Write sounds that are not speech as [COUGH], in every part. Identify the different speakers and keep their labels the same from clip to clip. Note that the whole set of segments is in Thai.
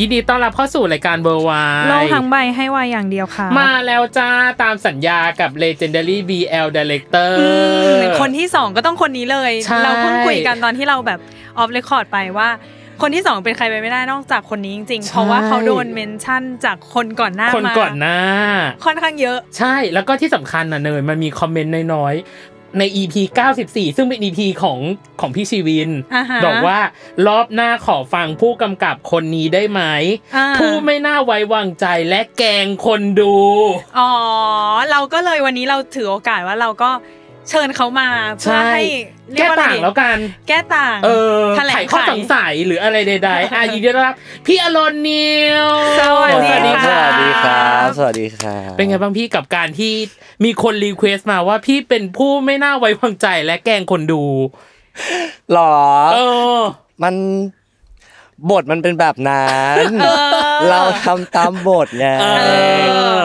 Speaker 1: ยินดีต้อนรับเข้าสู่รายการเวอร์ไว
Speaker 2: โลกทั้งใบให้วายอย่างเดียวค่ะ
Speaker 1: มาแล้วจ้าตามสัญญากับ Legendary BL Director
Speaker 2: อืมคนที่สองก็ต้องคนนี้เลย
Speaker 1: ใช่
Speaker 2: เราเพิ่งคุยกันตอนที่เราแบบออฟเรคคอร์ดไปว่า คนที่สองเป็นใครไปไม่ได้นอกจากคนนี้จริงๆ เพราะว่าเขาโดนเมนชั่นจากคนก่อนหน้า
Speaker 1: คน
Speaker 2: มา
Speaker 1: ก่อนหน้า
Speaker 2: ค่อนข้างเยอะ
Speaker 1: ใช่แล้วก็ที่สำคัญนะเนยมันมีคอมเมนต์น้อยๆ ใน EP 94 ซึ่งเป็น EP ของของพี่ชีวิน
Speaker 2: อ่าฮะ
Speaker 1: บอกว่ารอบหน้าขอฟังผู้กำกับคนนี้ได้ไหม
Speaker 2: อ่า
Speaker 1: ผู้ไม่น่าไว้วางใจและแกงคนดู
Speaker 2: อ๋อ เราก็เลยวันนี้เราถือโอกาสว่าเราก็เชิญเขามาเพื่อ
Speaker 1: ใช่
Speaker 2: ให้เรีย
Speaker 1: แก้
Speaker 2: กว่าอะไร
Speaker 1: ต่าง
Speaker 2: ดี
Speaker 1: แล้วกัน
Speaker 2: แก้ต่าง
Speaker 1: เออ
Speaker 2: แถล
Speaker 1: ไข
Speaker 2: ง
Speaker 1: ข้อ
Speaker 2: ไข
Speaker 1: สงสัยหรืออะไรใดๆ อ่ะยินดีต้อนรับพี่อรนนิ
Speaker 2: [LAUGHS]
Speaker 1: ว
Speaker 2: สวัสดี
Speaker 1: ค
Speaker 2: ค่ะ
Speaker 1: รั
Speaker 2: สวัสดีครับ
Speaker 3: สวัสดีครับ
Speaker 1: เป็นไงบ้างพี่กับการที่มีคนรีเควสต์มาว่าพี่เป็นผู้ไม่น่าไว้วางใจและแกล้งคนดู
Speaker 3: หรอ
Speaker 1: เออ
Speaker 3: มันบทมันเป็นแบบนั้น เราทำตามบทไง
Speaker 1: เอ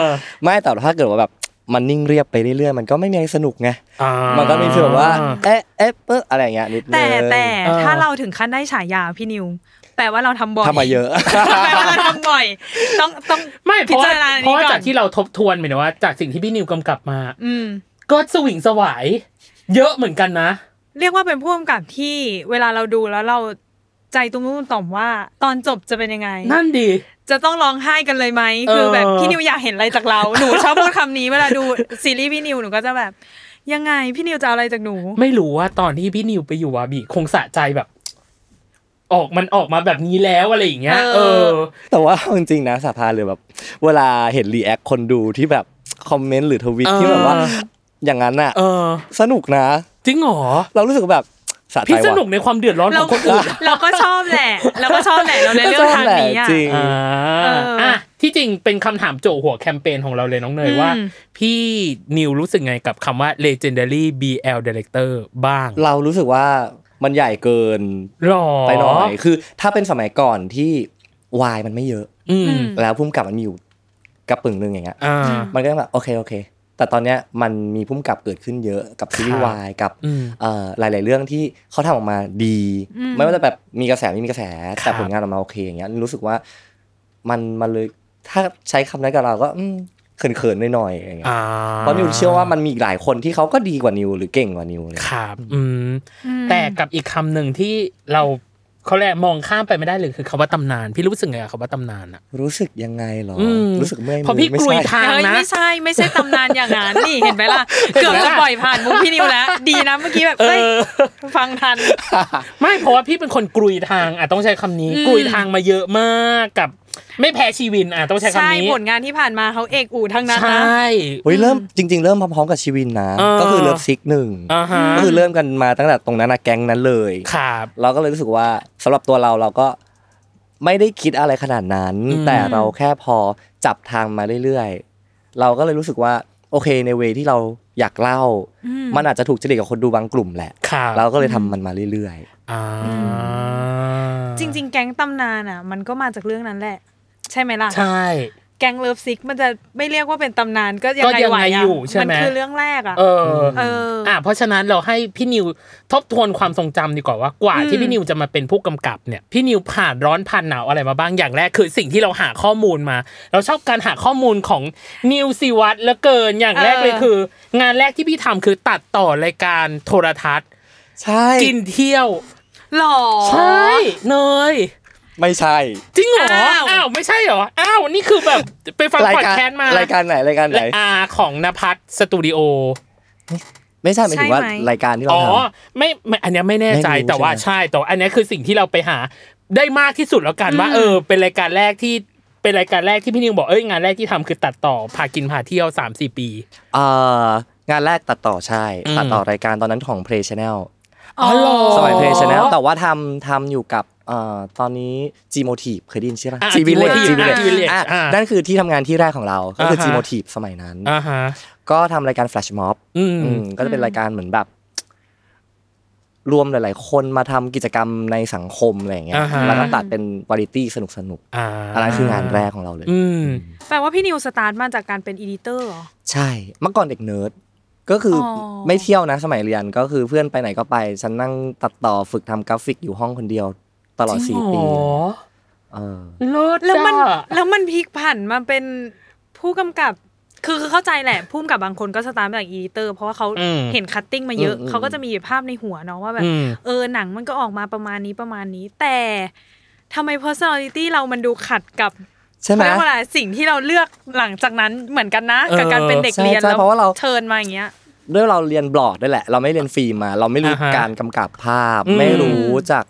Speaker 1: อ
Speaker 3: ไม่แต่ถ้าเกิดว่าแบบมันนิ่งเรียบไปเรื่อยๆ มันก็ไม่มีอะไรสนุกไง มันก็มีฟีลแบบว่า เอ๊ะเอ๊ะเอ๊ะอะไรอย่างเงี้ยนิดนึง
Speaker 2: แต่แต่
Speaker 1: เออ
Speaker 2: ถ้าเราถึงขั้นได้ฉายาพี่นิว แปลว่าเราทำบ่อย
Speaker 3: ทำมาเยอะ
Speaker 2: [LAUGHS] แปลว่าเราทำบ่อย ต้องต้อง
Speaker 1: ไม่เพ
Speaker 2: พิ
Speaker 1: ราะ
Speaker 2: จา
Speaker 1: ว่าร
Speaker 2: ณาอัน
Speaker 1: เพ
Speaker 2: นี้
Speaker 1: ราะว่า
Speaker 2: ก่อ
Speaker 1: จาน กที่เราทบทวนหมายถึงว่า จากสิ่งที่พี่นิวกำกับมา
Speaker 2: อืม
Speaker 1: ก็สวิงสวาย เยอะเหมือนกันนะ
Speaker 2: เรียกว่าเป็นผู้กำกับที่เวลาเราดูแล้วเราใจตุ้มๆต่อมว่า ตอนจบจะเป็นยังไง
Speaker 1: นั่นดี
Speaker 2: จะต้องร้องไห้กันเลยไหม
Speaker 1: เออ
Speaker 2: คือแบบพี่นิวอยากเห็นอะไร
Speaker 1: [LAUGHS]
Speaker 2: จากเรา หนูชอบพูดคำนี้เวลาดูซีรีส์พี่นิวหนูก็จะแบบ ยังไงพี่นิวจะเอาอะไรจากหนู
Speaker 1: ไม่รู้ว่าตอนที่พี่นิวไปอยู่วาบีคงสะใจแบบ ออกมันออกมาแบบนี้แล้วอะไรอย่างเงี้ย เอ
Speaker 2: เอ
Speaker 1: อ
Speaker 2: อ
Speaker 3: แต่ว่าเอาจริงๆนะสาธารณ์หรือแบบ เวลาเห็นรีแอคคนดูที่แบบคอมเมนต์หรือทวิต
Speaker 1: เออ
Speaker 3: ที่แบบว่า อย่างนั้นอะ
Speaker 1: เออ
Speaker 3: สนุกนะ
Speaker 1: จริงเหรอ
Speaker 3: เรารู้สึกแบบสะใจ
Speaker 1: พี่สนุก
Speaker 3: ว่ะ
Speaker 1: ในความเดือดร้อนข
Speaker 2: เรา
Speaker 1: องคนอื่น
Speaker 2: เราก็ชอบแหละ เราก็ชอบแหละเราเลยเลือกทางนี้อ่ะ
Speaker 3: จริง
Speaker 1: อ่า
Speaker 2: เอออ่
Speaker 1: ะที่จริงเป็นคำถามโจหัวแคมเปญของเราเลยน้องเนย
Speaker 2: อืม
Speaker 1: ว่า พี่นิวรู้สึกไงกับคำว่า legendary BL director บ้าง
Speaker 3: เรารู้สึกว่ามันใหญ่เกิน
Speaker 1: หรอ
Speaker 3: ไปหน่อย คือถ้าเป็นสมัยก่อนที่วายมันไม่เยอะ
Speaker 1: อืม
Speaker 2: อืม
Speaker 3: แล้วพุ่มกับมันมีอยู่กระปึ่งหนึ่งอย่างเงี้ย
Speaker 1: อ่า
Speaker 3: มันก็แบบโอเคโอเค แต่ตอนเนี้ยมันมีพุ่มกับเกิดขึ้นเยอะกับซีรี
Speaker 1: ครั
Speaker 3: ส์
Speaker 1: บ
Speaker 3: วายกับ
Speaker 1: อืม
Speaker 3: เอ่อหลาย ๆ เรื่องที่เขาทำออกมาดี
Speaker 2: อืม
Speaker 3: ไม่ว่าจะแบบมีกระแสไม่มีกระแส
Speaker 1: ครั
Speaker 3: แต่
Speaker 1: บ
Speaker 3: ผลงานออกมาโอเคอย่างเงี้ยรู้สึกว่ามันมันเลยถ้าใช้คำนั้นกับเราก็อืมเขินๆหน่อยๆอย่างเงี้ย
Speaker 1: อ่า
Speaker 3: เพราะนิวเชื่อว่ามันมีอีกหลายคนที่เขาก็ดีกว่านิวหรือเก่งกว่านิวเลย
Speaker 1: ครับอืม แต่กับอีกคำหนึ่งที่เราเขาแหละมองข้ามไปไม่ได้เลยคือคำว่าตำนาน พี่รู้สึกไงกับคำว่าตำนานอ่ะ
Speaker 3: รู้สึกยังไงเหรออ
Speaker 1: ม
Speaker 3: รู้สึกเมื่อยมื
Speaker 1: เพราะพี่
Speaker 3: ไม่
Speaker 1: กลุย
Speaker 3: ใช่
Speaker 1: ทาง
Speaker 2: เฮ้ย
Speaker 1: นะ
Speaker 2: ไม่ใช่ไม่ใช่ตำนานอย่างนั้น
Speaker 1: [LAUGHS]
Speaker 2: นี่เห็นไหมล่ะ
Speaker 1: เห็นไหมล่ะ
Speaker 2: เกือบจะปล่อยผ่านมุกพี่นิวแล้ว ดีนะเมื่อกี้แบบ
Speaker 1: เอ
Speaker 2: เฮ้ย
Speaker 1: อ
Speaker 2: ฟังทัน
Speaker 1: ไม่เพราะว่าพี่เป็นคนกลุยทางอ่ะต้องใช้คำนี้
Speaker 2: อืม
Speaker 1: กลุยทางมาเยอะมากกับ ไม่แพ้ชีวินอ่ะต้องใช้คำ
Speaker 2: ใช่
Speaker 1: นี้
Speaker 2: ผลงานที่ผ่านมาเขาเอกอู่ทั้งนั้น
Speaker 1: ใช
Speaker 2: นะ
Speaker 1: ่
Speaker 3: เฮ้ยเริ่มจริง ๆ เริ่มพร้อมๆกับชีวินนะ
Speaker 1: เออ
Speaker 3: ก็คือเลิฟซิกหนึ่ง
Speaker 1: อ่าฮะ
Speaker 3: ก็คือเริ่มกันมาตั้งแต่ตรงนั้นนะแก๊งนั้นเลย
Speaker 1: ครับ
Speaker 3: เราก็เลยรู้สึกว่าสำหรับตัวเราเราก็ไม่ได้คิดอะไรขนาดนั้น
Speaker 1: อืม
Speaker 3: แต่เราแค่พอจับทางมาเรื่อยๆ เราก็เลยรู้สึกว่าโอเคในเวที่เราอยากเล่า
Speaker 2: อืม
Speaker 3: มันอาจจะถูกจริตกับคนดูบางกลุ่มแหละ
Speaker 1: ครับ
Speaker 3: เราก็เลยทำมันมาเรื่อย
Speaker 1: อ่า
Speaker 2: จริง ๆ แก๊งตำนานอ่ะ มันก็มาจากเรื่องนั้นแหละ ใช่ไหมล่ะ
Speaker 1: ๆใช่
Speaker 2: แ แกงเลิฟซิกมันจะไม่เรียกว่าเป็นตำนานก็ยังไง
Speaker 1: ก็ยัง
Speaker 2: ไหว
Speaker 1: ไง
Speaker 2: อะ
Speaker 1: อยู่ใช่ไหม
Speaker 2: มันคือเรื่องแรกอะ
Speaker 1: เออ
Speaker 2: เอออ่
Speaker 1: ะเพราะฉะนั้นเราให้พี่นิวทบทวนความทรงจำดีกว่าว่ากว่า
Speaker 2: อืม
Speaker 1: ที่พี่นิวจะมาเป็นผู้กำกับเนี่ยพี่นิวผ่านร้อนผ่านหนาวอะไรมาบ้างอย่างแรกคือสิ่งที่เราหาข้อมูลมา เราชอบการหาข้อมูลของนิวสิวัตรเหลือเกินอย่างแรกเลยคือ งานแรกที่พี่ทำคือตัดต่อรายการโทรทัศน์
Speaker 3: ใช่
Speaker 1: กินเที่ยว
Speaker 2: หล่อ
Speaker 1: ใช่เนย
Speaker 3: ไม่ใช่
Speaker 1: จริงเหรอ
Speaker 2: อ้าว
Speaker 1: อ้าวไม่ใช่เหรออ้าวนี่คือแบบไปฟัง
Speaker 3: ราย
Speaker 1: พอด
Speaker 3: การ
Speaker 1: แคสต์มาร
Speaker 3: ายการไหนรายการไหน
Speaker 1: อาของนภัสสตูดิโอ
Speaker 3: ไม่ใช่หมายถึงว่า
Speaker 2: ใช่ไหม
Speaker 3: รายการที่เรา
Speaker 1: อ๋อ
Speaker 3: ท
Speaker 1: ไม่ไม่อันเนี้ยไม่แน่ใจ
Speaker 3: ไม่รู้
Speaker 1: แต่ว่า
Speaker 3: ใช่ไหม
Speaker 1: ใช่แต่ว่าอันเนี้ยคือสิ่งที่เราไปหาได้มากที่สุดแล้วกันว่าเออ เป็นรายการแรกที่เป็นรายการแรกที่พี่นิวบอกเอ้ยงานแรกที่ทำคือตัดต่อพากินพาเที่ยวสามสี่ปี
Speaker 3: ำอ่างานแรกตัดต่อใช่
Speaker 1: อืม
Speaker 3: ตัดต่อรายการตอนนั้นของ Play Channel
Speaker 1: อ๋อเหรอ
Speaker 3: สมัย Play
Speaker 1: ช
Speaker 3: Channel แต่ว่าทำทำอยู่กับเอ่อตอนนี้ G Motive เคยได้ยินใช่ปะ
Speaker 1: อ่ะ
Speaker 3: G Village
Speaker 1: G
Speaker 3: G
Speaker 1: Village
Speaker 3: Village
Speaker 1: อ่ะ G Village
Speaker 3: อ่ะ
Speaker 1: อ่ะ
Speaker 3: นั่นคือที่ทำงานที่แรกของเรา ก็คือ
Speaker 1: อ่า
Speaker 3: G
Speaker 1: ฮะ
Speaker 3: Motive สมัยนั้น
Speaker 1: อ่าฮะ
Speaker 3: ก็ทำรายการ Flash Mob
Speaker 1: อืม
Speaker 3: อืมก็จะเป็นรายการเหมือนแบบ รวมหลาย ๆ คนมาทำกิจกรรมในสังคมอะไรอย่างเงี้ย
Speaker 1: อ่าฮะ
Speaker 3: แล้วก็ตัดเป็นวาไรตี้สนุกสนุก
Speaker 1: อ่า
Speaker 3: ๆอันนั้นคืองานแรกของเราเลย
Speaker 1: อืม
Speaker 2: แปลว่าพี่นิวสตาร์ทมาจากการเป็นอีดิเตอร์เหรอ
Speaker 3: ใช่ เมื่อก่อนเด็กเนิร์ด ก็คืออ
Speaker 2: อ
Speaker 3: ไม่เที่ยวนะสมัยเรียนก็คือเพื่อนไปไหนก็ไป ฉันนั่งตัดต่อฝึกทำกราฟิกอยู่ห้องคนเดียว ตลอดสี่ปี
Speaker 1: จริงเหรอ
Speaker 3: เออ
Speaker 1: โลด
Speaker 2: แล้วมัน
Speaker 1: อะ
Speaker 2: แล้วมันพลิกผันมาเป็นผู้กำกับคือคือเข้าใจแหละผู้กำกับบางคนก็สตาร์ทมาจากอีดิเตอร์เพราะว่าเขา
Speaker 1: อืม
Speaker 2: เห็นคัตติ้งมาเยอะ
Speaker 3: อืมอืม
Speaker 2: เขาก็จะมีภาพในหัวเนาะว่าแบบ
Speaker 1: อืม
Speaker 2: เออหนังมันก็ออกมาประมาณนี้ประมาณนี้ แต่ทำไม personality เรามันดูขัดกับ
Speaker 3: ใช่ไหม
Speaker 2: เขาเรียกว่าอะไรสิ่งที่เราเลือกหลังจากนั้นเหมือนกันนะ กับ
Speaker 1: เออ
Speaker 2: การเป็นเด็กเรียน
Speaker 3: ใช่ใช่
Speaker 2: แล้ว
Speaker 3: เพราะว่าเรา
Speaker 2: เชิญมาอย่างเงี้ย
Speaker 3: ด้วยเราเรียนบลอดด้วยแหละ เราไม่เรียนฟิล์มมา เราไม่รู้
Speaker 1: อ่าฮะ
Speaker 3: การกำกับภาพ
Speaker 1: อืม
Speaker 3: ไม่รู้จัก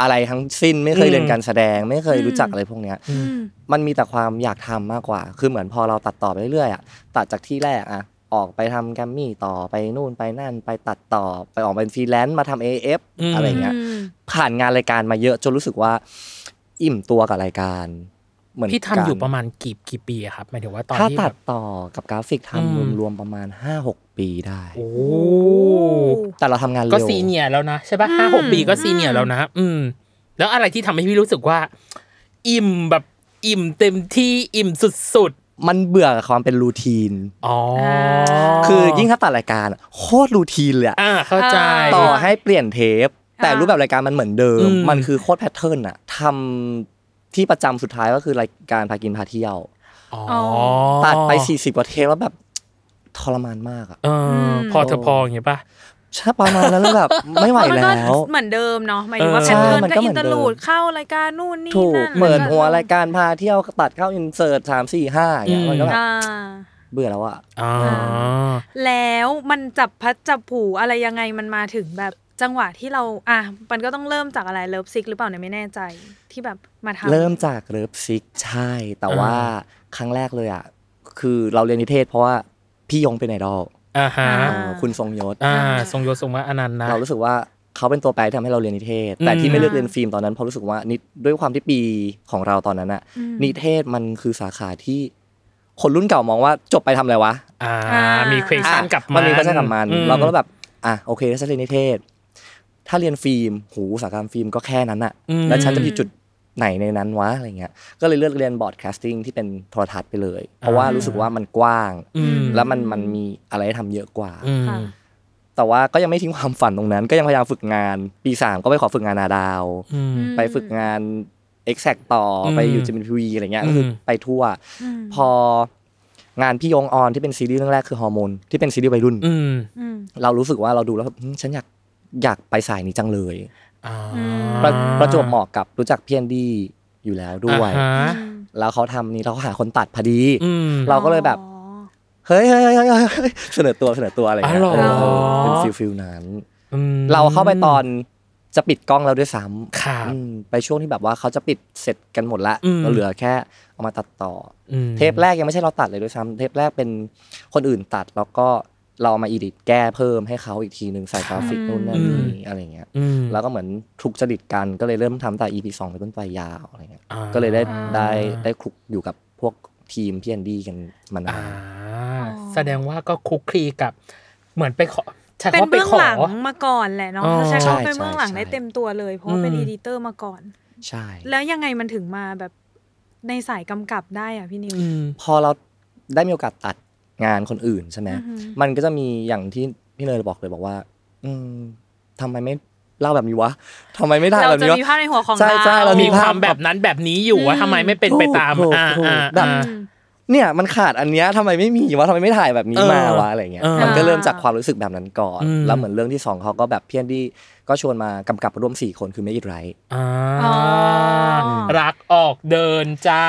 Speaker 3: อะไรทั้งสิ้น ไม่เคย
Speaker 1: อืม
Speaker 3: เรียนการแสดง ไม่เคยรู้จัก
Speaker 2: อืม
Speaker 3: อะไรพวกเนี้ย
Speaker 2: อืม
Speaker 3: มันมีแต่ความอยากทำมากกว่า คือเหมือนพอเราตัดต่อไปเรื่อยๆอ่ะ ตัดจากที่แรกอ่ะ ออกไปทำแกรมมี่ต่อไปนู่นไปนั่น ไปตัดต่อไปออกเป็นฟรีแลนซ์มาทำเอฟ
Speaker 1: อืม
Speaker 3: อะไรอย่างเงี้ย
Speaker 2: อืม
Speaker 3: ผ่านงานรายการมาเยอะจนรู้สึกว่า อิ่มตัวกับรายการ เหมือน
Speaker 1: พี่ทำอยู่
Speaker 3: กัน
Speaker 1: ประมาณกี่กี่ปีอะครับหมายถึงว่าตอน
Speaker 3: ถ้า
Speaker 1: ที่
Speaker 3: ตั
Speaker 1: แบ
Speaker 3: ด
Speaker 1: บ
Speaker 3: ต่อกับกราฟิก
Speaker 1: อื
Speaker 3: ทำ
Speaker 1: ม
Speaker 3: รวมๆประมาณ 5-6 ปีได้
Speaker 1: โอ้
Speaker 3: แต่เราทำงานเร็ว
Speaker 1: ก็ซีเนียร์แล้วนะใช่ปะ
Speaker 2: อืม
Speaker 1: ห้าหกปีก็
Speaker 2: อืม
Speaker 1: ซีเนียร์แล้วนะ อืม แล้วอะไรที่ทำให้พี่รู้สึกว่า อิ่มแบบอิ่มเต็มที่อิ่มสุด
Speaker 3: มันเบื่อกับความเป็นรูทีน
Speaker 1: ๆ อ๋อ
Speaker 3: คือยิ่งถ้าตัดรายการอะโคตรรูทีนเลยอะ
Speaker 1: อ่าเข้าใจ
Speaker 3: ต่อให้เปลี่ยนเทป แต่รูปแบบรายการมันเหมือนเดิม
Speaker 1: อืม
Speaker 3: มันคือโคตรแพทเทิร์นอะทำที่ประจำสุดท้ายก็คือรายการพากินพาเที่ยว
Speaker 1: อ๋อ
Speaker 3: ตัดไป 40กว่าเทปแล้วแบบทรมานมากอะ
Speaker 1: เออพอเธอพออย่างเงี้ยปะ
Speaker 3: ใช่ประมาณนั้นแล้วแบบไม่ไหว
Speaker 2: มัน
Speaker 3: แล้
Speaker 2: ก็
Speaker 3: ว
Speaker 2: เหมือนเดิมเนาะหมายถึงว่า
Speaker 1: เออ
Speaker 2: แพทเทิร์น
Speaker 3: มัน
Speaker 2: ก็
Speaker 3: ก็
Speaker 2: อิน
Speaker 3: เหมือน
Speaker 2: เตอร์
Speaker 3: เดิม
Speaker 2: ลูดเข้ารายการนู่นนี่
Speaker 3: ถูก
Speaker 2: นั่น
Speaker 3: เหมือนหัวรายการพาเที่ยวตัดเข้าอินเสิร์ตสามสี่ห้าอย่างเงี้ย
Speaker 1: อืม
Speaker 3: มันก็แบบ
Speaker 2: อ่า
Speaker 3: เบื่อแล้วอะ
Speaker 1: อ๋อ
Speaker 2: แล้วมันจับพัดจับผูอะไรยังไงมันมาถึงแบบจังหวะที่เราอ่ะมันก็ต้องเริ่มจากอะไรเลิฟซิกหรือเปล่าเนี่ยไม่แน่ใจที่แบบมาทำ
Speaker 3: เริ่มจากเลิฟซิกใช่ แต่ว่า
Speaker 1: อ่
Speaker 3: ครั้งแรกเลยอะคือเราเรียนนิเทศเพราะว่าพี่ยงเป็นไอดอล
Speaker 1: อ่าฮะ
Speaker 2: อ่า
Speaker 3: เออคุณทรงยศ
Speaker 1: อ่าทรงโยทรงว่าอนันต์นะ
Speaker 3: เรารู้สึกว่าเขาเป็นตัวแปรที่ทำให้เราเรียนนิเทศ แต่
Speaker 1: อืม
Speaker 3: ที่ไม่เลือกเรียนฟิล์มตอนนั้นเพราะรู้สึกว่านิด้วยความที่ปีของเราตอนนั้นอะ
Speaker 2: อืม
Speaker 3: นิเทศมันคือสาขาที่ คนรุ่นเก่ามองว่าจบไปทำอะไรวะ
Speaker 1: อ่า
Speaker 2: อ่ามี
Speaker 1: มีเควชั่น
Speaker 3: อ่ะ
Speaker 1: กลับ
Speaker 3: มั
Speaker 1: มัน
Speaker 3: มีพัฒนากลับมัน
Speaker 1: อืม
Speaker 3: เราก็แบบอ่ะโอเคถ้าฉันเรียนนิเทศ ถ้าเรียนฟิล์มหูอุตสาหกรรมฟิล์มก็แค่นั้นอะ
Speaker 1: อืม
Speaker 3: แล้วฉันจะอยู่จุดไหนในนั้นวะอะไรเงี้ยก็เลยเลือกเรียนบอร์ดแคสติ้งที่เป็นโทรทัศน์ไปเลย เพราะว่ารู้สึกว่ามันกว้าง
Speaker 1: อืม
Speaker 3: แล้วมันมันมีอะไรให้ทำเยอะกว่า
Speaker 1: อืม
Speaker 2: ค่ะ
Speaker 3: แต่ว่าก็ยังไม่ทิ้งความฝันตรงนั้น ก็ยังพยายามฝึกงาน ปีสามก็ไปขอฝึกงานนาดาว
Speaker 1: อืม
Speaker 3: ไปฝึกงาน Exact ต่ออ
Speaker 1: ม
Speaker 3: ไปอยู่จิมพีวีอะไรเงี้ย
Speaker 1: อืม
Speaker 3: ก็คือไปทั่ว
Speaker 2: ม
Speaker 3: พองานพี่ยงออนที่เป็นซีรีส์เรื่องแรกคือฮอร์โมนที่เป็นซีรีส์วัยรุ่น
Speaker 1: อืม
Speaker 2: อืม
Speaker 3: เรารู้สึกว่าเราดูแล้วแบบอืมฉันอยากอยากไปสายนี้จังเลย
Speaker 1: อ่า
Speaker 3: ประประจวบเหมาะกับรู้จักเพียนดีอยู่แล้วด้วย
Speaker 1: อ่าฮะ
Speaker 3: แล้วเขาทำนี้เราก็หาคนตัดพอดี
Speaker 1: อืม
Speaker 3: เราก็เลยแบบ เฮ้ยเฮ้ยเฮ้ยเฮ้ยเฮ้ยเสนอตัวเสนอตัวอะไรเงี้ย
Speaker 1: อ๋อเหรอ
Speaker 3: เออเป็นฟิลฟิลนั้น
Speaker 1: อืม
Speaker 3: เราเข้าไปตอนจะปิดกล้องแล้วด้วยซ้ำ
Speaker 1: ครับ
Speaker 3: อืมไปช่วงที่แบบว่าเขาจะปิดเสร็จกันหมดละ
Speaker 1: อืม
Speaker 3: เราเหลือแค่เอามาตัดต่อ
Speaker 1: อืม
Speaker 3: อเทปแรกยังไม่ใช่เราตัดเลยด้วยซ้ำเทปแรกเป็นคนอื่นตัดแล้วก็เราเอามาอีดิทแก้เพิ่มให้เขาอีกทีหนึ่งใส่กราฟิก
Speaker 2: ครับ
Speaker 3: นู่นนั่น
Speaker 1: อืม
Speaker 3: นี่อะไรเงี้ย
Speaker 1: อืม
Speaker 3: แล้วก็เหมือนถูกจริตกันก็เลยเริ่มทำตั้งแต่ EP สองเป็นต้นไปยาวอะไรเงี้ย
Speaker 1: อ่า
Speaker 3: ก็เลยได้ได้ได้คลุกอยู่กับพวกทีมพี่แอนดี้กันมานา
Speaker 1: อ่าน แสดงว่าก็คุกคลีกับ เหมือนไปขอใช้
Speaker 2: เป็
Speaker 1: คำ
Speaker 2: น
Speaker 1: ว่าไป
Speaker 2: เบื้อง
Speaker 1: ขอ
Speaker 2: หลังมาก่อนแหละเนาะ
Speaker 1: อ๋อ
Speaker 2: ถ้าใช้
Speaker 3: ใช่
Speaker 2: คำว่าเป็น
Speaker 3: ใช่
Speaker 2: เบื้องหลัง
Speaker 3: ใช่
Speaker 2: ได้เต็มตัวเลย เพราะว่าเป็น
Speaker 1: อืม
Speaker 2: อีดิเตอร์มาก่อน
Speaker 3: ใช่
Speaker 2: แล้วยังไงมันถึงมาแบบ ในสายกำกับได้อ่ะพี่นิว
Speaker 1: อืม
Speaker 3: พอเราได้มีโอกาสตัดงานคนอื่นใช่ไหม
Speaker 2: อือฮึ
Speaker 3: มันก็จะมีอย่างที่พี่เนยบอกเลยบอกว่า อืมทำไมไม่เล่าแบบนี้วะทำไมไม่ได้
Speaker 2: เรา
Speaker 3: แบบ
Speaker 2: จะ
Speaker 3: นี้วะ
Speaker 2: มีภาพในหัวของ
Speaker 3: ใช่
Speaker 2: เรา
Speaker 3: ใช่เรา
Speaker 1: มีความแบบนั้นแบบนี้อยู่ว่าทำไมไม่เป็นไปตาม
Speaker 3: ถูก
Speaker 1: อ่า
Speaker 3: ถูก
Speaker 1: อ่า
Speaker 3: แบบ
Speaker 1: อ่า
Speaker 2: อืม
Speaker 3: เนี่ยมันขาดอันเนี้ยทำไมไม่มีวะทำไมไม่ถ่ายแบบนี้
Speaker 1: เออ
Speaker 3: มาวะอะไรเงี้ย
Speaker 1: เออ
Speaker 3: มันก็เริ่มจากความรู้สึกแบบนั้นก่อน
Speaker 1: อืม
Speaker 3: แล้วเหมือนเรื่องที่สองเขาก็แบบเพี้ยนที่ก็ชวนมากำกับร่วมสี่คนคือไม่ยิดไรท์
Speaker 1: อ่า
Speaker 2: อ๋อ
Speaker 1: รักออกเดินจ้า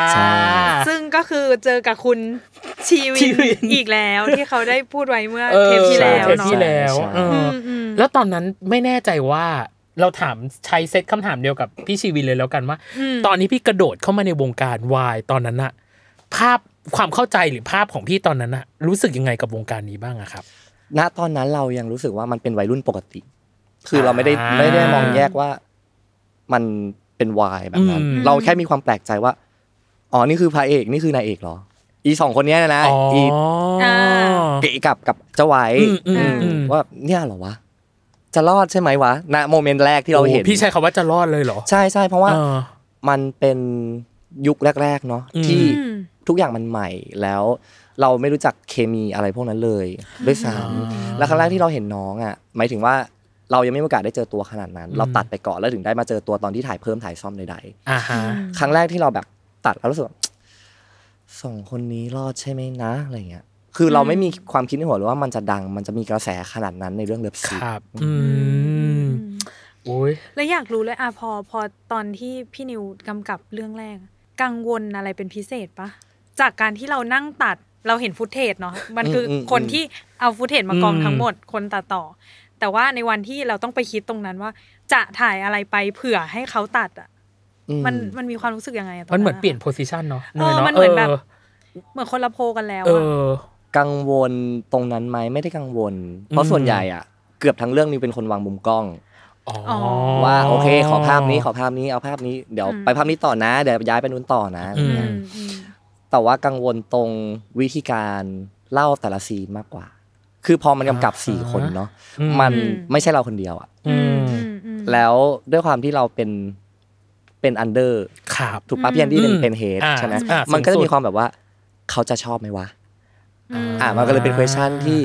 Speaker 2: ซึ่งก็คือเจอกับคุณชีวิ
Speaker 1: ชี
Speaker 2: น
Speaker 1: วิน
Speaker 2: อีกแล้วที่เขาได้พูดไว้เมื่อ
Speaker 1: ออ
Speaker 2: เทปที่แล้ว
Speaker 1: เทป
Speaker 2: เนาะ
Speaker 1: ที่แล้วเออ
Speaker 2: อื
Speaker 1: อ
Speaker 2: มอืม
Speaker 1: แล้วตอนนั้นไม่แน่ใจว่าเราถามใช้เซตคำถามเดียวกับพี่ชีวินเลยแล้วกันว่า
Speaker 2: อืม
Speaker 1: ตอนนี้พี่กระโดดเข้ามาในวงการวายตอนนั้นอะภาพความเข้าใจหรือภาพของพี่ตอนนั้นอะรู้สึกยังไงกับวงการนี้บ้างอะครับ
Speaker 3: ณตอนนั้นเรายังรู้สึกว่ามันเป็นวัยรุ่นปกติ คือเรา
Speaker 1: อ่า
Speaker 3: ไม่ได้ไม่ได้มองแยกว่ามันเป็นวายแบบนั้น
Speaker 1: อืม
Speaker 3: เราแค่มีความแปลกใจว่าอ๋อนี่คือพระเอกนี่คือนายเอกเหรอ อีสองคนเนี้ยนะอี
Speaker 2: อ่า
Speaker 3: เก๋กับกับเจ้าไว้
Speaker 1: อืมอืมอืม
Speaker 3: ว่าเนี่ยเหรอวะจะรอดใช่ไหมวะณโมเมนต์แรกที่เราเห็น
Speaker 1: โอ้พี่ใช้คำว่าจะรอดเลยเหรอ
Speaker 3: ใช่ใช่เพราะว่า
Speaker 1: เออ
Speaker 3: มันเป็นยุคแรก ๆ เนาะ
Speaker 1: อืม
Speaker 3: ที่
Speaker 2: อืม
Speaker 3: ทุกอย่างมันใหม่แล้ว เราไม่รู้จักเคมีอะไรพวกนั้นเลยด้วยซ้ำแล้วครั้งแรกที่เราเห็นน้องอ่ะหมายถึงว่าเรายังไม่มีโอกาสได้เจอตัวขนาดนั้น เราตัดไปก่อนแล้วถึงได้มาเจอตัวตอนที่ถ่ายเพิ่มถ่ายซ่อมใด
Speaker 1: อ่าฮะ
Speaker 3: ๆครั้งแรกที่เราแบบตัดแล้วรู้สึกว่าสองคนนี้รอดใช่ไหมนะอะไรเงี้ย คือเราไม่มีความคิดในหัวเลยว่ามันจะดัง มันจะมีกระแสขนาดนั้นในเรื่องเลิฟ
Speaker 1: ค
Speaker 3: ซีน
Speaker 1: รับ อืมโอ้ย
Speaker 2: แล้วอยากรู้เลยอะพอพอตอนที่พี่นิวกำกับเรื่องแรก กังวลอะไรเป็นพิเศษปะจากการที่เรานั่งตัดเราเห็นฟุตเทจเนาะมันคืออ
Speaker 3: มอืม
Speaker 2: คนที่เอาฟุตเทจมากอง
Speaker 1: อืม
Speaker 2: ทั้งหมดคนตัดต่อ แต่ว่าในวันที่เราต้องไปคิดตรงนั้นว่า จะถ่ายอะไรไปเผื่อให้เขาตัดอะ
Speaker 3: อื
Speaker 2: มันมันมีความรู้สึกยังไงอะตอ
Speaker 1: มัน
Speaker 2: น
Speaker 1: เหมื
Speaker 2: นั้
Speaker 1: อน
Speaker 2: นอะ
Speaker 1: เปลี่ยนโพสิชันเนาะ
Speaker 2: เออย
Speaker 1: าะ
Speaker 2: มันเหมือนแบบ เหมือนคนละโพกันแล้ว
Speaker 1: เอ
Speaker 2: อะ
Speaker 1: อ
Speaker 3: กังวลตรงนั้นไหมไม่ได้กังวล
Speaker 1: อื
Speaker 3: เพราะ
Speaker 1: ม
Speaker 3: ส่วนใหญ่อ่ะ เกือบทั้งเรื่องนี้เป็นคนวางมุมกล้อง
Speaker 1: อ๋อ
Speaker 3: ว่าโอเค ขอภาพนี้ขอภาพนี้เอาภาพนี้เดี๋ยวไปภาพนี้ต่อนะเดี๋ยวย้ายไปนู้นต่อนะอะไร
Speaker 2: อื
Speaker 3: เงี้ย
Speaker 2: มอืม
Speaker 3: แต่ว่ากังวลตรงวิธีการเล่าแต่ละซีนมากกว่า คือพอมันกำกับสี่คนเนาะมันไม่ใช่เราคนเดียวอ่ะ
Speaker 1: อืม
Speaker 2: อืมอืม
Speaker 3: แล้วด้วยความที่เราเป็นเป็นอันเดอร์
Speaker 1: ครับ
Speaker 3: ถูกปะพี่แอนดี้เป็นเป็นเฮด
Speaker 1: อ่า
Speaker 3: ใช่ไหม
Speaker 1: อ่า
Speaker 3: มันก็จะ
Speaker 1: สูงสุ
Speaker 3: มี
Speaker 1: ด
Speaker 3: ความแบบว่าเขาจะชอบไหมวะ
Speaker 2: อืม
Speaker 3: อ่ะมันก็เลยเป็น question ที่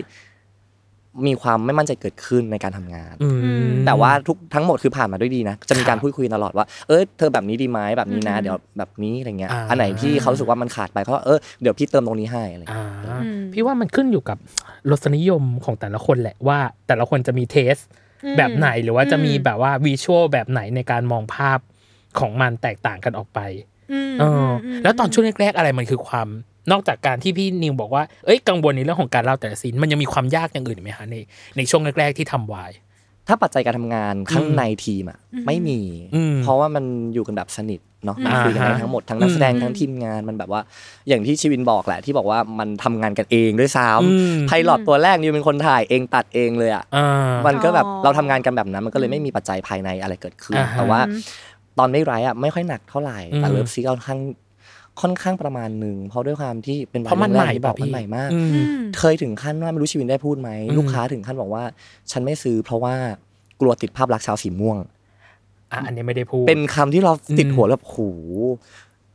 Speaker 3: มีความไม่มั่นใจเกิดขึ้นในการทำงาน
Speaker 1: อืม
Speaker 3: แต่ว่าทุกทั้งหมดคือผ่านมาด้วยดีนะ จะมีการ
Speaker 1: ครับ
Speaker 3: พูดคุยตลอดว่า เออเธอแบบนี้ดีไหมแบบนี้นะ
Speaker 2: อืม
Speaker 3: เดี๋ยวแบบนี้อะไรเงี้ย
Speaker 1: อ่า
Speaker 3: อันไหนที่เขารู้สึกว่ามันขาดไปเขาก็เออเดี๋ยวพี่เติมตรงนี้ให้อะไรเงี้ย
Speaker 1: อ่า
Speaker 2: อืม
Speaker 1: พี่ว่ามันขึ้นอยู่กับ [SNIFFS] รสนิยมของแต่ละคนแหละว่า แต่ละคนจะมีเทสแบบไหนหรือว่าจะมีแบบว่าวิชวลแบบไหนในการมองภาพของมันแตกต่างกันออกไป
Speaker 2: อืม
Speaker 1: เออ
Speaker 2: ม
Speaker 1: อ
Speaker 2: ม
Speaker 1: แล้วตอนช่วงแรกๆอะไรมันคือความนอกจากการที่พี่นิวบอกว่าเอ้ยกังวลในเรื่องของการเล่าแต่ละซีนมันยังมีความยากอย่างอื่นอีกไหมฮะในในช่วงแรกๆที่ทำวาย
Speaker 3: ถ้าปัจจัยการทำงานข้างในทีมอ่ะ
Speaker 2: อืม
Speaker 3: ไม่มี
Speaker 1: อืม
Speaker 3: เพราะว่ามันอยู่กันแบบสนิทเนาะ
Speaker 2: อืม
Speaker 3: มันคุยกันได้ทั้งหมดทั้งนักแสดง
Speaker 1: อืม
Speaker 3: ทั้งทีมงานมันแบบว่า อย่างที่ชีวินบอกแหละที่บอกว่ามันทำงานกันเองด้วยซ้
Speaker 1: อืม
Speaker 3: ำไพลอตตัวแรกนิวเป็นคนถ่ายเองตัดเองเลยอ่ะ
Speaker 1: อ่า
Speaker 3: มันก็แบบ
Speaker 2: อ๋อ
Speaker 3: เราทำงานกันแบบนั้นมันก็เลยไม่มีปัจจัยภายในอะไรเกิดขึ้น
Speaker 1: อ่าฮะ
Speaker 3: แต่ว่าตอนไม่ร้ายอ่ะไม่ค่อยหนักเท่าไหร่แต่
Speaker 1: อืม
Speaker 3: เลิฟซีก็ค่อนข้างค่อนข้างประมาณหนึ่งเพราะด้วยความที่เป็น
Speaker 1: เพราะมันใหม่
Speaker 3: แรกๆที่บ
Speaker 1: ป่ะ
Speaker 3: อกมั
Speaker 1: พี่
Speaker 3: นใหม่มาก
Speaker 1: อืม
Speaker 3: เคยถึงขั้นว่าไม่รู้ชีวินได้พูดไหม
Speaker 1: อืม
Speaker 3: ลูกค้าถึงขั้นบอกว่า ฉันไม่ซื้อเพราะว่ากลัวติดภาพลักษณ์ชาวสีม่วง
Speaker 1: อ่ะอันนี้ไม่ได้พูด
Speaker 3: เป็นคำที่เราติด
Speaker 1: อืม
Speaker 3: หัวแล้วแบบโห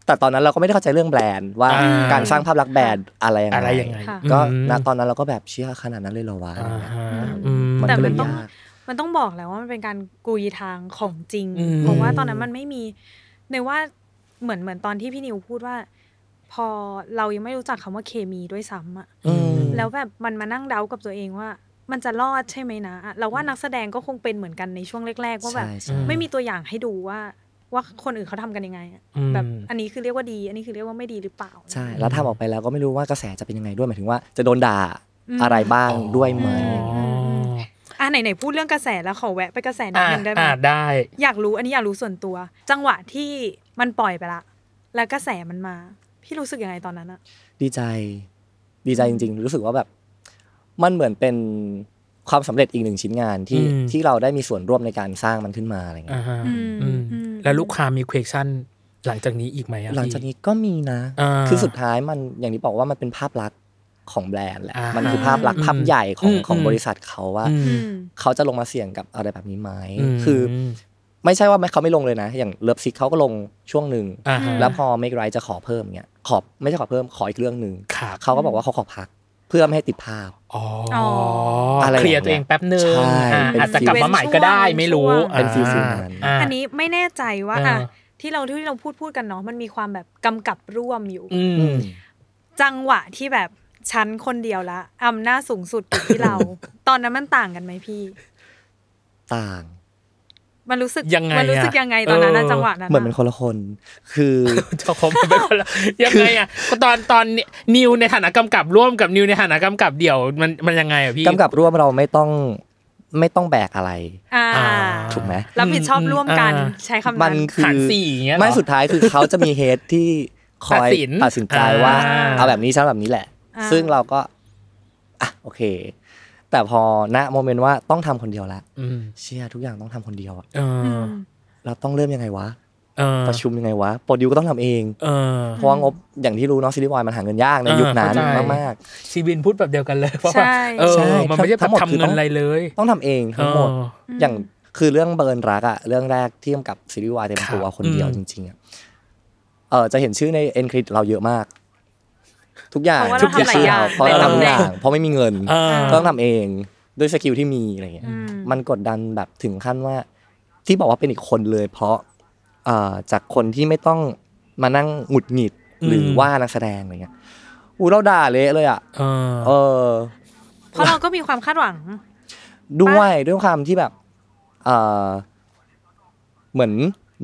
Speaker 3: แต่ตอนนั้นเราก็ไม่ได้เข้าใจเรื่องแบรนด์ว่า
Speaker 1: อ่า
Speaker 3: การสร้างภาพลักษณ์แบรนด์อะไรยังไง
Speaker 1: อะไรยังไง
Speaker 2: ค่ะ
Speaker 1: อืม
Speaker 3: ก็ณตอนนั้นเราก็แบบเชื่อขนาดนั้นเลยเหรอวะอะไร
Speaker 1: อ่า
Speaker 3: เงี้ย
Speaker 1: ฮะอืม
Speaker 3: มัน
Speaker 2: แต่
Speaker 3: ก็เล
Speaker 2: มั
Speaker 3: ย
Speaker 2: นต้อง
Speaker 3: ยาก
Speaker 2: มันต้องบอกแหล้วว่ามันเป็นการกุยทางของจริง
Speaker 1: อืม
Speaker 2: เพราะว่าตอนนั้นมันไม่มีเนยว่าเหมือนเหมือนตอนที่พี่นิวพูดว่า พอเรายังไม่รู้จักคำว่าเคมีด้วยซ้ำอะ
Speaker 1: อืม
Speaker 2: แล้วแบบมันมานั่งเดากับตัวเองว่า มันจะรอดใช่ไหมนะอะเราว่านักแสดงก็คงเป็นเหมือนกันในช่วงแรก ๆ ว่าแบบ
Speaker 3: ใช่ใช่
Speaker 2: ไม่มีตัวอย่างให้ดูว่า ว่าคนอื่นเขาทำกันยังไงอะ
Speaker 1: อืม
Speaker 2: แบบอันนี้คือเรียกว่าดี อันนี้คือเรียกว่าไม่ดีหรือเปล่า
Speaker 3: ใช่ แล้วทำออกไปแล้วก็ไม่รู้ว่ากระแสจะเป็นยังไงด้วยหมายถึงว่าจะโดนด่า
Speaker 2: อืม
Speaker 3: อะไรบ้างด้วยไหม
Speaker 1: อ๋อ
Speaker 2: อ่ะไหนไหนๆพูดเรื่องกระแสแล้วขอแวะไปกระแสนิ
Speaker 1: อ่า
Speaker 2: ดนึงได้ไหม
Speaker 1: อ่าได้
Speaker 2: อยากรู้อันนี้อยากรู้ส่วนตัว จังหวะที่มันปล่อยไปละ แล้วกระแสมันมา พี่รู้สึกยังไงตอนนั้นอะ
Speaker 3: ดีใจ ดีใจจริง ๆ รู้สึกว่าแบบ มันเหมือนเป็นความสำเร็จอีกหนึ่งชิ้นงานที่
Speaker 1: อืม
Speaker 3: ที่เราได้มีส่วนร่วมในการสร้างมันขึ้นมาอะไรเงี้
Speaker 1: อ่าย ฮะ
Speaker 2: อืม
Speaker 1: อืม
Speaker 2: อืม
Speaker 1: แล้วลูกค้ามี question หลังจากนี้อีกไหมอะ
Speaker 3: หลังจากนี้ก็มีนะ
Speaker 1: อ่า
Speaker 3: คือสุดท้ายมันอย่างที่บอกว่ามันเป็นภาพลักษณ์ของแบรนด์แหละ
Speaker 1: อ่ามั
Speaker 3: มันคือภาพลักษณ์
Speaker 1: อืม
Speaker 3: ภาพใหญ่ของ
Speaker 1: อืม
Speaker 3: ของ
Speaker 1: อืม
Speaker 3: บริษัทเขาว่า
Speaker 1: อืม
Speaker 2: อืม
Speaker 3: เขาจะลงมาเสี่ยงกับอะไรแบบนี้ไหม
Speaker 1: ม
Speaker 3: คือ ไม่ใช่ว่าไม่เขาไม่ลงเลยนะ อย่างเลิฟซิกเขาก็ลงช่วงหนึ่ง
Speaker 1: อ่าฮะ
Speaker 3: แล้วพอเมกไรจะขอเพิ่มเนี่ยขอไม่ใช่ขอเพิ่มขออีกเรื่องหนึ่ง
Speaker 1: ครับ
Speaker 3: เขาก็บอกว่าเขาขอพักเพื่อไม่ให้ติดภาพ
Speaker 1: อ๋อ
Speaker 2: อ๋อ
Speaker 1: อ
Speaker 3: อะไร
Speaker 1: เคลียร์ตัวเองแป๊บหนึง
Speaker 3: ใช่
Speaker 1: อ่า
Speaker 3: เป็น
Speaker 1: อาจจะกลับมาใหม่ก็ได้ไม่รู้
Speaker 3: เป็นฟิล
Speaker 1: อ่า
Speaker 3: ฟิลนั้น
Speaker 1: อ่า
Speaker 2: อันนี้ไม่แน่ใจว่า
Speaker 1: เอออ่
Speaker 2: อ่ะที่เราที่เราพูดพูดกันเนาะมันมีความแบบกำกับร่วมอยู่
Speaker 1: อืม
Speaker 3: อืม
Speaker 2: จังหวะที่แบบฉันคนเดียวละอำนาจสูงสุดอยู่ที่เรา
Speaker 1: [LAUGHS]
Speaker 2: ตอนนั้นมันต่างกันไหมพี่
Speaker 3: ต่าง
Speaker 2: มันรู้สึก
Speaker 1: ยังไงอะ
Speaker 2: มันรู้สึกยังไงตอนนั้นอะ
Speaker 1: เออ
Speaker 2: จังหวะนั้น
Speaker 3: เหมือนเป็นคนละคน คือ
Speaker 1: [LAUGHS] จะคมเป็นคนละยังไงอ่ะก็ตอนตอนนิวในฐานะกำกับร่วมกับนิวในฐานะกำกับเดี่ยวมันมันยังไงอ่ะพี่
Speaker 3: กำกับร่วมเราไม่ต้องไม่ต้องแบกอะไร
Speaker 2: อ่า
Speaker 1: อ่า
Speaker 3: ถูกไหม
Speaker 2: รับผิดชอบร่วมกัน
Speaker 1: อ่า
Speaker 2: ใช้คำ
Speaker 3: มั
Speaker 2: นั้น น
Speaker 3: คือ
Speaker 1: หารสี่อย่างเงี้ยเหรอ
Speaker 3: ไม่สุดท้ายคือเขาจะมีเฮดที่คอย
Speaker 1: ตัดสิน
Speaker 3: ตัดสินใจว่า
Speaker 1: อ่า
Speaker 3: เอาแบบนี้ใช่แบบนี้แหละ
Speaker 2: อ่า
Speaker 3: ซึ่งเราก็อ่ะโอเค แต่พอณโมเมนต์ว่าต้องทำคนเดียวละ
Speaker 1: อืม
Speaker 3: เชื่อทุกอย่างต้องทำคนเดียวอะ
Speaker 1: เอ
Speaker 2: อื
Speaker 1: อ
Speaker 2: ม
Speaker 3: เราต้องเริ่มยังไงวะ
Speaker 1: เออ
Speaker 3: ประชุมยังไงวะโปรดิวก็ต้องทำเอง
Speaker 1: เออ
Speaker 3: เพราะว่างบอย่างที่รู้เนาะซีรีส์วายมันหาเงินยากใน
Speaker 1: อ่ายุ
Speaker 3: ยุคนั้น
Speaker 1: เข้าใจ
Speaker 3: มาก
Speaker 1: ชีวินพูดแบบเดียวกันเลยเพราะว่า
Speaker 2: ใช่
Speaker 1: เออ
Speaker 3: ใช่
Speaker 1: มันไม่ใช่แบ
Speaker 3: ทั้
Speaker 1: บ
Speaker 3: งหมดคือ
Speaker 1: ทำเงิ
Speaker 3: ต้
Speaker 1: น
Speaker 3: อง
Speaker 1: อะไรเลย
Speaker 3: ๆ ต้องทำเองทั้งหมด
Speaker 1: เออ
Speaker 3: อย่างคือเรื่องเบิร์นรักอะเรื่องแรกที่กำกับซีรีส์วายเต็มตัว
Speaker 1: ครับ
Speaker 3: คนเดียว
Speaker 1: อืม
Speaker 3: จริงๆอะเออจะเห็นชื่อในเอ็นคริเราเยอะมาก ทุกอย่าง
Speaker 2: เพราะว่าเราทำหลายอย่าง
Speaker 3: เพราะเราทำทุกอย่าง
Speaker 2: หลายตำแหน่ง
Speaker 3: เพราะไม่มีเงิน
Speaker 1: เออ
Speaker 3: ต้องทำเองด้วยสกิลที่มีอะไรเงี้ย
Speaker 2: อืม
Speaker 3: มันกดดันแบบถึงขั้นว่า ที่บอกว่าเป็นอีกคนเลย เพราะเอ่อจากคนที่ไม่ต้องมานั่งหงุดหงิดหรืออ
Speaker 1: ม
Speaker 3: ว่านักแสดงอะไรเงี้ยอูเราด่าเละเลยอะ
Speaker 1: เออ
Speaker 3: เออ
Speaker 2: เพราะเราก็มีความคาดหวัง
Speaker 3: ด้วยด้วยความที่แบบเอ่อเหมือน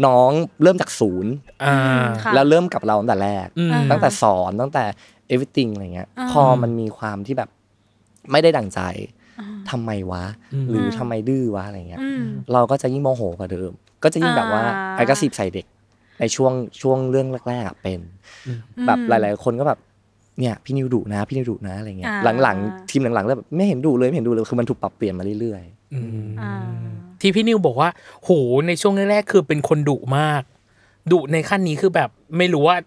Speaker 3: น้องเริ่มจากศูนย์
Speaker 1: อ่า
Speaker 2: ค่ะ
Speaker 3: แล้วเริ่มกับเราตั้งแต่แรก
Speaker 1: อืม
Speaker 2: อ่า
Speaker 3: ตั้งแต่สอนตั้งแต่ everything อะไรเงี้ย
Speaker 2: อ่า
Speaker 3: พอมันมีความที่แบบไม่ได้ดั่งใจ
Speaker 2: อ่า
Speaker 3: ทำไมวะ
Speaker 1: อืม
Speaker 3: หรือทำไมดื้อวะอะไรเงี้ย
Speaker 2: อืม
Speaker 3: เราก็จะยิ่งโมโหกว่าเดิม ก็จะยิ่งแบบว่า
Speaker 2: อ่า
Speaker 3: ไอ้กระสีบใส่เด็กในช่วงช่วงเรื่องแรกๆอะเป็น แบบหลาย ๆ คนก็แบบเนี่ยพี่นิวดุนะ พี่นิวดุนะอะไรเงี้ย
Speaker 2: อ่า
Speaker 3: หลังๆทีมหลังๆเริ่มแบบไม่เห็นดุเลยไม่เห็นดุเลยคือมันถูกปรับเปลี่ยนมาเรื่อยๆ
Speaker 1: อืม
Speaker 2: อ่า
Speaker 1: ที่พี่นิวบอกว่าโหในช่วงแรกๆคือเป็นคนดุมากดุในขั้นนี้คือแบบไม่รู้ว่า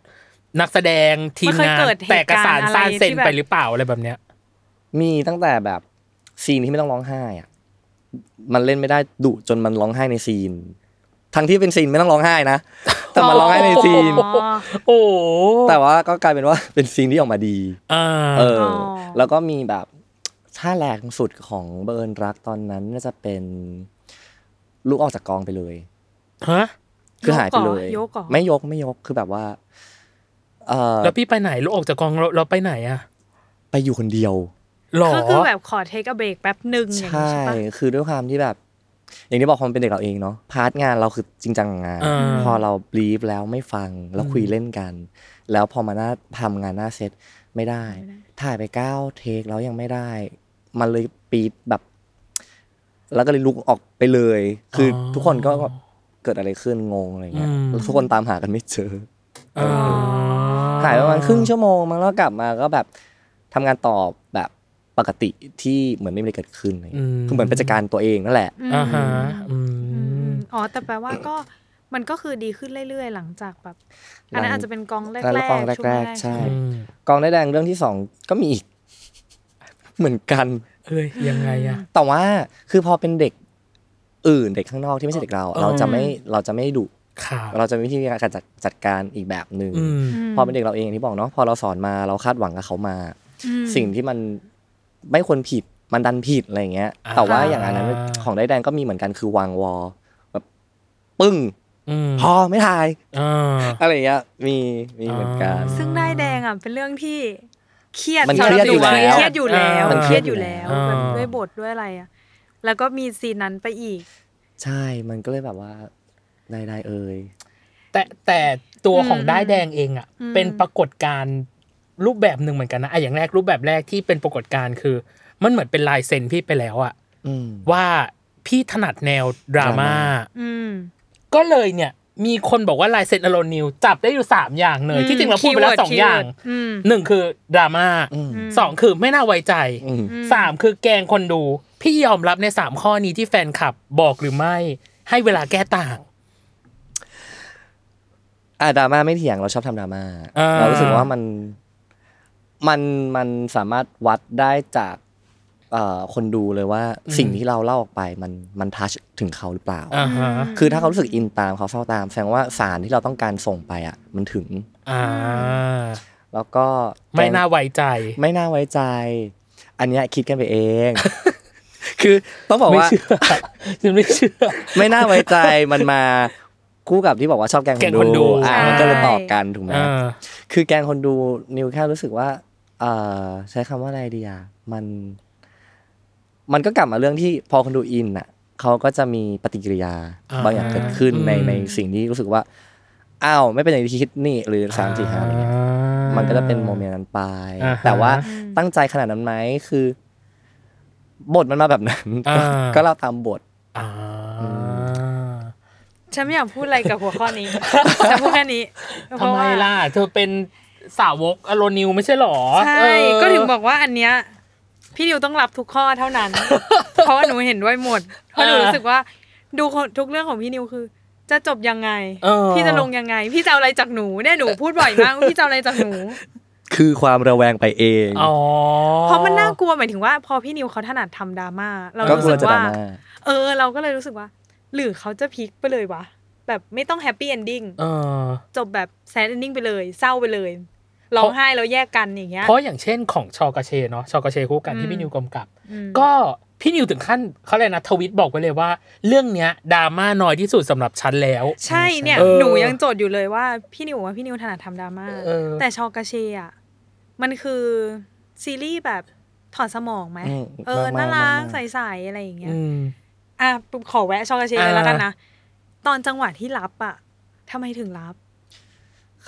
Speaker 1: นักแสดงทีม
Speaker 2: มันเคย
Speaker 1: งาน
Speaker 2: เกิดเหตุ
Speaker 1: แต่กระสาน
Speaker 2: การณ์อะไร
Speaker 1: ซานเซ็น
Speaker 2: ที่แบบ
Speaker 1: ไปหรือเปล่าอะไรแบบเนี้ย
Speaker 3: มีตั้งแต่แบบซีนที่ไม่ต้องร้องไห้อะมันเล่นไม่ได้ดุจนมันร้องไห้ในซีน ทั้งที่เป็นซีนไม่ต้องร้องไห้ [LAUGHS] นะ แต่มันร้องไห้ในซีน
Speaker 2: อ๋อ
Speaker 1: โอ้โห
Speaker 3: แต่ว่าก็กลายเป็นว่า [LAUGHS] เป็นซีนที่ออกมาดี
Speaker 1: อ่า
Speaker 3: เอออ
Speaker 2: อ
Speaker 3: แล้วก็มีแบบท่าแรงสุดของเบิร์นรักตอนนั้นน่าจะเป็นลุกออกจากกองไปเลย
Speaker 1: ฮะ
Speaker 3: คือหายไปเลย
Speaker 2: ยกเหรอ
Speaker 3: ไม่ยกไม่ยกคือแบบว่า เออ
Speaker 1: แล้วพี่ไปไหนลูกออกจากกองเราเราไปไหนอะ
Speaker 3: ไปอยู่คนเดียว
Speaker 1: หรอ
Speaker 2: ก็คือแบบขอเทค a เบรกแป๊บหนึ่งอย่าง
Speaker 3: ใช่
Speaker 2: นี้ใช่ปะ
Speaker 3: คือด้วยความที่แบบ อย่างที่บอกความเป็นเด็กเราเองเนาะ พาร์ทงานเราคือจริงจังกับงาน
Speaker 1: อ่า
Speaker 3: พอเราบลีฟแล้วไม่ฟังแล้วคุยเล่นกัน แล้วพอมาหน้าทำงานหน้าเซตไม่ได้ ถ่ายไปเก้าเทคแล้วยังไม่ได้ มันเลยปีดแบบ แล้วก็เลยลุกออกไปเลย คืออ
Speaker 1: อ
Speaker 3: ทุกคนก็เกิดอะไรขึ้นงงอะไรเงี้ย
Speaker 1: อืม
Speaker 3: แล้วทุกคนตามหากันไม่เจออ
Speaker 1: อ่า
Speaker 3: หายไปประมาณครึ่งชั่วโมงมั้งแล้วกลับมาก็แบบทำงานต่อแบบปกติที่เหมือนไม่มีอะไรเกิดขึ้นอะไรเงี้ย
Speaker 1: อืม
Speaker 3: คือเหมือนเป็นจัดการตัวเองนั่นแหละ
Speaker 1: อ่าฮะอื
Speaker 2: อื
Speaker 1: ม
Speaker 2: มอ๋อแต่แปลว่าก็มันก็คือดีขึ้นเรื่อยๆ หลังจากแบบ อันนั้นอาจจะเป็นกองแรก
Speaker 3: นั่น
Speaker 2: ๆ
Speaker 3: กอง
Speaker 2: ช่ว
Speaker 3: แร
Speaker 2: ง
Speaker 3: กๆใช่
Speaker 1: อืม
Speaker 3: กองได้แดงเรื่องที่สองก็มีอีก [LAUGHS] เหมือนกัน
Speaker 1: เอ้ยยังไงอะ
Speaker 3: แต่ว่าคือพอเป็นเด็กอื่นเด็กข้างนอกที่ไม่ใช่เด็กเรา
Speaker 1: อ๋อ
Speaker 3: เราจะไม่เราจะไม่ดุ
Speaker 1: ข่าว
Speaker 3: เราจะมีวิธีการจัดจัดการอีกแบบหนึ่ง
Speaker 1: อืม
Speaker 2: ม
Speaker 3: พอเป็นเด็กเราเองอย่างที่บอกเนาะพอเราสอนมาเราคาดหวังกับเขามา
Speaker 2: อืม
Speaker 3: สิ่งที่มันไม่ควรผิดมันดันผิดอะไรอย่างเงี้ย
Speaker 1: อ่า
Speaker 3: แต่ว่าอย่างอันนั้นของได้แดงก็มีเหมือนกันคือวางวอลแบบปึ้ง
Speaker 1: อืม
Speaker 3: พอไม่ถ่าย
Speaker 1: อ่า
Speaker 3: อะไรอย่างเงี้ยมีมีเหมือนกัน
Speaker 2: ซึ่งได้ายแดงอ่ะเป็นเรื่องที่เครียด
Speaker 3: มันเครียดอยู่แล้ว
Speaker 2: เครียดอยู่แล้ว
Speaker 3: มัน
Speaker 2: เค
Speaker 3: เครี
Speaker 2: รีย
Speaker 3: ย
Speaker 2: ด
Speaker 3: ด
Speaker 2: อ
Speaker 3: อยู่
Speaker 2: ยู่
Speaker 3: แล้
Speaker 2: แล้ว
Speaker 3: ว
Speaker 2: แบบ
Speaker 1: อ่า
Speaker 2: ด้วยบทด้วยอะไรอ่ะแล้วก็มีซีนนั้นไปอีก
Speaker 3: ใช่ มันก็เลยแบบว่าได้ได้เอ่ย
Speaker 1: แต่แต่ตัวของ
Speaker 2: อืม
Speaker 1: ด้ายแดงเองอ่ะ
Speaker 2: อืม
Speaker 1: เป็นปรากฏการณ์รูปแบบหนึ่งเหมือนกันนะอ่ะอย่างแรกรูปแบบแรกที่เป็นปรากฏการณ์คือ มันเหมือนเป็นลายเซ็นพี่ไปแล้วอ่ะ
Speaker 3: อืม
Speaker 1: ว่าพี่ถนัดแนวดราม่า
Speaker 3: ดราม่
Speaker 2: อืม
Speaker 1: ก็เลยเนี่ย มีคนบอกว่าลายเซ็นอโลนิวจับได้อยู่สามอย่างเลย ที่จริงเราพูดไปแล้ว
Speaker 2: keyword
Speaker 1: สองอย่าง
Speaker 2: keyword อืม
Speaker 1: หนึ่งคือดราม่า
Speaker 3: อืม
Speaker 1: สองคือไม่น่าไว้ใจ
Speaker 3: อืม
Speaker 1: สามคือแกล้งคนดู พี่ยอมรับในสามข้อนี้ที่แฟนคลับบอกหรือไม่ ให้เวลาแก้ต่าง
Speaker 3: อ่ะดราม่าไม่เถียงเราชอบทำดราม่า
Speaker 1: อ่า
Speaker 3: เรารู้สึกว่ามันมันมันสามารถวัดได้จาก เอ่อคนดูเลยว่า
Speaker 1: อืม
Speaker 3: สิ่งที่เราเล่าออกไปมันมันทัชถึงเขาหรือเปล่า
Speaker 1: อ่าฮะ
Speaker 3: คือถ้าเขารู้สึกอินตามเขาเฝ้าตาม แสดงว่าสารที่เราต้องการส่งไปอ่ะมันถึง
Speaker 1: อ่า
Speaker 3: แล้วก็
Speaker 1: ไม่น่าไว้ใจ
Speaker 3: ไม่น่าไว้ใจ อันเนี้ยคิดกันไปเอง
Speaker 1: [LAUGHS]
Speaker 3: คือต้องบอก
Speaker 1: ไม่
Speaker 3: ว่า
Speaker 1: เชื่อฉันไม่เชื่อ
Speaker 3: ไม่น่าไว้ใจมันมาคู่กับที่บอกว่าชอบแกล้ง
Speaker 1: แกล้ง
Speaker 3: ค
Speaker 1: คน นดู
Speaker 3: ดูอ่ะมันก็เลย
Speaker 2: ใช่
Speaker 3: ต่อกันถูกไหม
Speaker 1: อ่า
Speaker 3: คือแกล้งคนดูนิวแค่รู้สึกว่า เออใช้คำว่าอะไรดีอ่ะมัน มันก็กลับมาเรื่องที่พอคนดูอินอ่ะเขาก็จะมีปฏิกิริยา
Speaker 1: อ่า
Speaker 3: บางอย่างเกิดขึ้นใน
Speaker 1: อืม
Speaker 3: ในสิ่งที่รู้สึกว่าอ้าวไม่เป็นอย่างที่คิดนี่หรือสามสี่ห้าอะไรเงี้ย มันก็จะเป็นโมเมนต์นั้นไป
Speaker 1: อ่าฮะ
Speaker 3: แต่ว่าตั้งใจขนาดนั้นไหมคือ บทมันมาแบบนั้น
Speaker 1: อ่า
Speaker 3: ก็เราตามบท
Speaker 1: อ่า
Speaker 2: ฉันไม่อยากพูดอะไรกับหัวข้อนี้ จะพูดแค่นี้
Speaker 1: ทำ
Speaker 2: เพราะ
Speaker 1: ไม
Speaker 2: ว่า
Speaker 1: ล่ะ เธอเป็นสาวกอโรนิวไม่ใช่หรอ
Speaker 2: ใช่
Speaker 1: เออ
Speaker 2: ก็ถึงบอกว่าอันเนี้ยพี่นิวต้องรับทุกข้อเท่า
Speaker 1: [LAUGHS]
Speaker 2: นั้น เพราะว่าหนูเห็นด้วยหมดเพราะหนูรู้สึกว่า ดูคนทุกเรื่องของพี่นิวคือ จะจบยังไง
Speaker 1: เออ
Speaker 2: พี่จะลงยังไง พี่จะเอาอะไรจากหนูเนี่ยหนูพูดบ่อยมากว่าพี่จะเอาอะไรจากหนู
Speaker 3: คือความระแวงไปเอง
Speaker 1: อ๋อ
Speaker 2: เพราะมันน่ากลัวหมายถึงว่า พอพี่นิวเขาถนัดทำดราม่าเรา
Speaker 3: ก็
Speaker 2: รู้
Speaker 3: กลั
Speaker 2: สึ
Speaker 3: ว
Speaker 2: ก
Speaker 3: จะด
Speaker 2: ว่า
Speaker 3: ราม่า
Speaker 2: เออ เราก็เลยรู้สึกว่า หรือเขาจะพลิกไปเลยวะแบบไม่ต้องแฮปปี้เอนดิ้ง
Speaker 1: เออ
Speaker 2: จบแบบแซดเอนดิ้งไปเลย เศร้าไปเลยร้องไห้แล้วแยกกันอย่างเงี้ย
Speaker 1: เพราะอย่างเช่นของชอกาเชเนาะชอกาเชคู่กัน
Speaker 2: อื
Speaker 1: ที่
Speaker 2: ม
Speaker 1: พี่นิวกำกับ
Speaker 2: อืม
Speaker 1: ก็พี่นิวถึงขั้นเขาเลยกนะทวิตบอกไว้เลยว่า เรื่องเนี้ยดราม่าน้อยที่สุดสำหรับฉันแล้ว
Speaker 2: ใช่เนี่ย
Speaker 1: เออ
Speaker 2: หนูยังโจทย์อยู่เลยว่าพี่นิวบอกว่าพี่นิวถนัดทำดราม่า
Speaker 1: เออ
Speaker 2: แต่ชอกาเชอ่ะมันคือซีรีส์แบบถอดสมองไหม
Speaker 3: อืม
Speaker 2: เออ
Speaker 3: มากๆ
Speaker 2: น่ารัก
Speaker 3: มากๆ
Speaker 2: ใสๆอะไรอย่างเงี้ย
Speaker 1: อืม
Speaker 2: อ่ะปุ๊บขอแวะชอกาเชเลย
Speaker 1: อ่า
Speaker 2: แล้วกันนะ ตอนจังหวะที่รับอ่ะทำไมถึงรับ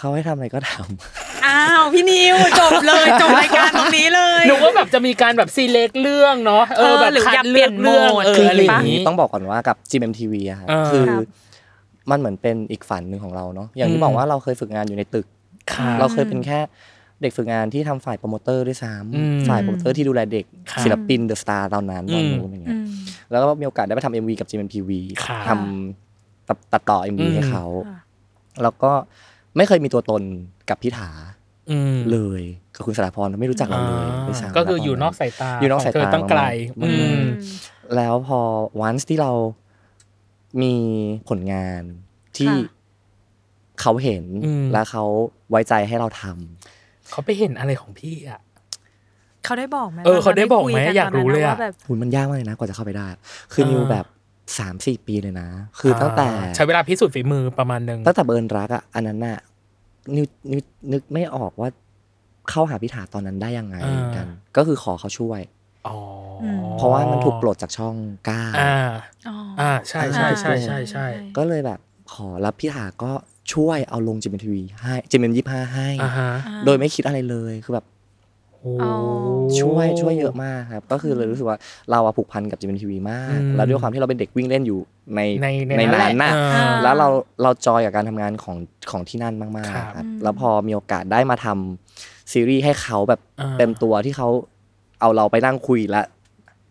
Speaker 3: เขาให้ทำอะไรก็ทำ
Speaker 2: อ้าวพี่นิวจบเลย
Speaker 1: [LAUGHS]
Speaker 2: จบรายการตรงนี้เลย
Speaker 1: หนูว่าแบบจะมีการแบบซีเล็กเรื่องเนาะเออ
Speaker 2: เออ
Speaker 1: แบบ
Speaker 2: หรือ
Speaker 1: คัด
Speaker 2: อยาก
Speaker 1: เลือก
Speaker 2: เปลี่ยน
Speaker 1: เรื่อง
Speaker 2: โหมด
Speaker 1: เอ
Speaker 3: คืออ
Speaker 1: อะ
Speaker 3: อ
Speaker 1: ไรอย่
Speaker 3: า
Speaker 1: ย่าง ง
Speaker 3: นี้
Speaker 1: นี้
Speaker 3: ต้องบอกก่อนว่ากับ GMMTV อะค่ะ
Speaker 1: อ่า
Speaker 3: คือ
Speaker 2: ครับ
Speaker 3: มันเหมือนเป็นอีกฝันหนึ่งของเราเนาะอย่าง
Speaker 1: อื
Speaker 3: ที่
Speaker 1: ม
Speaker 3: บอกว่าเราเคยฝึกงานอยู่ในตึก
Speaker 1: ค่ะ
Speaker 3: เราเคยเป็นแค่เด็กฝึกงานที่ทำฝ่ายโปรโมเตอร์ด้วยซ้
Speaker 1: อืม
Speaker 3: ำฝ่ายโปรโมเตอร์ที่ดูแลเด็ก
Speaker 1: ครับ
Speaker 3: ศิลปินเดอะสตาร์ตอนนั้นตอนนู้นอย่างเงี้ย แล้วก็มีโอกาสได้ไปทำเอ็มวีกับ GMMTV
Speaker 1: ครับ
Speaker 3: ทำตัดตัดต่อเอ็มวี
Speaker 1: อืม
Speaker 3: ให้เขา
Speaker 2: ค่ะ
Speaker 3: แล้วก็ไม่เคยมีตัวตนกับพี่ถา
Speaker 1: อืม
Speaker 3: เลยกับคุณสราพรไม่รู้จักเราเลยด้วยซ้ำ
Speaker 1: ก็คือ
Speaker 3: ณ
Speaker 1: อยู่นอก
Speaker 3: ต
Speaker 1: สายตา
Speaker 3: อยู่นอกสายตา
Speaker 1: ขงเธตั้งไกล
Speaker 3: มา
Speaker 1: อื
Speaker 3: กๆ
Speaker 1: ม
Speaker 3: แล้วพอวันที่เรามีผลงานที่
Speaker 2: ค่ะ
Speaker 3: เขาเห็น
Speaker 1: อืม
Speaker 3: และเขาไว้ใจให้เราทำ
Speaker 1: เขาไปเห็นอะไรของพี่อ่ะ
Speaker 2: เขาได้บอกไหม
Speaker 1: เออเขาได้บอกไหม
Speaker 2: ว่เร
Speaker 1: อยากรู้เลยอะ
Speaker 2: ว่าแบบ
Speaker 3: หุนมันยากมากเลยนะกว่าจะเข้าไปได้ คือ
Speaker 1: อ่านิ
Speaker 3: นิวแบบสามสี่ปีเลยนะ คือตั้งแต่
Speaker 1: อ่าใช้เวลาพิสูจน์ฝีมือประมาณหนึ่ง
Speaker 3: ตั้งแต่เบิร์นรักอะอันนั้นน่ะนิวนิวนึกไม่ออกว่าเข้าหาพิธาตอนนั้นได้ยังไงกัน ก็คือขอเขาช่วย
Speaker 1: อ๋อ
Speaker 3: เพราะว่ามันถูกปลดจากช่องเก้า
Speaker 1: อ่า
Speaker 2: อ๋ออ
Speaker 1: อ่าใช่ใช่ใช่ใช่ใช่
Speaker 3: ก็เลยแบบขอรับพี่ถาก็ช่วยเอาลงจิมเอ็มทีวีให้จิมเอ็มยี่ห้าให้
Speaker 1: อ่าฮะ
Speaker 3: โดยไม่คิดอะไรเลยคือแบบ
Speaker 1: โอ้
Speaker 2: อ๋อ
Speaker 3: ช่วยช่วยเยอะมากครับ ก็คือเลยรู้สึกว่าเราอะผูกพันกับจิมเอ็มทีวีมาก
Speaker 1: อืม
Speaker 3: แล้วด้วยความที่เราเป็นเด็กวิ่งเล่นอยู่ใน
Speaker 1: ใน
Speaker 3: ใน
Speaker 1: แหละ
Speaker 3: นั้นน่ะ
Speaker 1: เออ
Speaker 2: อ
Speaker 3: แล้วเราเราจอยกับการทำงานของของที่นั่นมาก
Speaker 1: ครับ
Speaker 3: ๆครับแล้วพอมีโอกาสได้มาทำซีรีส์ให้เขาแบบ
Speaker 1: อ่า
Speaker 3: เต็มตัวที่เขาเอาเราไปนั่งคุยและ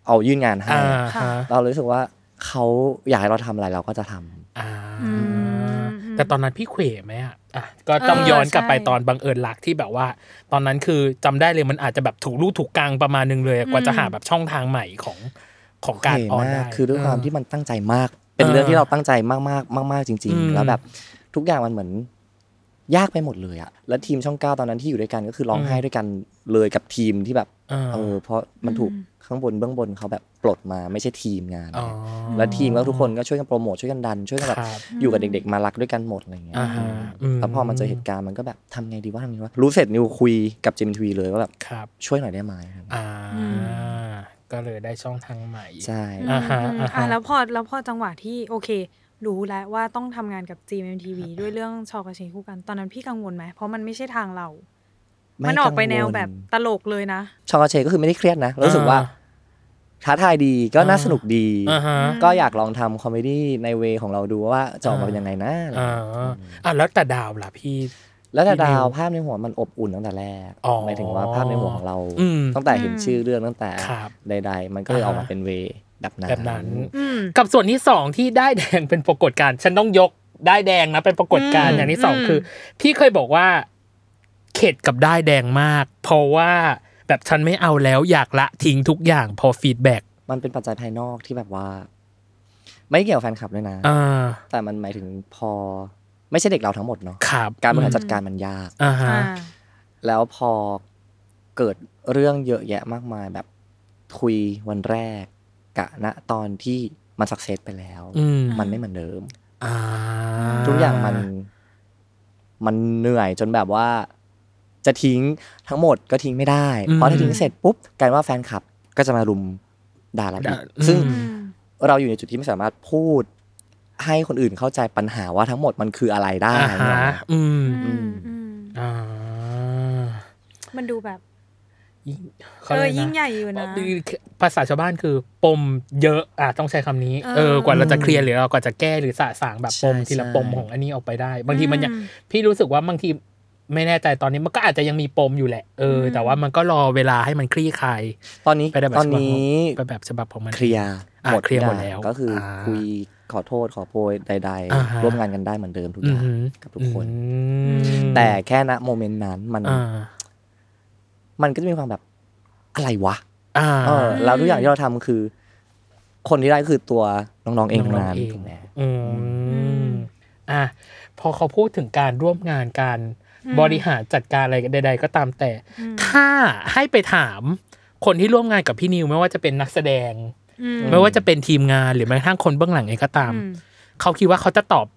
Speaker 3: เอายื่นงานให้
Speaker 1: อ่าฮะ
Speaker 3: เราเลยรู้สึกว่าเขาอยากให้เราทำอะไรเราก็จะทำ
Speaker 1: อ่า
Speaker 2: อืม
Speaker 1: แต่ตอนนั้นพี่เขวไหมอ่ะอ่ะก็ต้องย้อนกลับไป
Speaker 2: เออใช่
Speaker 1: ตอนบังเอิญรักที่แบบว่า ตอนนั้นคือจำได้เลยมันอาจจะแบบถูกลู่ถูกกลางประมาณหนึงเลยอะกว่า
Speaker 2: อืม
Speaker 1: จะหาแบบช่องทางใหม่ของของการ
Speaker 3: เห็น
Speaker 1: ออน
Speaker 3: มา
Speaker 1: ได้
Speaker 3: กคือด้วยความที่มันตั้งใจมาก เป็นเรื่องที่เราตั้งใจมากๆ มาก ๆ จริง
Speaker 1: อืม
Speaker 3: ๆ แล้วแบบทุกอย่างมันเหมือนยากไปหมดเลยอะแล้วทีมช่องเก้าตอนนั้นที่อยู่ด้วยกันก็คือร้อง
Speaker 1: อืม
Speaker 3: ไห้ด้วยกันเลยกับทีมที่แบบ
Speaker 1: เออ
Speaker 3: เออเพราะมันถูกข้างบนเบื้องบนเขาแบบปลดมาไม่ใช่ทีมงาน
Speaker 1: อ๋อ
Speaker 3: และทีมก็ทุกคนก็ช่วยกันโปรโมทช่วยกันดัน ช่วยกันแบบ
Speaker 1: ครับ
Speaker 3: อยู่กับเด็ก ๆ มารักด้วยกันหมดอะไรเงี้ย
Speaker 1: อ่าฮะอืม
Speaker 3: แล้วพอมันเจอเหตุการณ์มันก็แบบทำไงดีว่าทำไงดีว่ารู้เสร็จนิวคุยกับจิมทวีเลยว่าแบบ
Speaker 1: ครับ
Speaker 3: ช่วยหน่อยได้ไหมครับ
Speaker 1: อ่า
Speaker 2: อื
Speaker 1: ก็เลยได้ช่องทางใหม่
Speaker 3: ใช่
Speaker 1: อ่าฮะ
Speaker 2: ม
Speaker 1: อ่าฮะ
Speaker 2: อ่ะแล้วพอแล้วพอจังหวะที่โอเค รู้แล้วว่าต้องทำงานกับ GMMTV ด้วยเรื่องชอกระเชงคู่กันตอนนั้นพี่กังวลไหมเพราะมันไม่ใช่ทางเรา
Speaker 3: ไม่
Speaker 2: มันออกไป
Speaker 3: กังวล
Speaker 2: แนวแบบตลกเลยนะ
Speaker 3: ชองกาเชก็คือไม่ได้เครียดนะรู้สึกว่า
Speaker 1: อ่า
Speaker 3: ท้าทายดีก็น่าสนุกดี
Speaker 1: อ่าฮะ
Speaker 3: ก็อยากลองทำคอมเมดี้ในเวของเราดูว่าจะออกมาเป็นยังไงนะอะไร
Speaker 1: อ่า
Speaker 3: เงี้ย
Speaker 1: อ่ะแล้วแต่ดาวล่ะพี่
Speaker 3: แล้วแต่ดาว
Speaker 1: พี่นิว
Speaker 3: ภาพในหัวมันอบอุ่นตั้งแต่แรก
Speaker 1: อ๋อ
Speaker 3: หมายถึงว่าภาพในหัวของเรา
Speaker 1: อืม
Speaker 3: ตั้งแต่เห็น
Speaker 2: อืม
Speaker 3: ชื่อเรื่องตั้งแต่
Speaker 1: ครับ
Speaker 3: ใด ๆ มันก็เลยออกมา
Speaker 1: อ่า
Speaker 3: เป็นเวแบบนั้น
Speaker 1: แบบนั้น
Speaker 2: อืม
Speaker 1: กับส่วนที่สองที่ได้ายแดงเป็นปรากฏการณ์ฉันต้องยกได้ายแดงนะเป็นปรากฏการณ์
Speaker 2: อืม
Speaker 1: อย่างที่สอง
Speaker 2: อืม
Speaker 1: คือ พี่เคยบอกว่า เข็ดกับได้ายแดงมาก เพราะว่า แบบฉันไม่เอาแล้วอยากละทิ้งทุกอย่างพอฟีดแบ็ก
Speaker 3: มันเป็นปัจจัยภายนอกที่แบบว่า ไม่เกี่ยวกับแฟนคลับด้วยนะ
Speaker 1: อ่า
Speaker 3: แต่มันหมายถึงพอไม่ใช่เด็กเราทั้งหมดเนาะ
Speaker 1: ครับ
Speaker 3: การบริหารจัดการมันยาก
Speaker 1: อ่าฮะ
Speaker 2: อ่า
Speaker 3: แล้วพอเกิดเรื่องเยอะแยะมากมายแบบคุยวันแรกกะณตอนที่มันสักเซสไปแล้ว
Speaker 1: อืม
Speaker 3: มันไม่เหมือนเดิม
Speaker 1: อ่า
Speaker 3: ทุกอย่างมันมันเหนื่อยจนแบบว่า จะทิ้งทั้งหมดก็ทิ้งไม่ได้เพราะถ้าทิ้งเสร็จปุ๊บกลายว่าแฟนคลับก็จะมารุมด่าเราอีกซึ่ง
Speaker 2: อืม
Speaker 3: เราอยู่ในจุดที่ไม่สามารถพูดให้คนอื่นเข้าใจปัญหาว่าทั้งหมดมันคืออะไรได้
Speaker 1: อ่าฮะ
Speaker 3: เนาะ
Speaker 1: อืม
Speaker 2: อืมอืม
Speaker 1: อ่า
Speaker 2: มันดูแบบ
Speaker 1: ขา
Speaker 2: เออ
Speaker 1: รีกนะ
Speaker 2: ยิ่งใหญ่อยู่นะ
Speaker 1: ภาษาชาวบ้านคือปมเยอะอ่ะต้องใช้คำนี้
Speaker 2: เออ
Speaker 1: เออกว่าเราจะเคลียร์หรือเรากว่าจะแก้หรือสะสางแบบปมทีละปมของอันนี้ออกไปได้ บางทีมันยัง
Speaker 2: อื
Speaker 1: พี่รู้สึกว่าบางทีไม่แน่ใจตอนนี้มันก็อาจจะยังมีปมอยู่แหละเอออ
Speaker 2: ม
Speaker 1: แต่ว่ามันก็รอเวลาให้มันคลี่คลาย
Speaker 3: ตอนนี้
Speaker 1: ไปได้แบบ
Speaker 3: ตอนนี้
Speaker 1: ฉบับของไปแบบฉบับของมัน
Speaker 3: เคลียร์
Speaker 1: อ่ะ
Speaker 3: หมด
Speaker 1: เคลียร์หมด
Speaker 3: ทุกอาง
Speaker 1: แล้ว
Speaker 3: ก็คืออา คุยขอโทษขอโพยใด
Speaker 1: อ่าฮะ
Speaker 3: ๆ ร่วมงานกันได้เหมือนเดิมทุกอย่าง
Speaker 1: อืม
Speaker 3: กับทุกคน
Speaker 1: อืม
Speaker 3: แต่แค่ณโมเมนต์นั้นมัน
Speaker 1: อ่า
Speaker 3: มันก็จะมีความแบบอะไรวะ
Speaker 1: อ่า
Speaker 3: เออแล้วทุกอย่างที่เราทำคือ คนที่ได้คือตัวน้องๆเองทั้งนั้น
Speaker 1: น้องๆเอง
Speaker 3: ถูกไหม
Speaker 1: อืมอ่ะพอเขาพูดถึงการร่วมงานการ
Speaker 2: อืม
Speaker 1: บริหารจัดการอะไรใด ๆ ก็ตามแต่ ถ้าให้ไปถามคนที่ร่วมงานกับพี่นิวไม่ว่าจะเป็นนักแสดง
Speaker 2: อืม
Speaker 1: ไม่ว่าจะเป็นทีมงานหรือแม้กระทั่งคนเบื้องหลังเองก็ตาม
Speaker 2: อืม
Speaker 1: เขาคิดว่าเขาจะตอบ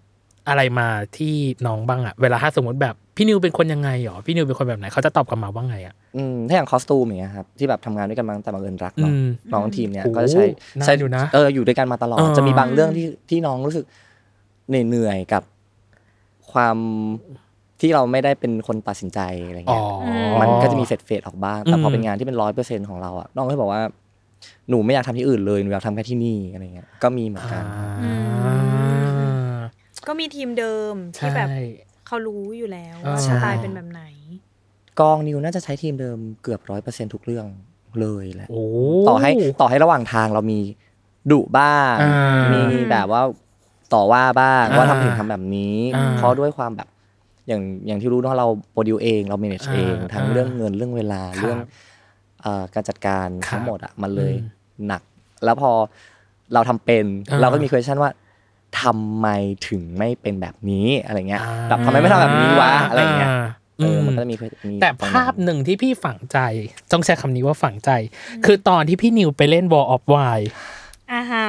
Speaker 1: อะไรมาที่น้องบ้างอะเวลาถ้าสมมติแบบพี่นิวเป็นคนยังไงหรอพี่นิวเป็นคนแบบไหนเขาจะตอบกลับมาว่าไงอะ
Speaker 3: อืมถ้าอย่างคอสตูมอย่างเงี้ยครับที่แบบทำงานด้วยกันมาตั้งแต่บังเอิญรักเนาะ
Speaker 1: อืม
Speaker 3: น้องทีมเนี่ย
Speaker 1: โอ้โห
Speaker 3: ก็จะใช้
Speaker 1: นาน
Speaker 3: ใช้
Speaker 1: อยู่นะ
Speaker 3: เอออยู่ด้วยกันมาตลอด
Speaker 1: อ่า
Speaker 3: จะมีบางเรื่องที่ที่น้องรู้สึกเหนื่อยๆกับความที่เราไม่ได้เป็นคนตัดสินใจอะไร
Speaker 1: อ๋อ
Speaker 3: เงี้ย
Speaker 1: อ
Speaker 2: ม
Speaker 3: มันก็จะมีเฟดเฟดๆออกบ้าง แต่พออ
Speaker 1: ม
Speaker 3: เป็นงานที่เป็นร้อยเปอร์เซ็นของเราอะน้องก็บอกว่าหนูไม่อยากทำที่อื่นเลยหนูอยากทำแค่ที่นี่อะไรเงี้ยก็มีเหมือน
Speaker 1: อ่า
Speaker 3: กัน
Speaker 2: ก็มีทีมเดิม
Speaker 1: ใช่
Speaker 2: ที่แบบเขารู้อยู่แล้ว
Speaker 1: อ่า
Speaker 2: ว่าสไตล์เป็นแบบไหน
Speaker 3: กองนิวน่าจะใช้ทีมเดิมเกือบร้อยเปอร์เซ็นทุกเรื่องเลยแหละ
Speaker 1: โอ้
Speaker 3: ต่อให้ต่อให้ระหว่างทางเรามีดุบ้าง
Speaker 1: อ่ามี
Speaker 3: มีแบบว่าต่อว่าบ้าง
Speaker 1: อ่า
Speaker 3: ว่าทำถึงทำแบบนี้
Speaker 1: อ่า
Speaker 3: เพราะด้วยความแบบอย่างอย่างที่รู้เนาะเราโปรดิวเองเราเมเนจ
Speaker 1: อ่า
Speaker 3: เองทั้ง
Speaker 1: อ่า
Speaker 3: เรื่องเงินเรื่องเวลา
Speaker 1: ครับ
Speaker 3: เรื่องเอ่อการจัดการ
Speaker 1: ครับ
Speaker 3: ทั้งหมดอ่ะมันเลย
Speaker 1: อืม
Speaker 3: หนัก แล้วพอเราทำเป็น
Speaker 1: อ่า
Speaker 3: เราก็มี question ว่าทำไมถึงไม่เป็นแบบนี้อะไรเงี้ย
Speaker 1: อ่า
Speaker 3: แบบทำไมไม่ทำแบบนี้วะอะไรเงี้ย
Speaker 1: อ่า
Speaker 3: เอออ
Speaker 1: ม
Speaker 3: มันก็จะมี question มี
Speaker 1: แต่
Speaker 3: รงนั้น
Speaker 1: ภาพหนึ่งที่พี่ฝังใจ ต้องใช้คำนี้ว่าฝังใจ คือตอนที่พี่นิวไปเล่น Wall of Wine
Speaker 2: อ่าฮะ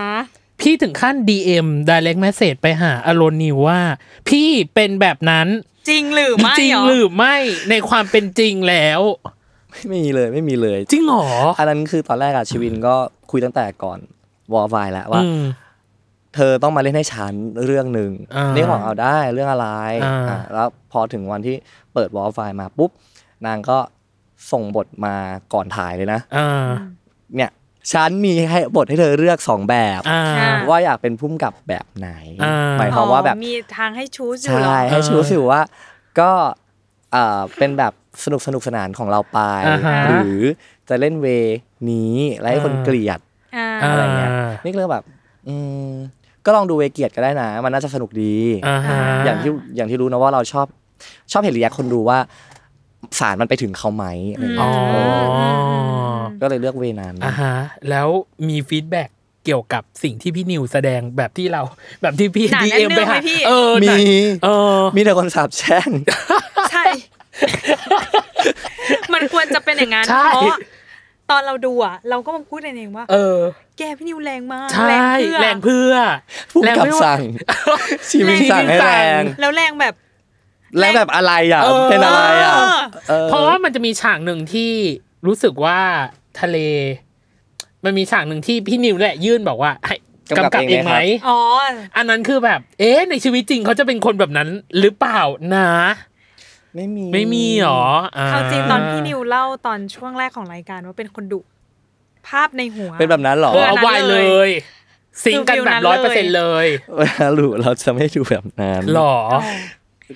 Speaker 1: พี่ถึงขั้น DM direct message ไปหาอารอนนิวว่า พี่เป็นแบบนั้น
Speaker 2: จริงหรือไม่
Speaker 1: จริง
Speaker 2: เอ
Speaker 1: หรือไม่ในความเป็นจริงแล้ว
Speaker 3: ไม่มีเลยไม่มีเลย
Speaker 1: จริงเหรอ
Speaker 3: อันนั้นคือตอนแรกอะชีวินก็คุยตั้งแต่ก่อนวอลไวแล้วว่า
Speaker 1: อืม
Speaker 3: เธอต้องมาเล่นให้ฉันเรื่องหนึ่ง
Speaker 1: อ่า
Speaker 3: นี่ของเอาได้เรื่องอะไร
Speaker 1: อ่า
Speaker 3: อ่ะแล้วพอถึงวันที่เปิดวอลไวมาปุ๊บ นางก็ส่งบทมาก่อนถ่ายเลยนะ
Speaker 1: อ่า
Speaker 3: เนี่ยฉันมีให้บทให้เธอเลือกสองแบบ
Speaker 1: อ่า
Speaker 3: ว่าอยากเป็นพุ่มกับแบบไหน
Speaker 1: อ่า
Speaker 3: หมายความว่าแบบ
Speaker 2: มีทางให้ชูสอยู่
Speaker 3: ใช่
Speaker 2: เหรอ
Speaker 3: ให้ชูสิว่าก็เอ่อเป็นแบบสนุกสนุกสนานของเราไป
Speaker 1: อ่าฮะ
Speaker 3: หรือจะเล่นเวนี้แล้วให้คน
Speaker 1: อ่า
Speaker 3: เกลียด
Speaker 2: อ่า
Speaker 3: อะไรเงี้ย นี่ก็เลยแบบ อืมก็ลองดูเวเกียดก็ได้นะ มันน่าจะสนุกดี
Speaker 1: อ่าฮะ
Speaker 3: อย่างที่อย่างที่รู้นะว่าเราชอบ ชอบเห็นรีแอคคนดูว่า สารมันไปถึงเขาไหมอะไร
Speaker 1: อ๋
Speaker 3: เงี้
Speaker 1: อ
Speaker 3: ยก็เลยเลือกเวนั้น
Speaker 1: อ่าฮะแล้วมีฟีดแบ็กเกี่ยวกับสิ่งที่พี่นิวแสดงแบบที่เรา [LAUGHS] แบบที่พี่
Speaker 2: หนา
Speaker 1: ดี
Speaker 2: แน่น
Speaker 1: เอ็มไป
Speaker 2: เนื่องไหม
Speaker 1: หา
Speaker 2: พี่
Speaker 1: เออ
Speaker 3: มี
Speaker 1: หนาเออ
Speaker 3: มีแต่คนสาบแช่ง
Speaker 2: ใช่ มันควรจะเป็นอย่างนั้น
Speaker 1: ใช่
Speaker 2: เพราะตอนเราดูอ่ะ เราก็มาพูดกันเองว่า
Speaker 1: เออ
Speaker 2: แกพี่นิวแรงมาก
Speaker 1: ใช่ แร
Speaker 2: แรง งเพื่อ
Speaker 1: เพื่อ
Speaker 3: ผู้
Speaker 1: [LAUGHS] แรง
Speaker 3: กำกับ
Speaker 1: เพื่อ
Speaker 3: สั่ง ชีวิตสั่งให้แรง
Speaker 2: แล้วแรงแบบ
Speaker 3: แล้วแบบอะไรอ่ะ
Speaker 1: เออ
Speaker 3: เป็นอะไรอ่ะออ
Speaker 1: เพราะว่ามันจะมีฉากหนึ่งที่รู้สึกว่าทะเล มันมีฉากหนึ่งที่พี่นิวแหละยื่นบอกว่าให้
Speaker 3: กำกับ
Speaker 1: กำกับเอ
Speaker 3: เอง ง
Speaker 1: ไห
Speaker 3: ไห
Speaker 1: ม
Speaker 3: ม
Speaker 2: อ๋อ
Speaker 1: อันนั้นคือแบบ เอ๊ะในชีวิตจริงเขาจะเป็นคนแบบนั้นหรือเปล่านะ
Speaker 3: ไม่มี
Speaker 1: ไม่มีหรออ่
Speaker 2: เอาจริงตอนพี่นิวเล่าตอนช่วงแรกของรายการว่าเป็นคนดุ ภาพในหัว
Speaker 3: เป็นแบบนั้นเหรอ
Speaker 1: เออเอาไว้
Speaker 2: เล
Speaker 1: เลย ย สิงกัน
Speaker 2: คือฟิล
Speaker 1: แบ
Speaker 2: นั้
Speaker 1: บ
Speaker 2: น
Speaker 1: ร้อยเปอร์
Speaker 2: เล
Speaker 1: เซ็น
Speaker 2: ย
Speaker 1: ต์เลย
Speaker 3: เวลาดูเราจะไม่ดูแบบนั้น
Speaker 1: หรอ
Speaker 2: อ๋อ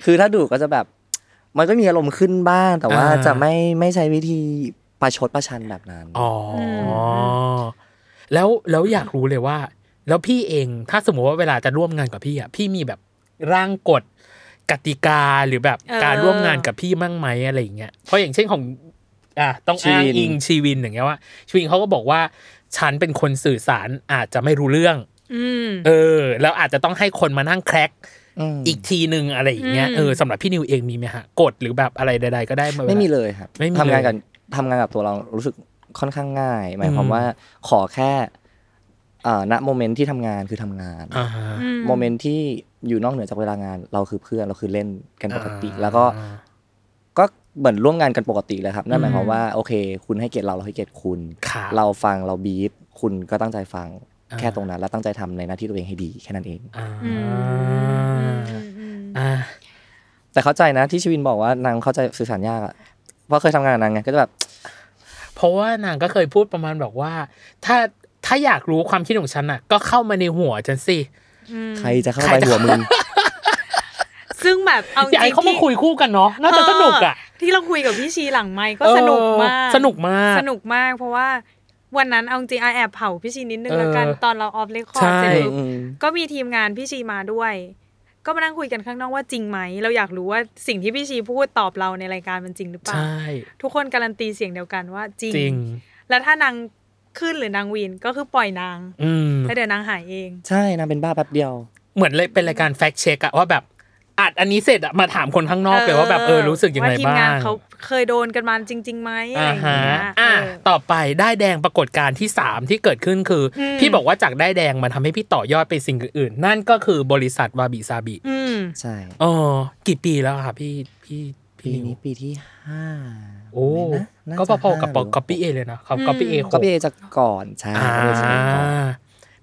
Speaker 3: คือถ้าดูก็จะแบบ มันก็มีอารมณ์ขึ้นบ้าง แต่ว่า
Speaker 1: อ่า
Speaker 3: จะไม่ไม่ใช้วิธีประชดประชันแบบนั้น
Speaker 1: อ๋ออ
Speaker 2: ม
Speaker 1: แล้วแล้วอยากรู้เลยว่า แล้วพี่เองถ้าสมมติว่าเวลาจะร่วมงานกับพี่อ่ะพี่มีแบบร่างกฎกติกาหรือแบบ
Speaker 2: เออ
Speaker 1: การร่วมงานกับพี่มั่งไหมอะไรอย่างเงี้ยเพราะอย่างเช่นของ อ่ะต้อง
Speaker 3: ชี
Speaker 1: อ้าง
Speaker 3: วิน
Speaker 1: อิงชีวินอย่างเงี้ยว่า ชีวินเขาก็บอกว่าฉันเป็นคนสื่อสารอาจจะไม่รู้เรื่อง
Speaker 2: อืม
Speaker 1: เออ แล้วอาจจะต้องให้คนมานั่งแคร็ก
Speaker 3: ม
Speaker 1: อีกทีหนึ่งอะไรอย่างเงี้ย
Speaker 2: อืม
Speaker 1: เออสำหรับพี่นิวเองมีไหมฮะกฎหรือแบบอะไรใด ๆ ก็ได้า
Speaker 3: ไม่มี
Speaker 1: วา
Speaker 3: เลยครับ
Speaker 1: ไม่มี
Speaker 3: ทำงาน
Speaker 1: เลย
Speaker 3: กับทำงานกับตัวเรารู้สึกค่อนข้างง่าย หมายความ
Speaker 1: อืม
Speaker 3: ว่าขอแค่อ่าณโมเมนต์ที่ทำงานคือทำงาน
Speaker 1: อ่าฮะ
Speaker 2: อื
Speaker 3: โมเมนต์ที่อยู่นอกเหนือจากเวลางาน เราคือเพื่อนเราคือเล่นกันปกติ
Speaker 1: อ่า
Speaker 3: แล้วก็ก็เหมือนร่วมงานกันปกติเลยครับนั่นหมายความ
Speaker 1: อืม
Speaker 3: ว่าโอเค คุณให้เกียรติเราเราให้เกียรติคุณ
Speaker 1: ขา
Speaker 3: เราฟังเราบีฟคุณก็ตั้งใจฟัง
Speaker 1: อ่า
Speaker 3: แค่ตรงนั้น แล้วตั้งใจทำในหน้าที่ตัวเองให้ดีแค่นั้นเอง
Speaker 1: อ่า
Speaker 2: อืมอืมอืม
Speaker 1: อ่า
Speaker 3: แต่เข้าใจนะที่ชวินบอกว่านางเข้าใจสื่อสารยากอะเพราะเคยทำงานกับนางไงก็จะแบบ
Speaker 1: เพราะว่านางก็เคยพูดประมาณแบบว่า ถ้าถ้าอยากรู้ความคิดของฉันน่ะ ก็เข้ามาในหัวฉันสิ
Speaker 2: อืม
Speaker 3: ใครจะเข้า
Speaker 1: ใคร
Speaker 3: ไป
Speaker 1: จะ
Speaker 3: หัวมึง
Speaker 2: ซึ่งแบบเอาจ
Speaker 1: อยาก
Speaker 2: ริ
Speaker 1: ให้
Speaker 2: งๆ
Speaker 1: เขามา
Speaker 2: ที่
Speaker 1: คุยคู่กันเนาะน่าจะสนุกอ่ะ
Speaker 2: เที่เราคุยกับพี่ชีหลังไมค์ก็
Speaker 1: เออ
Speaker 2: สนุกมาก
Speaker 1: สนุกมาก
Speaker 2: สนุกมาก เพราะว่าวันนั้นเอาจริงไอะแอบเผาพี่ชีนิดนึง
Speaker 1: เออ
Speaker 2: แล้วกันตอนเราออฟเลคคอ
Speaker 1: ใช่
Speaker 2: ร์ดเสร็จปุ๊บ
Speaker 3: อืม
Speaker 2: ก็มีทีมงานพี่ชีมาด้วย ก็มานั่งคุยกันข้างนอกว่าจริงไหม เราอยากรู้ว่าสิ่งที่พี่ชีพูดตอบเราในรายการมันจริงหรือเปล่า
Speaker 1: ใช่
Speaker 2: ทุกคนการันตีเสียงเดียวกันว่าจริ
Speaker 1: จริง
Speaker 2: แล้วถ้านางขึ้นหรือนางวีนก็คือปล่อยนาง
Speaker 1: อืม
Speaker 2: แล้วเดี๋ยวนางหายเอง
Speaker 3: ใช่นางเป็นบ้าแป๊บเดียว
Speaker 1: เหมือนเลยเป็นรายการแฟกเช็คอะว่าแบบอัดอันนี้เสร็จอะมาถามคนข้างนอกเลยว่าแบบเออรู้สึกยังไง
Speaker 2: ว่ทีม
Speaker 1: บ้าง
Speaker 2: าน
Speaker 1: ง
Speaker 2: เขาเคยโดนกันมาจริงๆไหมอะไร
Speaker 1: อ่า
Speaker 2: อย่าง
Speaker 1: ฮะ
Speaker 2: เงี้ย
Speaker 1: อ่ะ
Speaker 2: เออ
Speaker 1: ต่อไปได้ายแดงปรากฏการณ์ที่ 3 ที่เกิดขึ้นคืออ
Speaker 2: ม
Speaker 1: พี่บอกว่าจากได้ายแดงมันทำให้พี่ต่อยอดไปสิ่งอื่นๆ นั่นก็คือบริษัทวาบิซาบิ
Speaker 2: อืม
Speaker 3: ใช่
Speaker 1: เออกี่ปีแล้วอะค่ะพี่พี่พี่
Speaker 3: ปี
Speaker 1: นิ
Speaker 3: นี้
Speaker 1: ว
Speaker 3: ปีที่ห้า
Speaker 1: โอ้
Speaker 3: ไหมนะน่าจะ
Speaker 1: ก็พอๆกับ
Speaker 3: ห้าหรื
Speaker 1: ก๊อปปี้เอเลยนะเขาก๊อปปี้เอ
Speaker 2: อืม
Speaker 3: ก็พี่เอจะก่อนใช่
Speaker 1: อ่า
Speaker 3: ก็พี่เอจะก่อน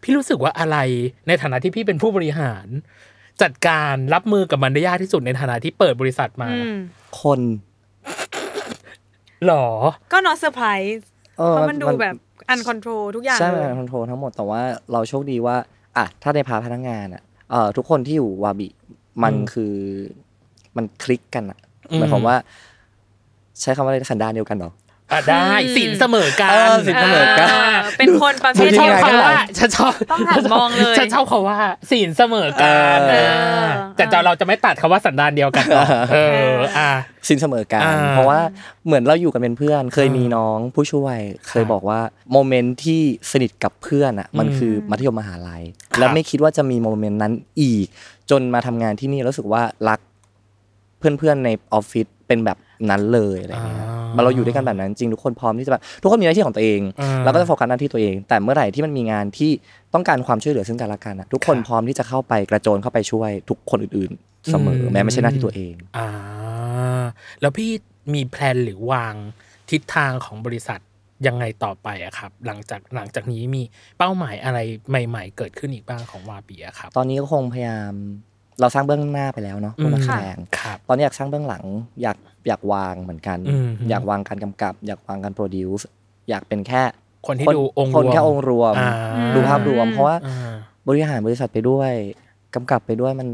Speaker 1: พี่รู้สึกว่าอะไรในฐานะที่พี่เป็นผู้บริหาร จัดการรับมือกับมันได้ยากที่สุดในฐานะที่เปิดบริษัทมา
Speaker 2: อืม
Speaker 3: คน
Speaker 1: หรอ
Speaker 2: ก็นอเซอร์ไพรส์
Speaker 3: เออ
Speaker 2: เพราะมันดูแบบอันคอนโทรทุกอย่าง
Speaker 3: ใช่มั
Speaker 2: เล
Speaker 3: น
Speaker 2: ย
Speaker 3: คอนโทรลทั้งหมดแต่ว่าเราโชคดีว่าอ่ะถ้าในพาร์ทพนักงานอ่ะเอ่อทุกคนที่อยู่วาบิมัน
Speaker 1: อืม
Speaker 3: คือมันคลิกกันอ่ะ
Speaker 1: อืม
Speaker 3: หมายความว่า ใช้คำว่าอะไรสันดานเดียวกันเหรอ
Speaker 1: อ่ะได้
Speaker 2: อืม
Speaker 1: สินเสมอกัน
Speaker 3: เออศีลเสมอกัน
Speaker 2: อ่าเป็นคนประเภ
Speaker 1: ฉัน
Speaker 2: ท
Speaker 1: ชอบ
Speaker 2: เดียวกัน
Speaker 1: คำว่าฉันชอบ
Speaker 2: ต้องหันมองเลย
Speaker 1: ฉันชอบคำว่าสินเสมอกันน
Speaker 3: เออ
Speaker 1: ะแต่เราเราจะไม่ตัดคำว่าสันดานเดียวกันหรอกเอออ่ะ
Speaker 3: สินเสมอกัน
Speaker 1: อ่า
Speaker 3: เพราะว่าเหมือนเราอยู่กันเป็นเพื่อน เคยมี
Speaker 1: อ่า
Speaker 3: น้องผู้ช่วย เคย
Speaker 1: ครับ
Speaker 3: บอกว่าโมเมนต์ที่สนิทกับเพื่อนอ่ะมัน
Speaker 1: อืม
Speaker 3: คือมัธยมมหาลัย
Speaker 1: ครับ
Speaker 3: แล้วไม่คิดว่าจะมีโมเมนต์นั้นอีก จนมาทำงานที่นี่แล้วรู้สึกว่ารักเพื่อนๆในออฟฟิศเป็นแบบนั้นเลยอะไรเงี้ยมาเราอยู่ด้วยกันแบบนั้นจริงทุกคนพร้อมที่จะแบบทุกคนมีหน้าที่ของตัวเอง
Speaker 1: อ่า
Speaker 3: เราก็จะโฟกัสหน้าที่ตัวเอง แต่เมื่อไหร่ที่มันมีงานที่ต้องการความช่วยเหลือซึ่งกันและกันอะทุกคน
Speaker 1: ครับ
Speaker 3: พร้อมที่จะเข้าไปกระโจนเข้าไปช่วยทุกคนอื่น ๆ เสมออ
Speaker 1: ม
Speaker 3: แม้ไม่ใช่หน้าที่ตัวเอง
Speaker 1: อ่าแล้วพี่มีแพลนหรือวางทิศทางของบริษัทยังไงต่อไปอะครับ หลังจากหลังจากนี้มีเป้าหมายอะไรใหม่ ๆ เกิดขึ้นอีกบ้างของวาปีอะครับ
Speaker 3: ตอนนี้ก็คงพยายามเราสร้างเบื้องหน้าไปแล้วเนาะ
Speaker 1: อื
Speaker 3: พวก
Speaker 1: ม
Speaker 3: นักแส
Speaker 2: ค่ะ
Speaker 3: ดง
Speaker 1: ครับ
Speaker 3: ตอนนี้อยากสร้างเบื้องหลังอยากอยากวางเหมือนกัน
Speaker 1: อืม
Speaker 3: อยากวางการกำกับ อยากวางการโปรดิวซ์อยากเป็นแค่
Speaker 1: คนที่
Speaker 3: คน
Speaker 1: ดูองค์ร
Speaker 3: คว
Speaker 1: ม
Speaker 3: นแค่องค์รวม
Speaker 1: อ่า
Speaker 3: ดูภาพรวม เพราะว่า
Speaker 1: อ่า
Speaker 3: บริหารบริษัทไปด้วยกำกับไปด้วยมัน